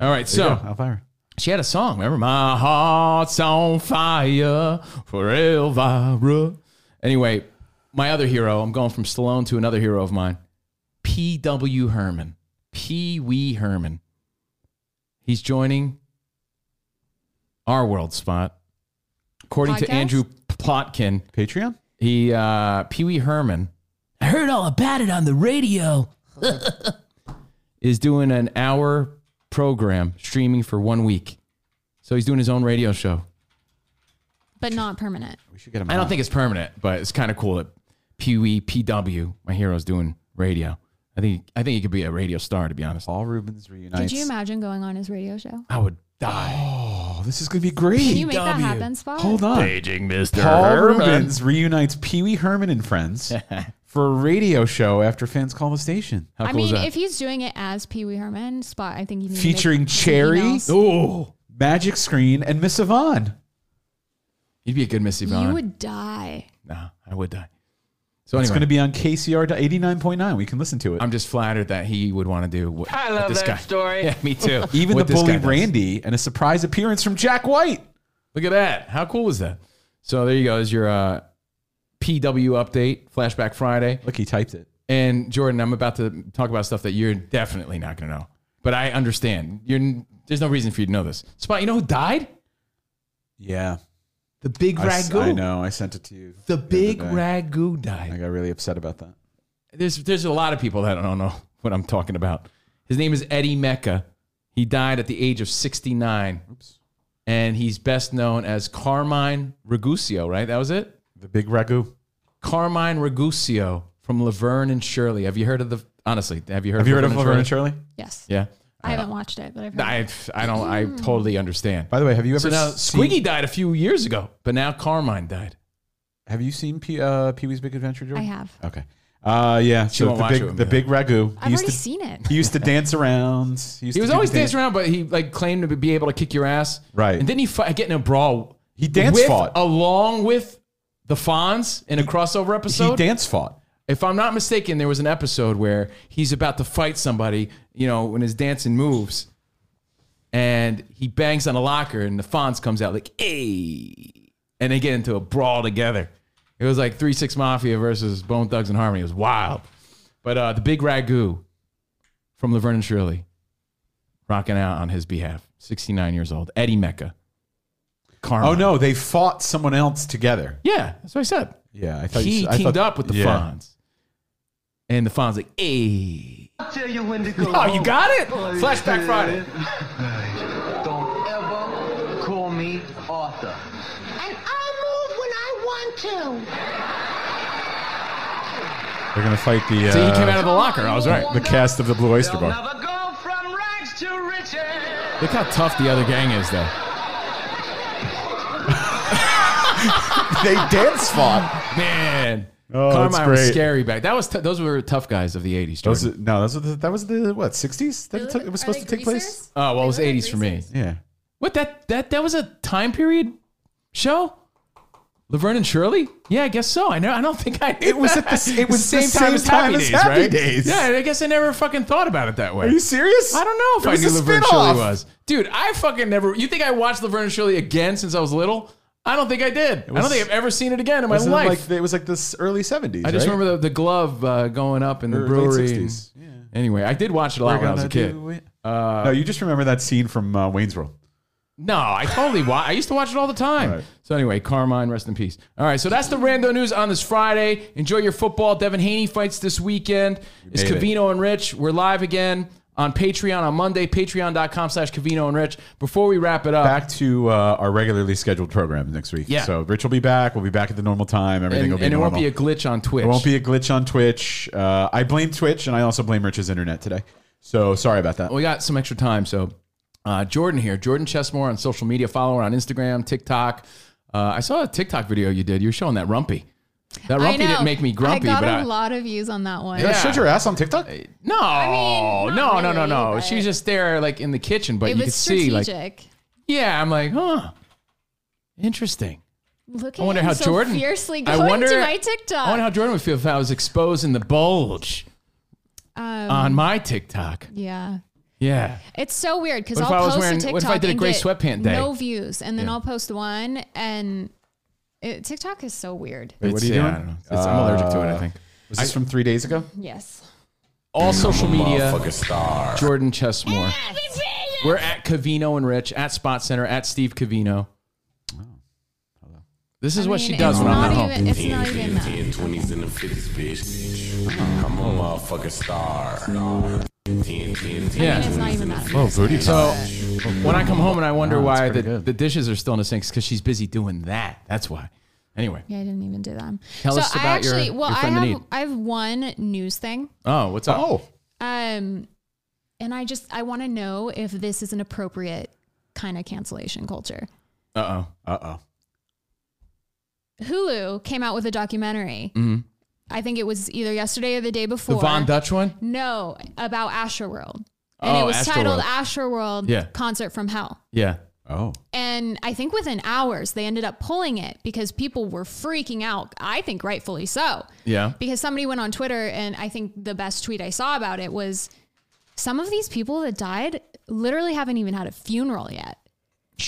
Speaker 1: All right,
Speaker 11: There you
Speaker 1: so
Speaker 11: go, Elvira.
Speaker 1: she had a song. Remember, my heart's on fire for Elvira. Anyway, my other hero. I'm going from Stallone to another hero of mine, P.W. Herman, Pee Wee Herman. He's joining our world spot. According
Speaker 10: Podcast?
Speaker 1: to Andrew Plotkin,
Speaker 11: Patreon.
Speaker 1: he uh, Pee Wee Herman. I heard all about it on the radio. is doing an hour program streaming for one week, so he's doing his own radio show.
Speaker 10: but not permanent.
Speaker 11: We should get him.
Speaker 1: I don't think it's permanent, but it's kind of cool that Pee Wee PW, my hero's doing radio. I think I think he could be a radio star, to be honest.
Speaker 11: Paul Rubens reunites.
Speaker 10: Could you imagine going on his radio show?
Speaker 1: I would die.
Speaker 11: Oh, this is gonna be great.
Speaker 10: Can you make that happen, Spot?
Speaker 11: Hold on.
Speaker 1: Paging Mr.
Speaker 11: Paul
Speaker 1: Herman.
Speaker 11: Rubens reunites Pee Wee Herman and <laughs> friends for a radio show after fans call the station.
Speaker 1: How
Speaker 10: I
Speaker 1: cool is
Speaker 10: mean,
Speaker 1: that?
Speaker 10: if he's doing it as Pee Wee Herman, Spot, I think you need to make
Speaker 11: Featuring
Speaker 10: some
Speaker 11: Cherry,
Speaker 10: emails.
Speaker 1: oh,
Speaker 11: Magic Screen, and Miss Yvonne.
Speaker 1: you'd be a good Missy Vaughn.
Speaker 10: You would die.
Speaker 1: nah, I would die. So
Speaker 11: It's
Speaker 1: anyway,
Speaker 11: going to be on KCR 89.9. We can listen to it.
Speaker 1: I'm just flattered that he would want to do what I love this that guy. story. <laughs> Yeah, me too.
Speaker 11: <laughs> Even
Speaker 1: What
Speaker 11: the
Speaker 1: this guy
Speaker 11: bully
Speaker 1: does.
Speaker 11: Randy and a surprise appearance from Jack White.
Speaker 1: Look at that. How cool is that? So there you go. Is your uh, PW update, Flashback Friday.
Speaker 11: Look, he typed it.
Speaker 1: And Jordan, I'm about to talk about stuff that you're definitely not going to know, but I understand. You're there's no reason for you to know this. Spot, you know who died?
Speaker 11: Yeah.
Speaker 1: The big
Speaker 11: I, s-
Speaker 1: ragu.
Speaker 11: I know. I sent it to you.
Speaker 1: The big
Speaker 11: other day.
Speaker 1: ragu
Speaker 11: I
Speaker 1: died.
Speaker 11: got really upset about that.
Speaker 1: There's there's a lot of people that don't know <laughs> what I'm talking about. His name is Eddie Mecca. He died at the age of 69. Oops. And he's best known as Carmine Ragusio, right? That was it?
Speaker 11: The big ragu.
Speaker 1: Carmine Ragusio from Laverne and Shirley. Have you heard of the? Honestly, have you heard?
Speaker 11: Have you heard of Laverne and Shirley?
Speaker 10: Yes.
Speaker 1: Yeah,
Speaker 10: I haven't watched it, but I've heard
Speaker 1: I, I don't. I totally understand.
Speaker 11: By the way, have you ever
Speaker 1: So now
Speaker 11: seen,
Speaker 1: Squiggy died a few years ago, but now Carmine died.
Speaker 11: Have you seen Pee uh, Wee's Big Adventure, Jordan?
Speaker 10: I have.
Speaker 11: Okay. Uh, yeah.
Speaker 1: She
Speaker 11: so
Speaker 1: won't
Speaker 11: the
Speaker 1: watch
Speaker 11: big,
Speaker 1: it with
Speaker 11: the
Speaker 1: me,
Speaker 11: big ragu.
Speaker 10: I've already
Speaker 11: used to,
Speaker 10: seen it.
Speaker 11: He used to dance around. used
Speaker 1: He
Speaker 11: to
Speaker 1: was
Speaker 11: do
Speaker 1: always
Speaker 11: the dan-
Speaker 1: dancing around, but he like claimed to be able to kick your ass.
Speaker 11: Right.
Speaker 1: And then he fight, get in a brawl.
Speaker 11: He dance
Speaker 1: with-
Speaker 11: fought.
Speaker 1: along with the Fonz in a crossover
Speaker 11: He
Speaker 1: episode.
Speaker 11: dance fought.
Speaker 1: if I'm not mistaken, there was an episode where he's about to fight somebody, you know, in his dancing moves, and he bangs on a locker, and the Fonz comes out like, "Hey," and they get into a brawl together. It was like Three Six Mafia versus Bone Thugs and Harmony. It was wild. But uh, the big ragu from Laverne and Shirley, rocking out on his behalf, 69 years old, Eddie Mecca. Karma.
Speaker 11: Oh no, they fought someone else together.
Speaker 1: Yeah, that's what I said
Speaker 11: Yeah, I thought
Speaker 1: he
Speaker 11: you, s- I
Speaker 1: teamed
Speaker 11: thought-
Speaker 1: up with the
Speaker 11: yeah.
Speaker 1: Fonz. And the Fonz like, hey.
Speaker 5: I'll tell you when to go.
Speaker 1: Oh, you got it?
Speaker 5: home.
Speaker 1: Flashback Friday.
Speaker 5: Don't ever call me Arthur.
Speaker 13: And I'll move when I want to.
Speaker 11: They're gonna fight the. Uh,
Speaker 1: So he came
Speaker 11: <laughs>
Speaker 1: out of the locker. I was right.
Speaker 11: the cast of the Blue Oyster Bar.
Speaker 5: Never go from rags to riches.
Speaker 1: Look how tough the other gang is, though.
Speaker 11: they dance fought.
Speaker 1: Man.
Speaker 11: Oh, that's
Speaker 1: Carmine was
Speaker 11: great.
Speaker 1: scary back. That was t- those were tough guys of the 80s.
Speaker 11: Those,
Speaker 1: Jordan.
Speaker 11: no, those were the, that was the what sixties that it, took, it was supposed to take place.
Speaker 1: oh, well, it was 80s for me.
Speaker 11: Yeah,
Speaker 1: What that that that was a time period show? Laverne and Shirley? Yeah, I guess so. I know. I don't think I. Knew
Speaker 11: It was
Speaker 1: that.
Speaker 11: at the- it was the same time as
Speaker 1: right?
Speaker 11: Happy Days.
Speaker 1: Yeah, I guess I never fucking thought about it that way.
Speaker 11: Are you serious?
Speaker 1: I don't know
Speaker 11: There
Speaker 1: if I
Speaker 11: was
Speaker 1: knew
Speaker 11: a
Speaker 1: Laverne and
Speaker 11: spin-off.
Speaker 1: Shirley was. Dude, I fucking never. You think I watched Laverne and Shirley again since I was little? I don't think I did. I don't
Speaker 11: was-
Speaker 1: think I've ever seen it again in my
Speaker 11: Wasn't it
Speaker 1: life.
Speaker 11: Like, it was like this early 70s.
Speaker 1: I just
Speaker 11: right?
Speaker 1: remember the, the glove uh, going up in the
Speaker 11: Or late
Speaker 1: brewery.
Speaker 11: 60s.
Speaker 1: and- Anyway, I did watch it a lot when
Speaker 11: We're
Speaker 1: I was a
Speaker 11: gonna
Speaker 1: kid.
Speaker 11: do it.
Speaker 1: Uh,
Speaker 11: no, you just remember that scene from uh, Wayne's World.
Speaker 1: No, I totally watch. I used to watch it all the time. So anyway, Carmine, rest in peace. All right, so that's the rando news on this Friday. Enjoy your football. Devin Haney fights this weekend. It's
Speaker 11: made it.
Speaker 1: Cavino and Rich. We're live again on Patreon on Monday. Patreon.com slash Cavino and Rich. Before we wrap it up,
Speaker 11: Back to uh, our regularly scheduled program next week.
Speaker 1: Yeah.
Speaker 11: So Rich will be back. We'll be back at the normal time. Everything
Speaker 1: and,
Speaker 11: will be
Speaker 1: and it
Speaker 11: normal.
Speaker 1: won't be a glitch on Twitch.
Speaker 11: There won't be a glitch on Twitch. Uh, I blame Twitch, and I also blame Rich's internet today. So sorry about that.
Speaker 1: we got some extra time. So, uh, Jordan here, Jordan Chessmore on social media. Follow her on Instagram, TikTok. Uh, I saw a TikTok video you did. You were showing that rumpy. That
Speaker 10: I
Speaker 1: rumpy
Speaker 10: know.
Speaker 1: didn't make me grumpy,
Speaker 10: I got
Speaker 1: but
Speaker 10: a
Speaker 1: I,
Speaker 10: lot of views on that one.
Speaker 1: Yeah, shut your
Speaker 11: ass on TikTok.
Speaker 1: No, no, no, no,
Speaker 10: really,
Speaker 1: no,
Speaker 10: but-
Speaker 1: She was just there, like in the kitchen, but
Speaker 10: it
Speaker 1: you
Speaker 10: was
Speaker 1: could see,
Speaker 10: strategic.
Speaker 1: like, yeah. I'm like, huh, interesting.
Speaker 10: Look at
Speaker 1: I wonder
Speaker 10: him
Speaker 1: how
Speaker 10: so
Speaker 1: Jordan
Speaker 10: fiercely
Speaker 1: I
Speaker 10: going
Speaker 1: wonder-
Speaker 10: to my TikTok.
Speaker 1: I wonder how Jordan would feel if I was exposing the bulge
Speaker 10: um,
Speaker 1: on my TikTok.
Speaker 10: Yeah.
Speaker 1: Yeah,
Speaker 10: It's so weird because
Speaker 1: What if
Speaker 10: I'll
Speaker 1: I was
Speaker 10: post
Speaker 1: wearing-
Speaker 10: a TikTok
Speaker 1: what if I did a
Speaker 10: and
Speaker 1: gray
Speaker 10: get
Speaker 1: sweatpant day?
Speaker 10: no views, and then
Speaker 1: Yeah.
Speaker 10: I'll post one, and it, TikTok is so weird.
Speaker 11: Wait, what are you
Speaker 1: It's- yeah,
Speaker 11: doing?
Speaker 1: I
Speaker 11: Uh,
Speaker 1: don't know. It's- I'm allergic to it, I think.
Speaker 11: Was this from three days ago?
Speaker 10: Yes.
Speaker 1: all social media.
Speaker 11: Motherfucker star.
Speaker 1: Jordan Chessmore. We're at Cavino and Rich, at Spot Center, at Steve Cavino.
Speaker 11: Oh,
Speaker 1: This is
Speaker 10: I
Speaker 1: what
Speaker 10: mean,
Speaker 1: she does
Speaker 10: it's
Speaker 1: when I'm
Speaker 10: not
Speaker 1: not home.
Speaker 10: even- it's not even that.
Speaker 14: 10, 20s and the 50s, bitch. I'm a motherfucking star. 10, 10, 10,
Speaker 1: Yeah.
Speaker 14: 20s and the 50s.
Speaker 1: Oh, booty. So when I come home and I wonder
Speaker 11: Wow, Oh, that's
Speaker 1: why
Speaker 11: pretty
Speaker 1: the, the dishes are still in the sinks because she's busy doing that. That's why. Anyway.
Speaker 10: Yeah, I didn't even do that.
Speaker 1: Tell
Speaker 10: so
Speaker 1: us
Speaker 10: I
Speaker 1: about your-
Speaker 10: actually, well,
Speaker 1: your friend
Speaker 10: I
Speaker 1: the
Speaker 10: have
Speaker 1: need.
Speaker 10: I have one news thing.
Speaker 1: Oh, what's up? Oh.
Speaker 10: Um, and I just I want to know if this is an appropriate kind of cancellation culture.
Speaker 1: Uh
Speaker 11: oh. Uh oh.
Speaker 10: Hulu came out with a documentary.
Speaker 1: Mhm.
Speaker 10: I think it was either yesterday or the day
Speaker 1: The
Speaker 10: before.
Speaker 1: Von Dutch one?
Speaker 10: No, about Astroworld. And
Speaker 1: Oh,
Speaker 10: it was titled Astroworld
Speaker 1: Yeah.
Speaker 10: Concert from Hell.
Speaker 1: Yeah. Oh.
Speaker 10: And I think within hours they ended up pulling it because people were freaking out. I think rightfully so.
Speaker 1: Yeah.
Speaker 10: Because somebody went on Twitter and I think the best tweet I saw about it was some of these people that died literally haven't even had a funeral yet.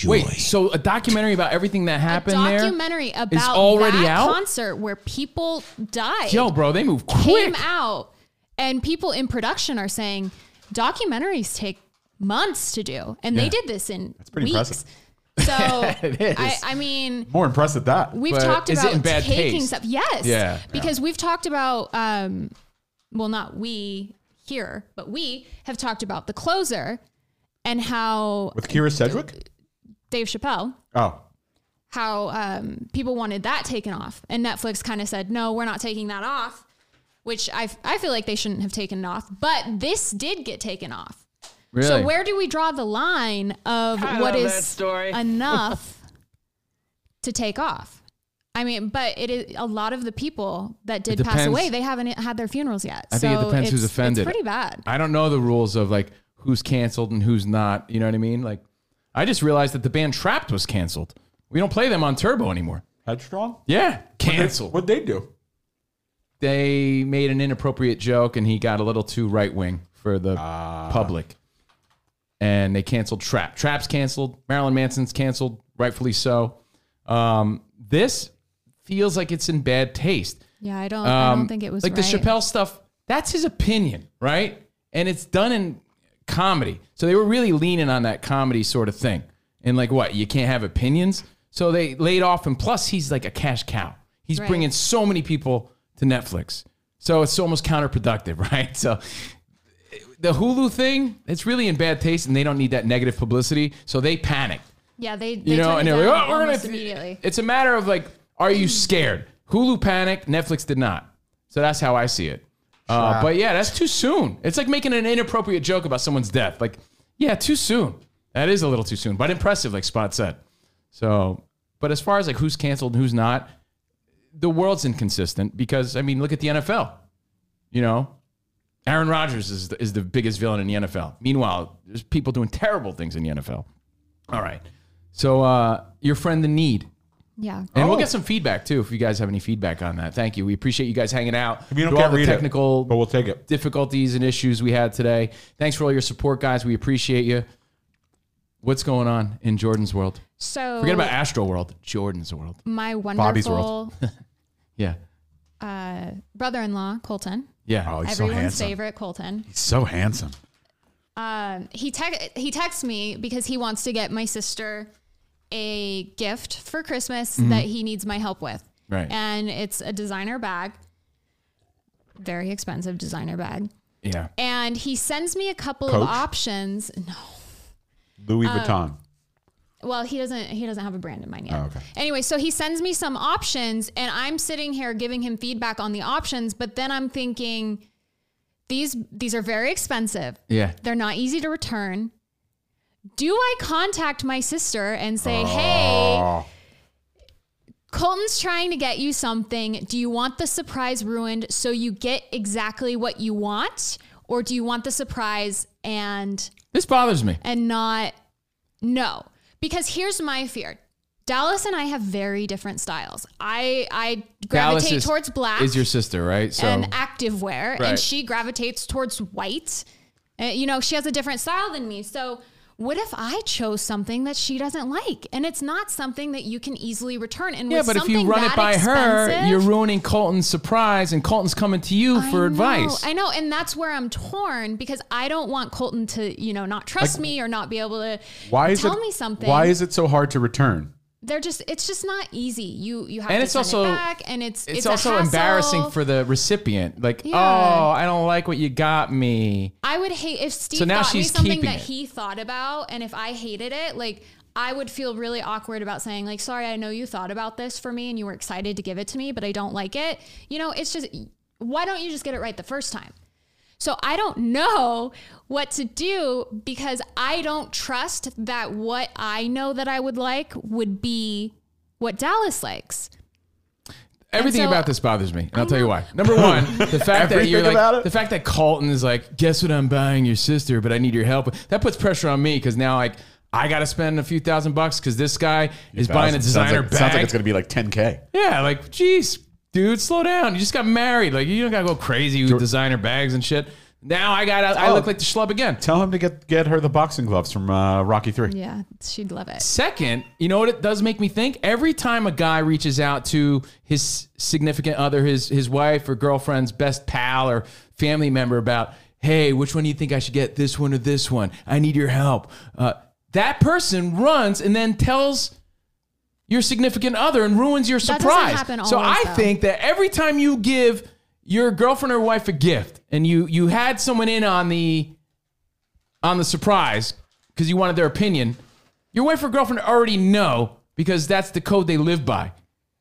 Speaker 1: Wait, so a documentary about everything that happened there?
Speaker 10: Documentary about
Speaker 1: already
Speaker 10: that
Speaker 1: out?
Speaker 10: concert where people died.
Speaker 1: Yo, bro, they move
Speaker 10: came
Speaker 1: quick.
Speaker 10: out and people in production are saying documentaries take months to do and they
Speaker 11: Yeah.
Speaker 10: did this in That's
Speaker 11: pretty
Speaker 10: weeks.
Speaker 11: impressive.
Speaker 10: So
Speaker 1: <laughs>
Speaker 11: It is.
Speaker 10: I, I mean
Speaker 11: More impressed at that.
Speaker 10: we've talked about taking stuff. Yes.
Speaker 11: Yeah.
Speaker 10: Because we've talked about um well not we here, but we have talked about the closer and how
Speaker 11: With Kira Sedgwick?
Speaker 10: Dave Chappelle
Speaker 11: Oh.
Speaker 10: how um, people wanted that taken off. And Netflix kind of said, no, we're not taking that off, which I, I feel like they shouldn't have taken it off. But this did get taken off.
Speaker 1: Really?
Speaker 10: So where do we draw the line of
Speaker 15: I
Speaker 10: what
Speaker 15: love
Speaker 10: is
Speaker 15: that story. <laughs>
Speaker 10: enough to take off? I mean, but it is a lot of the people that did
Speaker 1: It
Speaker 10: pass away,
Speaker 1: depends.
Speaker 10: they haven't e, had their funerals yet.
Speaker 1: I think it
Speaker 10: So
Speaker 1: depends who's
Speaker 10: it's-
Speaker 1: offended.
Speaker 10: It's pretty bad.
Speaker 1: I don't know the rules of like who's canceled and who's not. You know what I mean? Like, I just realized that the band Trapped was canceled. We don't play them on Turbo anymore.
Speaker 11: Headstrong?
Speaker 1: Yeah, canceled.
Speaker 11: What'd they do?
Speaker 1: They made an inappropriate joke, and he got a little too right wing for the public, and they canceled Trap. Trap's canceled. Marilyn Manson's canceled, rightfully so. Um, this feels like it's in bad taste.
Speaker 10: Yeah, I don't. I
Speaker 1: Um,
Speaker 10: don't think it was
Speaker 1: like the Chappelle stuff. That's his opinion, right? And it's done in comedy, so they were really leaning on that comedy sort of thing. And like, what you can't have opinions, so they laid off. And plus, he's like a cash cow. He's
Speaker 11: Right.
Speaker 1: bringing so many people to Netflix, so it's almost counterproductive, <laughs> right? So the Hulu thing, it's really in bad taste, and they don't need that negative publicity, so they panicked.
Speaker 10: Yeah, they.
Speaker 1: You know, and they're like, oh, we're
Speaker 10: almost
Speaker 1: gonna.
Speaker 10: immediately.
Speaker 1: It's a matter of like, are you scared? Hulu panicked, Netflix did not. So that's how I see it. Uh,
Speaker 11: Trap.
Speaker 1: but yeah, that's too soon. It's like making an inappropriate joke about someone's death. Like, yeah, too soon. That is a little too soon, but impressive, like Spot said. So, but as far as like who's canceled and who's not, the world's inconsistent because I mean, look at the NFL. You know, Aaron Rodgers is the, is the biggest villain in the NFL. Meanwhile, there's people doing terrible things in the NFL. All right. So uh, your friend the need.
Speaker 10: Yeah.
Speaker 1: And
Speaker 11: Oh.
Speaker 1: we'll get some feedback too if you guys have any feedback on that. Thank you. We appreciate you guys hanging out.
Speaker 11: If you don't
Speaker 1: through
Speaker 11: care,
Speaker 1: all the
Speaker 11: read it,
Speaker 1: technical
Speaker 11: but we'll take it.
Speaker 1: difficulties and issues we had today. Thanks for all your support, guys. We appreciate you. What's going on in Jordan's world?
Speaker 10: So
Speaker 1: Forget about Astro World, Jordan's world.
Speaker 10: my wonderful
Speaker 1: Bobby's world. <laughs> yeah.
Speaker 10: uh, brother-in-law Colton.
Speaker 1: Yeah. Oh,
Speaker 11: he's so
Speaker 10: Everyone's
Speaker 11: handsome.
Speaker 10: favorite Colton.
Speaker 11: He's so handsome.
Speaker 10: Um, he te- he texts me because he wants to get my sister a gift for Christmas
Speaker 11: Mm-hmm.
Speaker 1: Mhm.
Speaker 10: that he needs my help with.
Speaker 1: Right.
Speaker 10: And it's a designer bag. Very expensive designer bag.
Speaker 1: Yeah.
Speaker 10: And he sends me a couple of
Speaker 11: Coach?
Speaker 10: options. No.
Speaker 11: Louis
Speaker 10: Um,
Speaker 11: Vuitton.
Speaker 10: Well, he doesn't he doesn't have a brand in mind yet.
Speaker 11: Oh, okay.
Speaker 10: Anyway, so he sends me some options and I'm sitting here giving him feedback on the options, but then I'm thinking these these are very expensive.
Speaker 1: Yeah.
Speaker 10: They're not easy to return. Do I contact my sister and say, "Hey,
Speaker 1: Ah.
Speaker 10: Colton's trying to get you something. Do you want the surprise ruined so you get exactly what you want or do you want the surprise and
Speaker 1: This bothers me.
Speaker 10: and not no because here's my fear dallas and i have very different styles i i
Speaker 1: Dallas
Speaker 10: gravitate
Speaker 1: is-
Speaker 10: towards black
Speaker 1: Is your sister, right? So
Speaker 10: and active wear
Speaker 1: Right.
Speaker 10: and she gravitates towards white Uh, you know she has a different style than me so what if I chose something that she doesn't like, and it's not something that you can easily return? And
Speaker 1: Yeah,
Speaker 10: with
Speaker 1: but if you
Speaker 10: something
Speaker 1: run it
Speaker 10: that
Speaker 1: by her,
Speaker 10: expensive-
Speaker 1: you're ruining Colton's surprise, and Colton's coming to you for advice.
Speaker 10: I know, and that's where I'm torn because I don't want Colton to, you know, not trust me or not be able to
Speaker 11: Why is
Speaker 10: tell
Speaker 11: it,
Speaker 10: me something.
Speaker 11: Why is it so hard to return?
Speaker 10: They're just it's just not easy. You you have
Speaker 1: And
Speaker 10: to
Speaker 1: it's
Speaker 10: send
Speaker 1: also-
Speaker 10: it back, and it's
Speaker 1: It's,
Speaker 10: a
Speaker 1: also
Speaker 10: hassle.
Speaker 1: embarrassing for the recipient. Like,
Speaker 10: Yeah.
Speaker 1: oh, I don't like what you got me.
Speaker 10: I would hate if Steve
Speaker 1: So now
Speaker 10: got me
Speaker 1: she's
Speaker 10: something
Speaker 1: keeping
Speaker 10: that
Speaker 1: it.
Speaker 10: he thought about, and if I hated it, like I would feel really awkward about saying like, "Sorry, I know you thought about this for me, and you were excited to give it to me, but I don't like it." You know, it's just why don't you just get it right the first time? So I don't know what to do because I don't trust that what I know that I would like would be what Dallas likes.
Speaker 1: Everything
Speaker 10: so-
Speaker 1: about this bothers me, and I'll tell you why. Number
Speaker 11: <laughs>
Speaker 1: one, the fact that you're
Speaker 11: Everything about
Speaker 1: like the fact that Colton is like, guess what I'm buying your sister, but I need your help. That puts pressure on me because now like I got to spend a few thousand bucks because this guy is buying a
Speaker 11: Thousand- sounds
Speaker 1: designer
Speaker 11: like,
Speaker 1: bag.
Speaker 11: Sounds like it's going to be like 10K.
Speaker 1: Yeah, like, geez, dude, slow down. You just got married. Like, you don't gotta go crazy with designer bags and shit. Now I got, I
Speaker 11: Oh.
Speaker 1: look like the schlub again.
Speaker 11: Tell him to get, get her the boxing gloves from uh, Rocky 3.
Speaker 10: Yeah, she'd love it.
Speaker 1: Second, you know what it does make me think? Every time a guy reaches out to his significant other, his his wife or girlfriend's best pal or family member about, hey, which one do you think I should get? This one or this one? I need your help. Uh, that person runs and then tells your significant other and ruins your
Speaker 10: That doesn't
Speaker 1: surprise.
Speaker 10: happen
Speaker 1: so
Speaker 10: always,
Speaker 1: I
Speaker 10: though.
Speaker 1: think that every time you give your girlfriend or wife a gift and you you had someone in on the on the surprise because you wanted their opinion, your wife or girlfriend already know because that's the code they live by.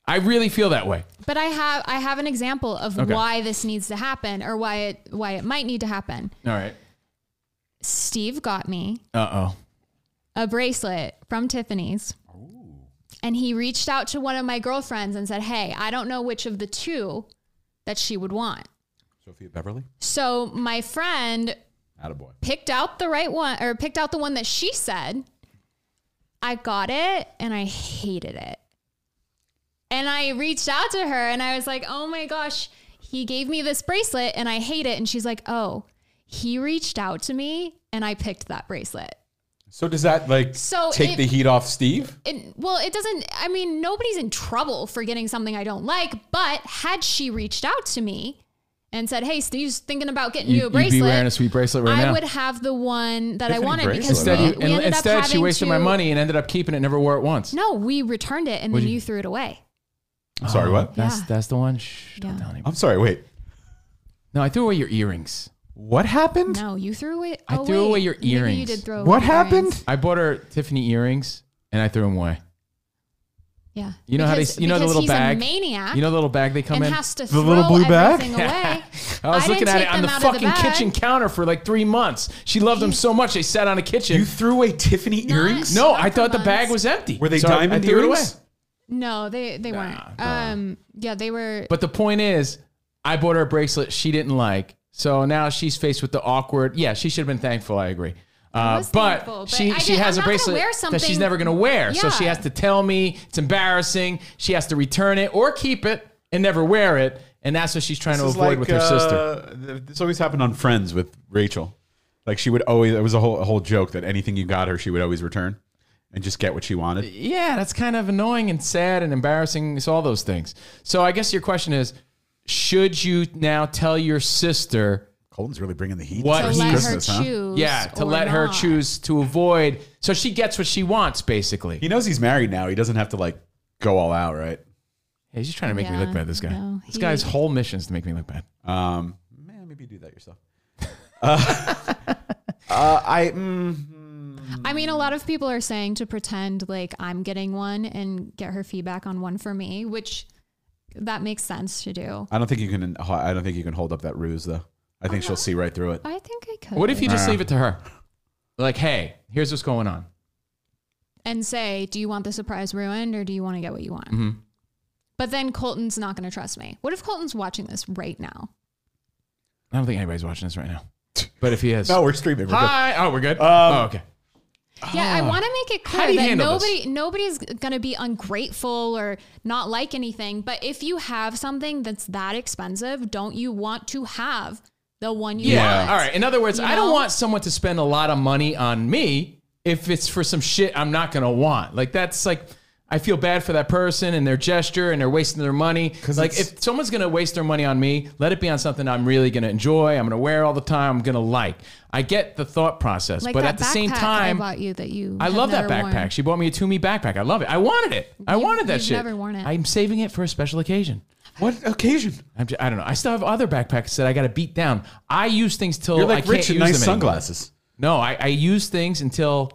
Speaker 1: I really feel that way.
Speaker 10: But I have I have an example of
Speaker 1: Okay.
Speaker 10: why this needs to happen or why it why it might need to happen.
Speaker 1: All right.
Speaker 10: Steve got me
Speaker 1: Uh oh.
Speaker 10: a bracelet from Tiffany's. And he reached out to one of my girlfriends and said, "Hey, I don't know which of the two that she would want."
Speaker 11: Sophia Beverly?
Speaker 10: So my friend
Speaker 11: Attaboy.
Speaker 10: picked out the right one or picked out the one that she said. I got it and I hated it. And I reached out to her and I was like, oh my gosh, he gave me this bracelet and I hate it. And she's like, oh, he reached out to me and I picked that bracelet.
Speaker 11: So does that like
Speaker 10: So
Speaker 11: take
Speaker 10: it-
Speaker 11: the heat off Steve?
Speaker 10: It, well, it doesn't, I mean, nobody's in trouble for getting something I don't like, but had she reached out to me and said, hey, Steve's thinking about getting you, a bracelet.
Speaker 1: be wearing a sweet bracelet right
Speaker 10: I
Speaker 1: now.
Speaker 10: would have the one that I
Speaker 1: Tiffany
Speaker 10: wanted
Speaker 1: bracelet,
Speaker 10: because we,
Speaker 1: huh?
Speaker 10: we ended up
Speaker 1: instead
Speaker 10: having
Speaker 1: she wasted
Speaker 10: to,
Speaker 1: my money and ended up keeping it and never wore it once.
Speaker 10: No, we returned it and
Speaker 1: What'd
Speaker 10: then
Speaker 1: you-
Speaker 10: you threw it away.
Speaker 1: Oh,
Speaker 11: Sorry, what?
Speaker 1: That's that's the one. Shh,
Speaker 10: Yeah.
Speaker 1: don't tell anybody.
Speaker 11: I'm sorry, wait.
Speaker 1: No, I threw away your earrings.
Speaker 11: What happened?
Speaker 10: No, you threw it.
Speaker 1: I
Speaker 10: oh,
Speaker 1: threw
Speaker 10: wait.
Speaker 1: away your
Speaker 10: Maybe
Speaker 1: earrings.
Speaker 10: you did throw
Speaker 11: What
Speaker 10: away your
Speaker 11: happened?
Speaker 10: earrings.
Speaker 1: I bought her Tiffany earrings and I threw them away.
Speaker 10: Yeah.
Speaker 1: You know how
Speaker 10: Because-
Speaker 1: they, you know the
Speaker 10: because
Speaker 1: little
Speaker 10: he's a
Speaker 1: bag.
Speaker 10: maniac
Speaker 1: You know the little bag they come
Speaker 10: and
Speaker 1: in.
Speaker 10: has to throw everything
Speaker 1: <laughs>
Speaker 10: away.
Speaker 1: I was
Speaker 10: <laughs> I
Speaker 1: looking
Speaker 10: didn't
Speaker 1: at it
Speaker 10: take
Speaker 1: on the
Speaker 10: them out of the
Speaker 1: fucking
Speaker 10: bag.
Speaker 1: kitchen counter for like three months. She loved them so much they sat on the kitchen. You
Speaker 11: threw away Tiffany
Speaker 10: earrings?
Speaker 1: No,
Speaker 10: not
Speaker 1: I
Speaker 10: for
Speaker 1: thought the
Speaker 10: months.
Speaker 1: bag was empty.
Speaker 11: Were they
Speaker 1: So I-
Speaker 11: diamond
Speaker 1: I threw it away.
Speaker 11: earrings?
Speaker 10: No, they they weren't. Um, yeah, they were.
Speaker 1: But the point is, I bought her a bracelet she didn't like. So now she's faced with the awkward. Yeah, she should have been thankful. I agree. Uh,
Speaker 10: was
Speaker 1: but,
Speaker 10: thankful, but
Speaker 1: she
Speaker 10: I
Speaker 1: she
Speaker 10: did-
Speaker 1: has a
Speaker 10: I'm not gonna
Speaker 1: bracelet
Speaker 10: wear
Speaker 1: that she's
Speaker 10: something-
Speaker 1: never going to wear, so she
Speaker 10: Yeah.
Speaker 1: has to tell me it's embarrassing. She has to return it or keep it and never wear it, and that's what she's trying to
Speaker 11: This is
Speaker 1: avoid with her
Speaker 11: like,
Speaker 1: sister.
Speaker 11: uh, th- this always happened on Friends with Rachel. Like she would always, it was a whole a whole joke that anything you got her, she would always return and just get what she wanted.
Speaker 1: Yeah, that's kind of annoying and sad and embarrassing. It's all those things. So I guess your question is, should you now tell your sister?
Speaker 11: Colton's really bringing the heat.
Speaker 1: What
Speaker 10: To
Speaker 1: he-
Speaker 10: let her Christmas, huh? choose
Speaker 1: Yeah, to
Speaker 10: or
Speaker 1: let her
Speaker 10: not.
Speaker 1: choose to avoid. So she gets what she wants, basically.
Speaker 11: He knows he's married now. He doesn't have to like go all out, right?
Speaker 1: Hey, he's just trying to make me
Speaker 10: Yeah,
Speaker 1: look bad. This guy.
Speaker 10: no,
Speaker 1: this
Speaker 10: he-
Speaker 1: guy's whole mission is to make me look bad.
Speaker 11: Um, man, maybe do that yourself. <laughs> Uh, uh, I mm,
Speaker 10: I mean, a lot of people are saying to pretend like I'm getting one and get her feedback on one for me, which that makes sense to do.
Speaker 11: I don't think you can. I don't think you can hold up that ruse though. I think she'll see right through it.
Speaker 10: I think I could.
Speaker 1: What if you just
Speaker 11: Yeah.
Speaker 1: leave it to her? Like, hey, here's what's going on.
Speaker 10: and say, "Do you want the surprise ruined, or do you want to get what you want?"
Speaker 1: Mhm.
Speaker 10: But then Colton's not going to trust me. What if Colton's watching this right now?
Speaker 1: I don't think anybody's watching this right <laughs> now. But if he is,
Speaker 11: No, we're streaming. We're good.
Speaker 1: Hi. Oh, we're good.
Speaker 11: Um,
Speaker 1: oh, okay.
Speaker 10: Yeah, I
Speaker 1: Ah.
Speaker 10: want to make it
Speaker 1: How do
Speaker 10: clear
Speaker 1: you
Speaker 10: that
Speaker 1: handle this?
Speaker 10: nobody nobody's going to be ungrateful or not like anything. But if you have something that's that expensive, don't you want to have the one you
Speaker 1: Yeah.
Speaker 10: want?
Speaker 1: All right. In other words,
Speaker 10: You
Speaker 1: I don't
Speaker 10: know?
Speaker 1: want someone to spend a lot of money on me if it's for some shit I'm not gonna want. Like that's like I feel bad for that person and their gesture and they're wasting their money.
Speaker 11: 'Cause
Speaker 1: Like
Speaker 11: it's-
Speaker 1: if someone's gonna waste their money on me, let it be on something I'm really gonna enjoy. I'm gonna wear all the time. I'm gonna like. I get the thought process,
Speaker 10: Like
Speaker 1: but
Speaker 10: that
Speaker 1: at the same
Speaker 10: backpack
Speaker 1: time,
Speaker 10: I bought you that you.
Speaker 1: I
Speaker 10: have
Speaker 1: love that
Speaker 10: never worn.
Speaker 1: backpack. She bought me a Toomey backpack. I love it. I wanted it. I
Speaker 10: You've-
Speaker 1: wanted that
Speaker 10: you've
Speaker 1: shit.
Speaker 10: never worn it.
Speaker 1: I'm saving it for a special occasion.
Speaker 11: What occasion?
Speaker 1: I'm just, I don't know. I still have other backpacks that I got to beat down. I use things till
Speaker 11: You're
Speaker 1: I
Speaker 11: like
Speaker 1: can't
Speaker 11: rich and
Speaker 1: use
Speaker 11: nice
Speaker 1: them anymore.
Speaker 11: sunglasses.
Speaker 1: No, I, I use things until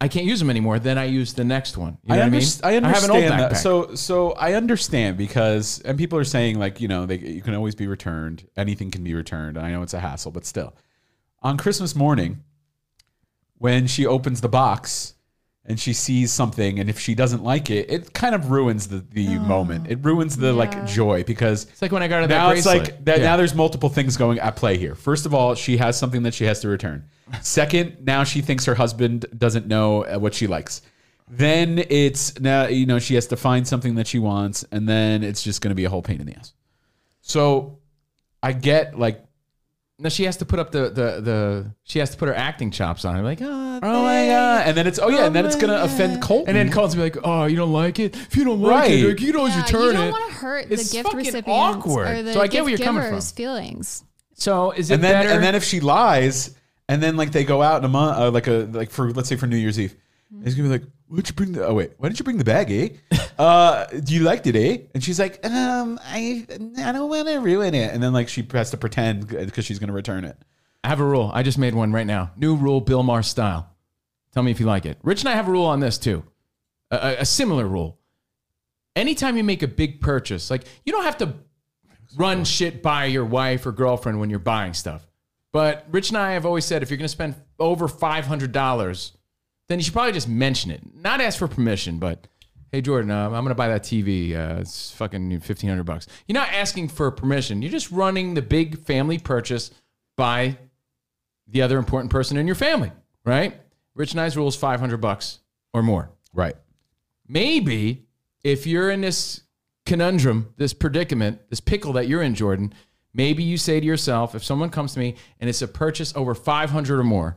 Speaker 1: I can't use them anymore. Then I use the next one. You know
Speaker 11: I,
Speaker 1: what
Speaker 11: underst-
Speaker 1: I
Speaker 11: I
Speaker 1: mean?
Speaker 11: understand.
Speaker 1: I have an old
Speaker 11: that.
Speaker 1: backpack.
Speaker 11: So so I understand because and people are saying like you know they, you can always be returned. Anything can be returned. And I know it's a hassle, but still, on Christmas morning, when she opens the box and she sees something, and if she doesn't like it, it kind of ruins the the moment. It ruins the like joy because
Speaker 1: it's like when I got her that
Speaker 11: now it's
Speaker 1: bracelet.
Speaker 11: like that,
Speaker 1: Yeah.
Speaker 11: now there's multiple things going at play here. First of all, she has something that she has to return. Second, now she thinks her husband doesn't know uh, what she likes. Then it's now you know she has to find something that she wants, and then it's just going to be a whole pain in the ass. So I get like
Speaker 1: now she has to put up the, the the she has to put her acting chops on. I'm like, oh,
Speaker 11: oh my god, and then it's oh yeah, and then it's going to offend Colton,
Speaker 1: and then Colton's gonna be like, oh, you don't like it? If you don't like it,
Speaker 11: Right.
Speaker 1: like, you can always
Speaker 10: Yeah,
Speaker 1: return
Speaker 10: you don't
Speaker 1: it.
Speaker 10: want to hurt
Speaker 1: It's
Speaker 10: the gift
Speaker 1: fucking
Speaker 10: recipients
Speaker 1: awkward.
Speaker 10: or the
Speaker 1: So I get where
Speaker 10: gift
Speaker 1: you're coming
Speaker 10: giver's
Speaker 1: from.
Speaker 10: feelings.
Speaker 1: so is it
Speaker 11: and then
Speaker 1: better?
Speaker 11: and then if she lies, and then like they go out in a month, uh, like a like for let's say for New Year's Eve,
Speaker 10: Mm-hmm.
Speaker 11: it's gonna be like, what'd you bring? The, oh wait, why didn't you bring the bag? Eh? <laughs> uh, do you liked it? Eh? And she's like, um, I I don't want to ruin it. And then like she has to pretend because she's gonna return it.
Speaker 1: I have a rule. I just made one right now. New rule, Bill Maher style. Tell me if you like it. Rich and I have a rule on this too, a, a- a similar rule. Anytime you make a big purchase, like you don't have to run shit by your wife or girlfriend when you're buying stuff. But Rich and I have always said if you're going to spend over $500, then you should probably just mention it. Not ask for permission, but hey, Jordan, uh, I'm going to buy that TV. Uh, it's fucking 1500 bucks. You're not asking for permission. You're just running the big family purchase by the other important person in your family, right? Rich and I's rule is 500 bucks or more.
Speaker 11: Right.
Speaker 1: Maybe if you're in this conundrum, this predicament, this pickle that you're in, Jordan, maybe you say to yourself, if someone comes to me and it's a purchase over 500 or more,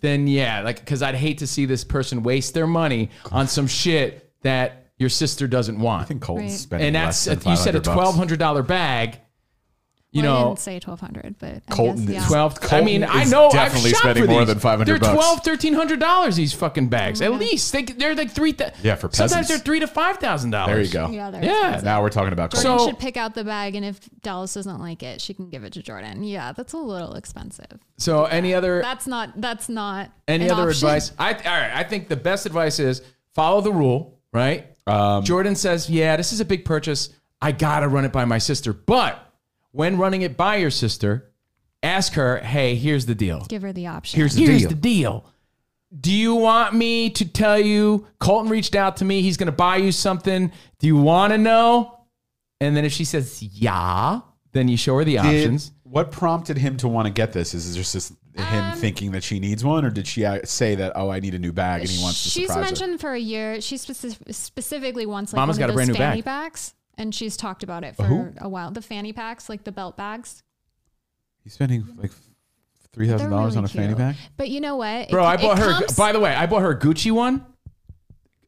Speaker 1: then yeah, like, because I'd hate to see this person waste their money on some shit that your sister doesn't want.
Speaker 11: I think Colton's
Speaker 10: Right.
Speaker 11: spending
Speaker 1: and
Speaker 11: less
Speaker 1: that's,
Speaker 11: than
Speaker 1: you said a
Speaker 11: $500 bucks.
Speaker 1: $1,200 bag. You
Speaker 10: well, I
Speaker 1: know,
Speaker 10: didn't say twelve hundred, but I
Speaker 11: Colton
Speaker 10: guess,
Speaker 11: is
Speaker 10: yeah.
Speaker 1: 12 I
Speaker 11: Colton
Speaker 1: mean, I
Speaker 11: is
Speaker 1: know
Speaker 11: definitely
Speaker 1: I've shopped
Speaker 11: spending
Speaker 1: for
Speaker 11: more
Speaker 1: these.
Speaker 11: than 500
Speaker 1: They're
Speaker 11: bucks. Mm.
Speaker 1: twelve, thirteen hundred dollars. These fucking bags, at least they, they're like three. Th-
Speaker 11: Yeah, for
Speaker 1: sometimes
Speaker 11: peasants.
Speaker 1: they're three to five thousand dollars.
Speaker 11: There you go.
Speaker 10: Yeah, they're
Speaker 1: Yeah.
Speaker 10: expensive.
Speaker 11: Now we're talking about Colton.
Speaker 10: Jordan
Speaker 1: So-
Speaker 10: should pick out the bag, and if Dallas doesn't like it, she can give it to Jordan. Yeah, that's a little expensive.
Speaker 1: So, any other
Speaker 10: That's not. That's not.
Speaker 1: any
Speaker 10: an
Speaker 1: other
Speaker 10: option.
Speaker 1: advice? I all right. I think the best advice is follow the rule. Right.
Speaker 11: Um,
Speaker 1: Jordan says, "Yeah, this is a big purchase. I gotta run it by my sister." But when running it by your sister, ask her, "Hey, here's the deal.
Speaker 10: Give her the option.
Speaker 1: Here's the deal. Do you want me to tell you? Colton reached out to me. He's going to buy you something. Do you want to know? And then if she says yeah, then you show her the
Speaker 11: Did-
Speaker 1: options.
Speaker 11: What prompted him to want to get this? Is it just this, him
Speaker 10: Um,
Speaker 11: thinking that she needs one, or did she uh, say that oh I need a new bag and he wants to
Speaker 10: She's
Speaker 11: surprise her?
Speaker 10: mentioned for a year. She specif- specifically wants like
Speaker 11: Mama's
Speaker 10: one
Speaker 11: got a
Speaker 10: of those
Speaker 11: brand new
Speaker 10: fanny
Speaker 11: bag.
Speaker 10: packs, and she's talked about it for
Speaker 11: A who?
Speaker 10: a while. The fanny packs, like the belt bags.
Speaker 11: He's spending like three thousand dollars on a fanny pack.
Speaker 10: But you know what, It
Speaker 1: Bro,
Speaker 10: c-
Speaker 1: I
Speaker 10: it
Speaker 1: bought her.
Speaker 10: comes-
Speaker 1: By the way, I bought her a Gucci one.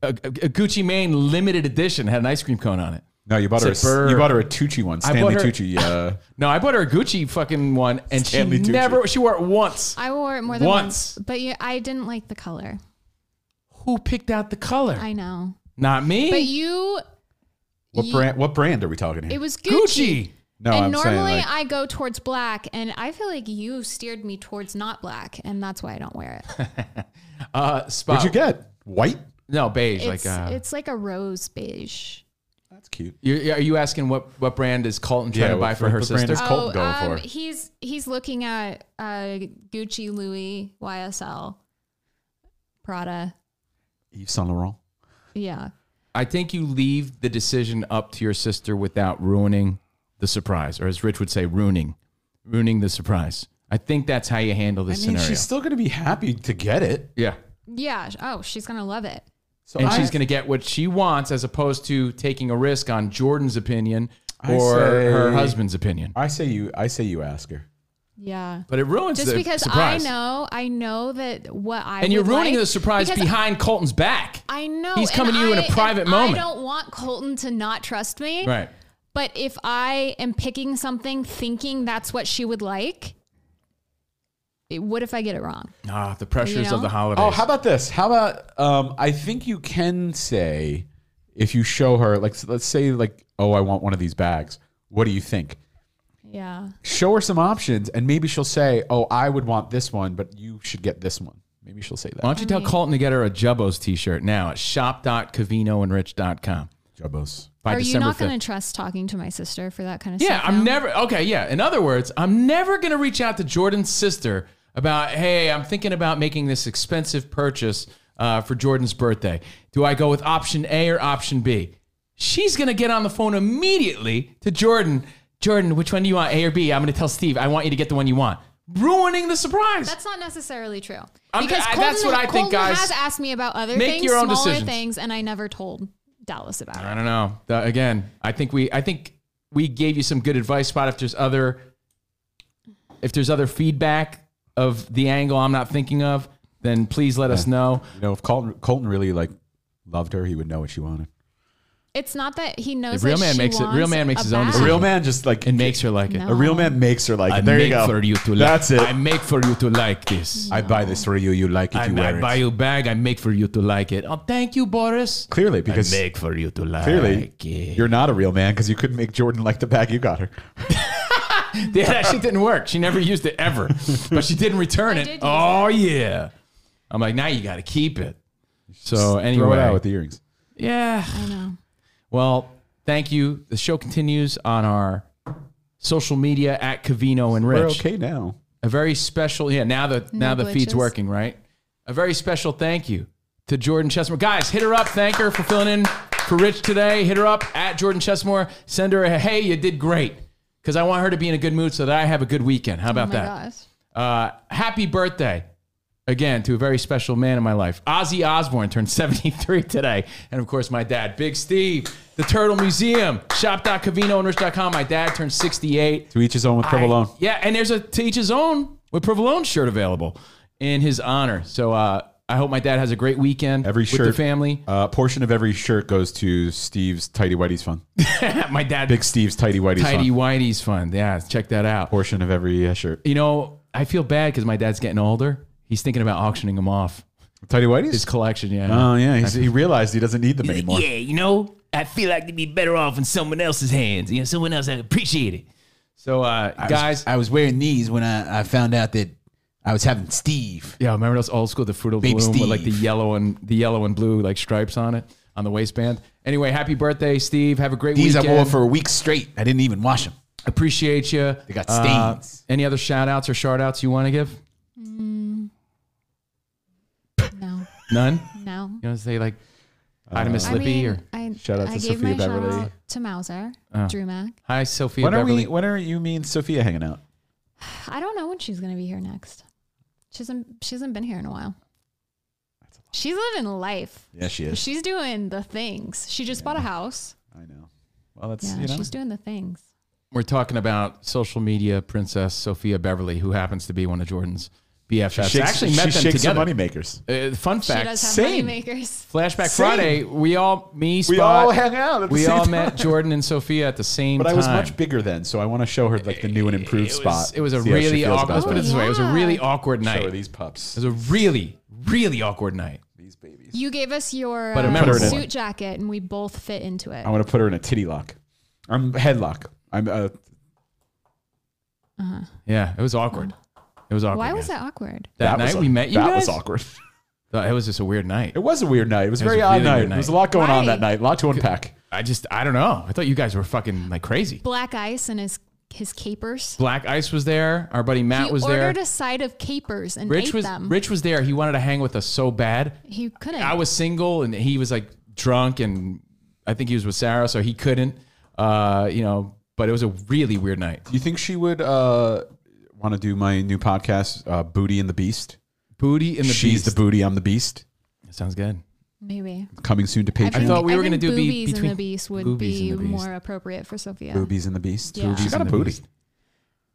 Speaker 1: A, a- a Gucci Mane limited edition had an ice cream cone on it.
Speaker 11: No, you bought her. A,
Speaker 1: Said, "Brr."
Speaker 11: you bought her a Tucci one,
Speaker 1: I bought
Speaker 11: Stanley
Speaker 1: her-
Speaker 11: Tucci. Uh,
Speaker 1: No, I bought her a Gucci fucking one, and
Speaker 11: Stanley
Speaker 1: she
Speaker 11: Tucci.
Speaker 1: never. She wore it once.
Speaker 10: I wore it more than
Speaker 1: Once.
Speaker 10: once, but you, I didn't like the color.
Speaker 1: Who picked out the color?
Speaker 10: I know,
Speaker 1: Not me.
Speaker 10: but you.
Speaker 11: what
Speaker 10: you-
Speaker 11: brand? What brand are we talking here?
Speaker 10: It was Gucci.
Speaker 11: No,
Speaker 10: and
Speaker 11: I'm saying
Speaker 10: normally
Speaker 11: like,
Speaker 10: I go towards black, and I feel like you steered me towards not black, and that's why I don't wear it.
Speaker 1: Uh, spot.
Speaker 11: what'd you get? White.
Speaker 1: No, beige.
Speaker 10: it's,
Speaker 1: like, uh,
Speaker 10: it's like a rose beige.
Speaker 11: that's cute.
Speaker 1: you are you asking what what brand is Colton trying to
Speaker 11: Yeah,
Speaker 1: buy
Speaker 11: what-
Speaker 1: for her
Speaker 11: what brand
Speaker 1: sister?
Speaker 11: is Colton going
Speaker 10: Um, he's he's looking at uh, Gucci, Louis, YSL, Prada.
Speaker 11: Yves Saint Laurent.
Speaker 10: Yeah,
Speaker 1: I think you leave the decision up to your sister without ruining the surprise, or as Rich would say, ruining, ruining the surprise. I think that's how you handle
Speaker 11: I mean,
Speaker 1: this scenario.
Speaker 11: she's still going to be happy to get it.
Speaker 1: yeah,
Speaker 10: yeah. Oh, she's gonna love it.
Speaker 11: So
Speaker 1: and
Speaker 11: I-
Speaker 1: she's going to get what she wants, as opposed to taking a risk on Jordan's opinion
Speaker 11: I
Speaker 1: or
Speaker 11: say-
Speaker 1: her husband's opinion.
Speaker 11: I say you. I say you ask her.
Speaker 10: Yeah.
Speaker 1: But it ruins
Speaker 10: Just
Speaker 1: the
Speaker 10: because
Speaker 1: surprise.
Speaker 10: I know, I know that what I
Speaker 1: And you're
Speaker 10: would
Speaker 1: ruining
Speaker 10: like-
Speaker 1: the surprise
Speaker 10: because
Speaker 1: behind Colton's back.
Speaker 10: I know
Speaker 1: He's
Speaker 10: and
Speaker 1: coming to you in a
Speaker 10: I- and
Speaker 1: private moment.
Speaker 10: I don't want Colton to not trust me.
Speaker 1: Right.
Speaker 10: But if I am picking something thinking that's what she would like, it, what if I get it wrong?
Speaker 1: Ah, the pressures
Speaker 10: You know?
Speaker 1: of the holidays.
Speaker 11: Oh, how about this? How about um, I think you can say if you show her like s- let's say like oh I want one of these bags. What do you think?
Speaker 10: Yeah.
Speaker 11: Show her some options and maybe she'll say, "Oh, I would want this one, but you should get this one." Maybe she'll say that.
Speaker 1: Why don't you tell Colton to get her a Jubbos t-shirt now at shop.cavinoandrich.com.
Speaker 11: Jubbos.
Speaker 1: By
Speaker 10: Are you
Speaker 1: December
Speaker 10: not going
Speaker 1: 5th.
Speaker 10: to trust talking to my sister for that kind of
Speaker 1: Yeah,
Speaker 10: stuff?
Speaker 1: I'm
Speaker 10: now?
Speaker 1: never okay. Yeah, in other words, I'm never gonna reach out to Jordan's sister about hey, I'm thinking about making this expensive purchase uh, for Jordan's birthday. Do I go with option A or option B? She's gonna get on the phone immediately to Jordan. Jordan, which one do you want, A or B? I'm gonna tell Steve. I want you to get the one you want. Ruining the surprise.
Speaker 10: That's not necessarily true.
Speaker 1: I'm-
Speaker 10: because
Speaker 1: I-
Speaker 10: Colton,
Speaker 1: that's what I think,
Speaker 10: Colton
Speaker 1: guys.
Speaker 10: has asked me about other
Speaker 1: Make
Speaker 10: things,
Speaker 1: your own
Speaker 10: smaller
Speaker 1: decisions.
Speaker 10: things, and I never told Dallas about it.
Speaker 1: I don't know. Uh, again, I think we I think we gave you some good advice. Spot if there's other if there's other feedback of the angle I'm not thinking of, then please let us know.
Speaker 11: You know, if Colton Colton really like loved her, he would know what she wanted.
Speaker 10: It's not that he knows.
Speaker 1: The real
Speaker 10: that
Speaker 1: man
Speaker 10: she
Speaker 1: makes it-
Speaker 10: wants
Speaker 1: real man makes
Speaker 10: a
Speaker 1: his own
Speaker 10: bag.
Speaker 11: A real man just like
Speaker 1: It makes her like it.
Speaker 10: No.
Speaker 11: a real man makes her like
Speaker 1: I
Speaker 11: it. Ah, There
Speaker 1: make
Speaker 11: you go.
Speaker 1: for you to
Speaker 11: That's
Speaker 1: like.
Speaker 11: it.
Speaker 1: I make for you to like this.
Speaker 11: I buy this for you. You like it.
Speaker 1: I,
Speaker 11: you
Speaker 1: I
Speaker 11: wear
Speaker 1: buy
Speaker 11: it.
Speaker 1: you a bag. I make for you to like it. Oh, thank you, Boris.
Speaker 11: Clearly, because
Speaker 1: I make for you to like
Speaker 11: clearly
Speaker 1: it.
Speaker 11: you're not a real man because you couldn't make Jordan like the bag you got her.
Speaker 1: <laughs> Yeah, that shit didn't work. She never used it ever, but she didn't return it. oh yeah. I'm like, now you got to keep it. So anyway,
Speaker 11: Throw it out with the earrings.
Speaker 1: Yeah.
Speaker 10: I know.
Speaker 1: Well, thank you. The show continues on our social media at Cavino and Rich.
Speaker 11: We're okay now.
Speaker 1: A very special, yeah. Now the
Speaker 10: No
Speaker 1: now the feed's
Speaker 10: glitches.
Speaker 1: working, right? A very special thank you to Jordan Chesmore. Guys, hit her up. Thank her for filling in for Rich today. Hit her up at Jordan Chesmore. Send her a hey, you did great. Because I want her to be in a good mood so that I have a good weekend. How about
Speaker 10: oh my
Speaker 1: that?
Speaker 10: gosh.
Speaker 1: Uh, happy birthday again to a very special man in my life. Ozzy Osbourne turned 73 today. And of course, my dad, Big Steve, the Turtle Museum, shop.cavinoandrich.com. My dad turned 68.
Speaker 11: To each his own with provolone.
Speaker 1: I- yeah, and there's a to each his own with provolone shirt available in his honor. So uh, I hope my dad has a great weekend
Speaker 11: Every
Speaker 1: with
Speaker 11: shirt,
Speaker 1: the family.
Speaker 11: Uh, portion of every shirt goes to Steve's Tidy Whitey's fund.
Speaker 1: <laughs> my dad,
Speaker 11: Uh, Big Steve's Tidy Whitey's
Speaker 1: Tidy
Speaker 11: fund.
Speaker 1: Whitey's fund. Yeah, check that out.
Speaker 11: Portion of every uh, shirt.
Speaker 1: You know, I feel bad because my dad's getting older. He's thinking about auctioning them off.
Speaker 11: Tidy
Speaker 1: His
Speaker 11: Whitey's.
Speaker 1: collection, yeah.
Speaker 11: Oh yeah, he's, he realized he doesn't need them anymore.
Speaker 1: Yeah, you know, I feel like they'd be better off in someone else's hands. You know, someone else that appreciate it. So, uh, guys,
Speaker 15: I was wearing these when I, I found out that I was having Steve.
Speaker 1: yeah, remember those old school, the Fruit of the
Speaker 15: Baby
Speaker 1: Loom with like the
Speaker 15: Steve.
Speaker 1: yellow and the yellow and blue like stripes on it on the waistband. Anyway, happy birthday, Steve. Have a great
Speaker 15: These
Speaker 1: weekend.
Speaker 15: I wore for
Speaker 11: Uh,
Speaker 15: a week straight. I didn't even wash them.
Speaker 1: Appreciate you.
Speaker 15: They got
Speaker 1: Uh,
Speaker 15: stains.
Speaker 1: any other shout outs or shout outs you want to give?
Speaker 10: No,
Speaker 1: None?
Speaker 10: no.
Speaker 1: You want to say like hi to Miss
Speaker 10: I
Speaker 1: Lippy
Speaker 10: mean,
Speaker 1: or
Speaker 10: I,
Speaker 11: Shout out
Speaker 10: I
Speaker 11: to
Speaker 10: gave
Speaker 11: Sophia
Speaker 10: my shout
Speaker 11: Beverly.
Speaker 10: out to Mauser,
Speaker 1: Oh.
Speaker 10: Drew Mac.
Speaker 1: hi Sophia
Speaker 11: When are
Speaker 1: Beverly?
Speaker 11: we? When are you? Me and Sophia hanging out?
Speaker 10: I don't know when she's going to be here next. She hasn't, she hasn't been here in a while. She's living life.
Speaker 11: Yeah, she is.
Speaker 10: She's doing the things. She just bought a house.
Speaker 11: I know. Well, that's
Speaker 10: Yeah,
Speaker 11: you know.
Speaker 10: she's doing the things.
Speaker 1: We're talking about social media princess Sophia Beverly, who happens to be one of Jordan's BFFs.
Speaker 11: She shakes-
Speaker 1: I actually met
Speaker 11: she
Speaker 1: them
Speaker 11: shakes the
Speaker 1: together.
Speaker 11: moneymakers.
Speaker 1: Uh, fun
Speaker 10: She
Speaker 1: fact:
Speaker 10: does have
Speaker 1: same.
Speaker 10: moneymakers.
Speaker 1: Flashback
Speaker 11: Same.
Speaker 1: Friday. We all, me, Spot,
Speaker 11: We all hung out at the
Speaker 1: we
Speaker 11: same
Speaker 1: all
Speaker 11: time.
Speaker 1: met Jordan and Sophia at the same
Speaker 11: But
Speaker 1: time.
Speaker 11: I was much bigger then, so I want to show her like the new and
Speaker 1: it
Speaker 11: improved
Speaker 1: was,
Speaker 11: spot.
Speaker 1: It was a
Speaker 11: See how she
Speaker 1: really
Speaker 11: feels
Speaker 1: awkward.
Speaker 11: about
Speaker 1: Let's put it
Speaker 11: that.
Speaker 1: this way: it was a really awkward
Speaker 11: Show
Speaker 1: night.
Speaker 11: her these pups.
Speaker 1: It was a really, really awkward night.
Speaker 10: You gave us your
Speaker 11: But I
Speaker 10: uh,
Speaker 11: remember it.
Speaker 10: suit jacket, and we both fit into it.
Speaker 11: I want to put her in a titty lock. I'm headlock. I'm uh,
Speaker 10: Uh-huh.
Speaker 1: Yeah, it was awkward. It was awkward.
Speaker 10: Why
Speaker 1: yeah.
Speaker 10: was that awkward?
Speaker 1: That,
Speaker 11: That was
Speaker 1: night
Speaker 11: a-
Speaker 1: we met you
Speaker 11: that was
Speaker 1: guys?
Speaker 11: awkward.
Speaker 1: It was just a weird night.
Speaker 11: It was a weird night. It was
Speaker 1: It
Speaker 11: a
Speaker 1: was
Speaker 11: very
Speaker 1: a
Speaker 11: odd
Speaker 1: really
Speaker 11: night.
Speaker 1: weird
Speaker 11: There was a
Speaker 1: night.
Speaker 11: lot going on
Speaker 10: Why?
Speaker 11: that night. A lot to unpack.
Speaker 1: I just, I don't know. I thought you guys were fucking like crazy.
Speaker 10: Black ice and his his capers.
Speaker 1: Black Ice was there. Our buddy Matt
Speaker 10: he
Speaker 1: was there.
Speaker 10: ordered a side of capers and
Speaker 1: Rich
Speaker 10: ate
Speaker 1: was
Speaker 10: them.
Speaker 1: Rich was there. He wanted to hang with us so bad.
Speaker 10: He couldn't.
Speaker 1: I was single and he was like drunk and I think he was with Sarah, so he couldn't. Uh, you know, but it was a really weird night.
Speaker 11: Do you think she would uh, want to do my new podcast, uh, Booty and the Beast?
Speaker 1: Booty and the
Speaker 11: She's
Speaker 1: Beast.
Speaker 11: the booty. I'm the beast.
Speaker 1: That sounds good.
Speaker 10: Maybe.
Speaker 11: Coming soon to
Speaker 10: I,
Speaker 11: Patreon.
Speaker 10: think,
Speaker 1: thought we
Speaker 10: I
Speaker 1: were gonna
Speaker 10: think
Speaker 1: do be-
Speaker 10: boobies and the
Speaker 1: between-
Speaker 10: beast would
Speaker 1: Boobies
Speaker 10: be
Speaker 1: and the Beast.
Speaker 10: more appropriate for Sophia.
Speaker 11: Boobies and the Beast.
Speaker 10: Yeah.
Speaker 11: She's got a
Speaker 1: and the
Speaker 11: booty.
Speaker 1: Beast.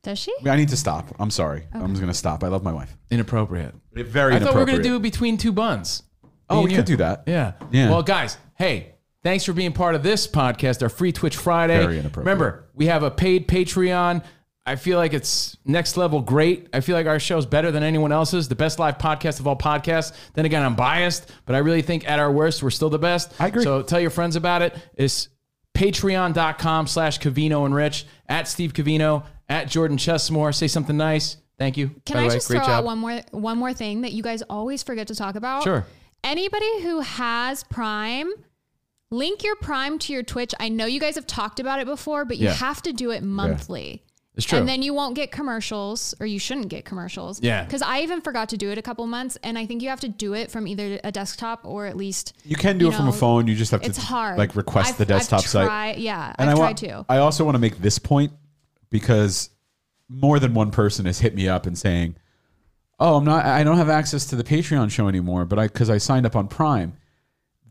Speaker 10: Does she?
Speaker 11: I need to stop. I'm sorry. I'm just gonna stop. I love my wife.
Speaker 1: Inappropriate.
Speaker 11: Very.
Speaker 1: I thought we were gonna
Speaker 11: inappropriate.
Speaker 1: do it between two buns.
Speaker 11: Oh,
Speaker 1: Me
Speaker 11: we
Speaker 1: and
Speaker 11: could
Speaker 1: you.
Speaker 11: do that.
Speaker 1: Yeah.
Speaker 11: Yeah.
Speaker 1: Well, guys, hey, thanks for being part of this podcast, our free Twitch Friday.
Speaker 11: Very inappropriate.
Speaker 1: Remember, we have a paid Patreon. I feel like it's next level great. I feel like our show's better than anyone else's, the best live podcast of all podcasts. Then again, I'm biased, but I really think at our worst, we're still the best. I agree. So tell your friends about it. It's patreon.com slash Cavino and Rich, at Steve Cavino, at Jordan Chessmore. Say something nice. Thank you. by
Speaker 10: Can
Speaker 1: the
Speaker 10: I
Speaker 1: way.
Speaker 10: just
Speaker 1: Great
Speaker 10: throw
Speaker 1: job.
Speaker 10: out one more one more thing that you guys always forget to talk about?
Speaker 1: Sure.
Speaker 10: Anybody who has Prime, link your Prime to your Twitch. I know you guys have talked about it before, but
Speaker 1: Yeah.
Speaker 10: you have to do it monthly.
Speaker 1: It's true.
Speaker 10: And then you won't get commercials, or you shouldn't get commercials.
Speaker 1: Yeah.
Speaker 10: Because I even forgot to do it a couple months, and I think you have to do it from either a desktop or at least
Speaker 11: You can do it from a
Speaker 10: know,
Speaker 11: phone. You just have to
Speaker 10: It's hard.
Speaker 11: like request
Speaker 10: I've-
Speaker 11: the desktop
Speaker 10: I've
Speaker 11: site.
Speaker 10: tried- Yeah,
Speaker 11: And
Speaker 10: I've
Speaker 11: I
Speaker 10: tried
Speaker 11: want,
Speaker 10: to.
Speaker 11: I also want to make this point because more than one person has hit me up and saying, "Oh, I'm not. I don't have access to the Patreon show anymore, but I because I signed up on Prime."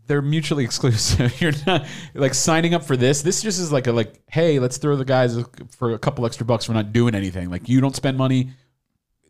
Speaker 11: They're mutually <laughs> exclusive. You're not like signing up for this. This just is like a like, hey, let's throw the guys for a couple extra bucks. We're not doing anything. Like you don't spend money.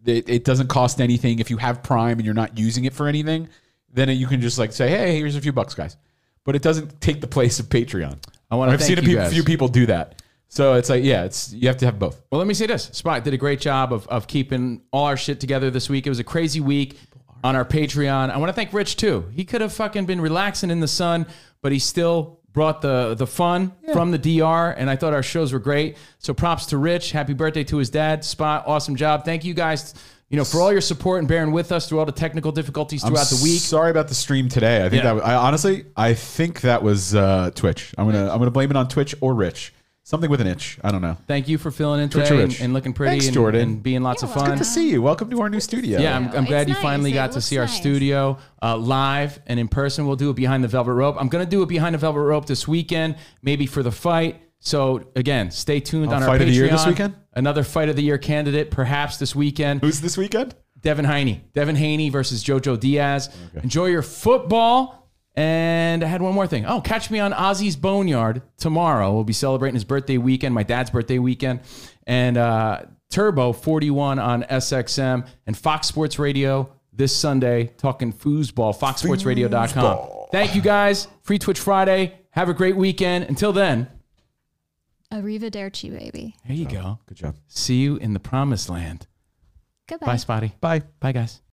Speaker 11: It, it doesn't cost anything. If you have Prime and you're not using it for anything, then you can just like say, hey, here's a few bucks, guys. But it doesn't take the place of Patreon.
Speaker 1: I wanna
Speaker 11: I've
Speaker 1: thank
Speaker 11: seen a
Speaker 1: you
Speaker 11: pe-
Speaker 1: guys.
Speaker 11: few people do that. So it's like, yeah, it's you have to have both.
Speaker 1: Well, let me say this. Spot did a great job of, of keeping all our shit together this week. It was a crazy week on our Patreon. I want to thank Rich too. He could have fucking been relaxing in the sun, but he still brought the the fun from the DR and I thought our shows were great. So props to Rich. Happy birthday to his dad. Spot, awesome job. Thank you guys, you know, for all your support and bearing with us through all the technical difficulties
Speaker 11: I'm
Speaker 1: throughout the week.
Speaker 11: Sorry about the stream today. I think
Speaker 1: Yeah.
Speaker 11: that I honestly, I think that was uh, Twitch. I'm gonna I'm gonna blame it on Twitch or Rich. Something with an itch. I don't know.
Speaker 1: Thank you for filling in
Speaker 11: Twitch
Speaker 1: today
Speaker 11: or
Speaker 1: and,
Speaker 11: Rich.
Speaker 1: and looking pretty
Speaker 11: Thanks,
Speaker 1: and,
Speaker 11: Jordan.
Speaker 1: and being lots of
Speaker 11: It's
Speaker 1: fun.
Speaker 11: good to see you. Welcome to our new studio.
Speaker 1: Yeah, I'm, I'm glad you finally got to see our studio uh, live and in person. We'll do it behind the velvet rope. I'm going to do it behind the velvet rope this weekend, maybe for the fight. So again, stay tuned
Speaker 11: Oh,
Speaker 1: on our
Speaker 11: fight
Speaker 1: Patreon.
Speaker 11: of the year this weekend?
Speaker 1: Another fight of the year candidate, perhaps this weekend.
Speaker 11: Who's this weekend?
Speaker 1: Devin Haney. Devin Haney versus JoJo Diaz. Enjoy your football. And I had one more thing. Oh, catch me on Ozzy's Boneyard tomorrow. We'll be celebrating his birthday weekend, my dad's birthday weekend, and uh, Turbo 41 on SXM and Fox Sports Radio this Sunday, talking foosball, foxsportsradio.com. Thank you guys. Free Twitch Friday. Have a great weekend. Until then,
Speaker 10: Arrivederci, baby.
Speaker 1: there you go.
Speaker 11: Good job.
Speaker 1: See you in the promised land.
Speaker 10: Goodbye.
Speaker 1: Bye, Spotty. Bye. Bye, guys.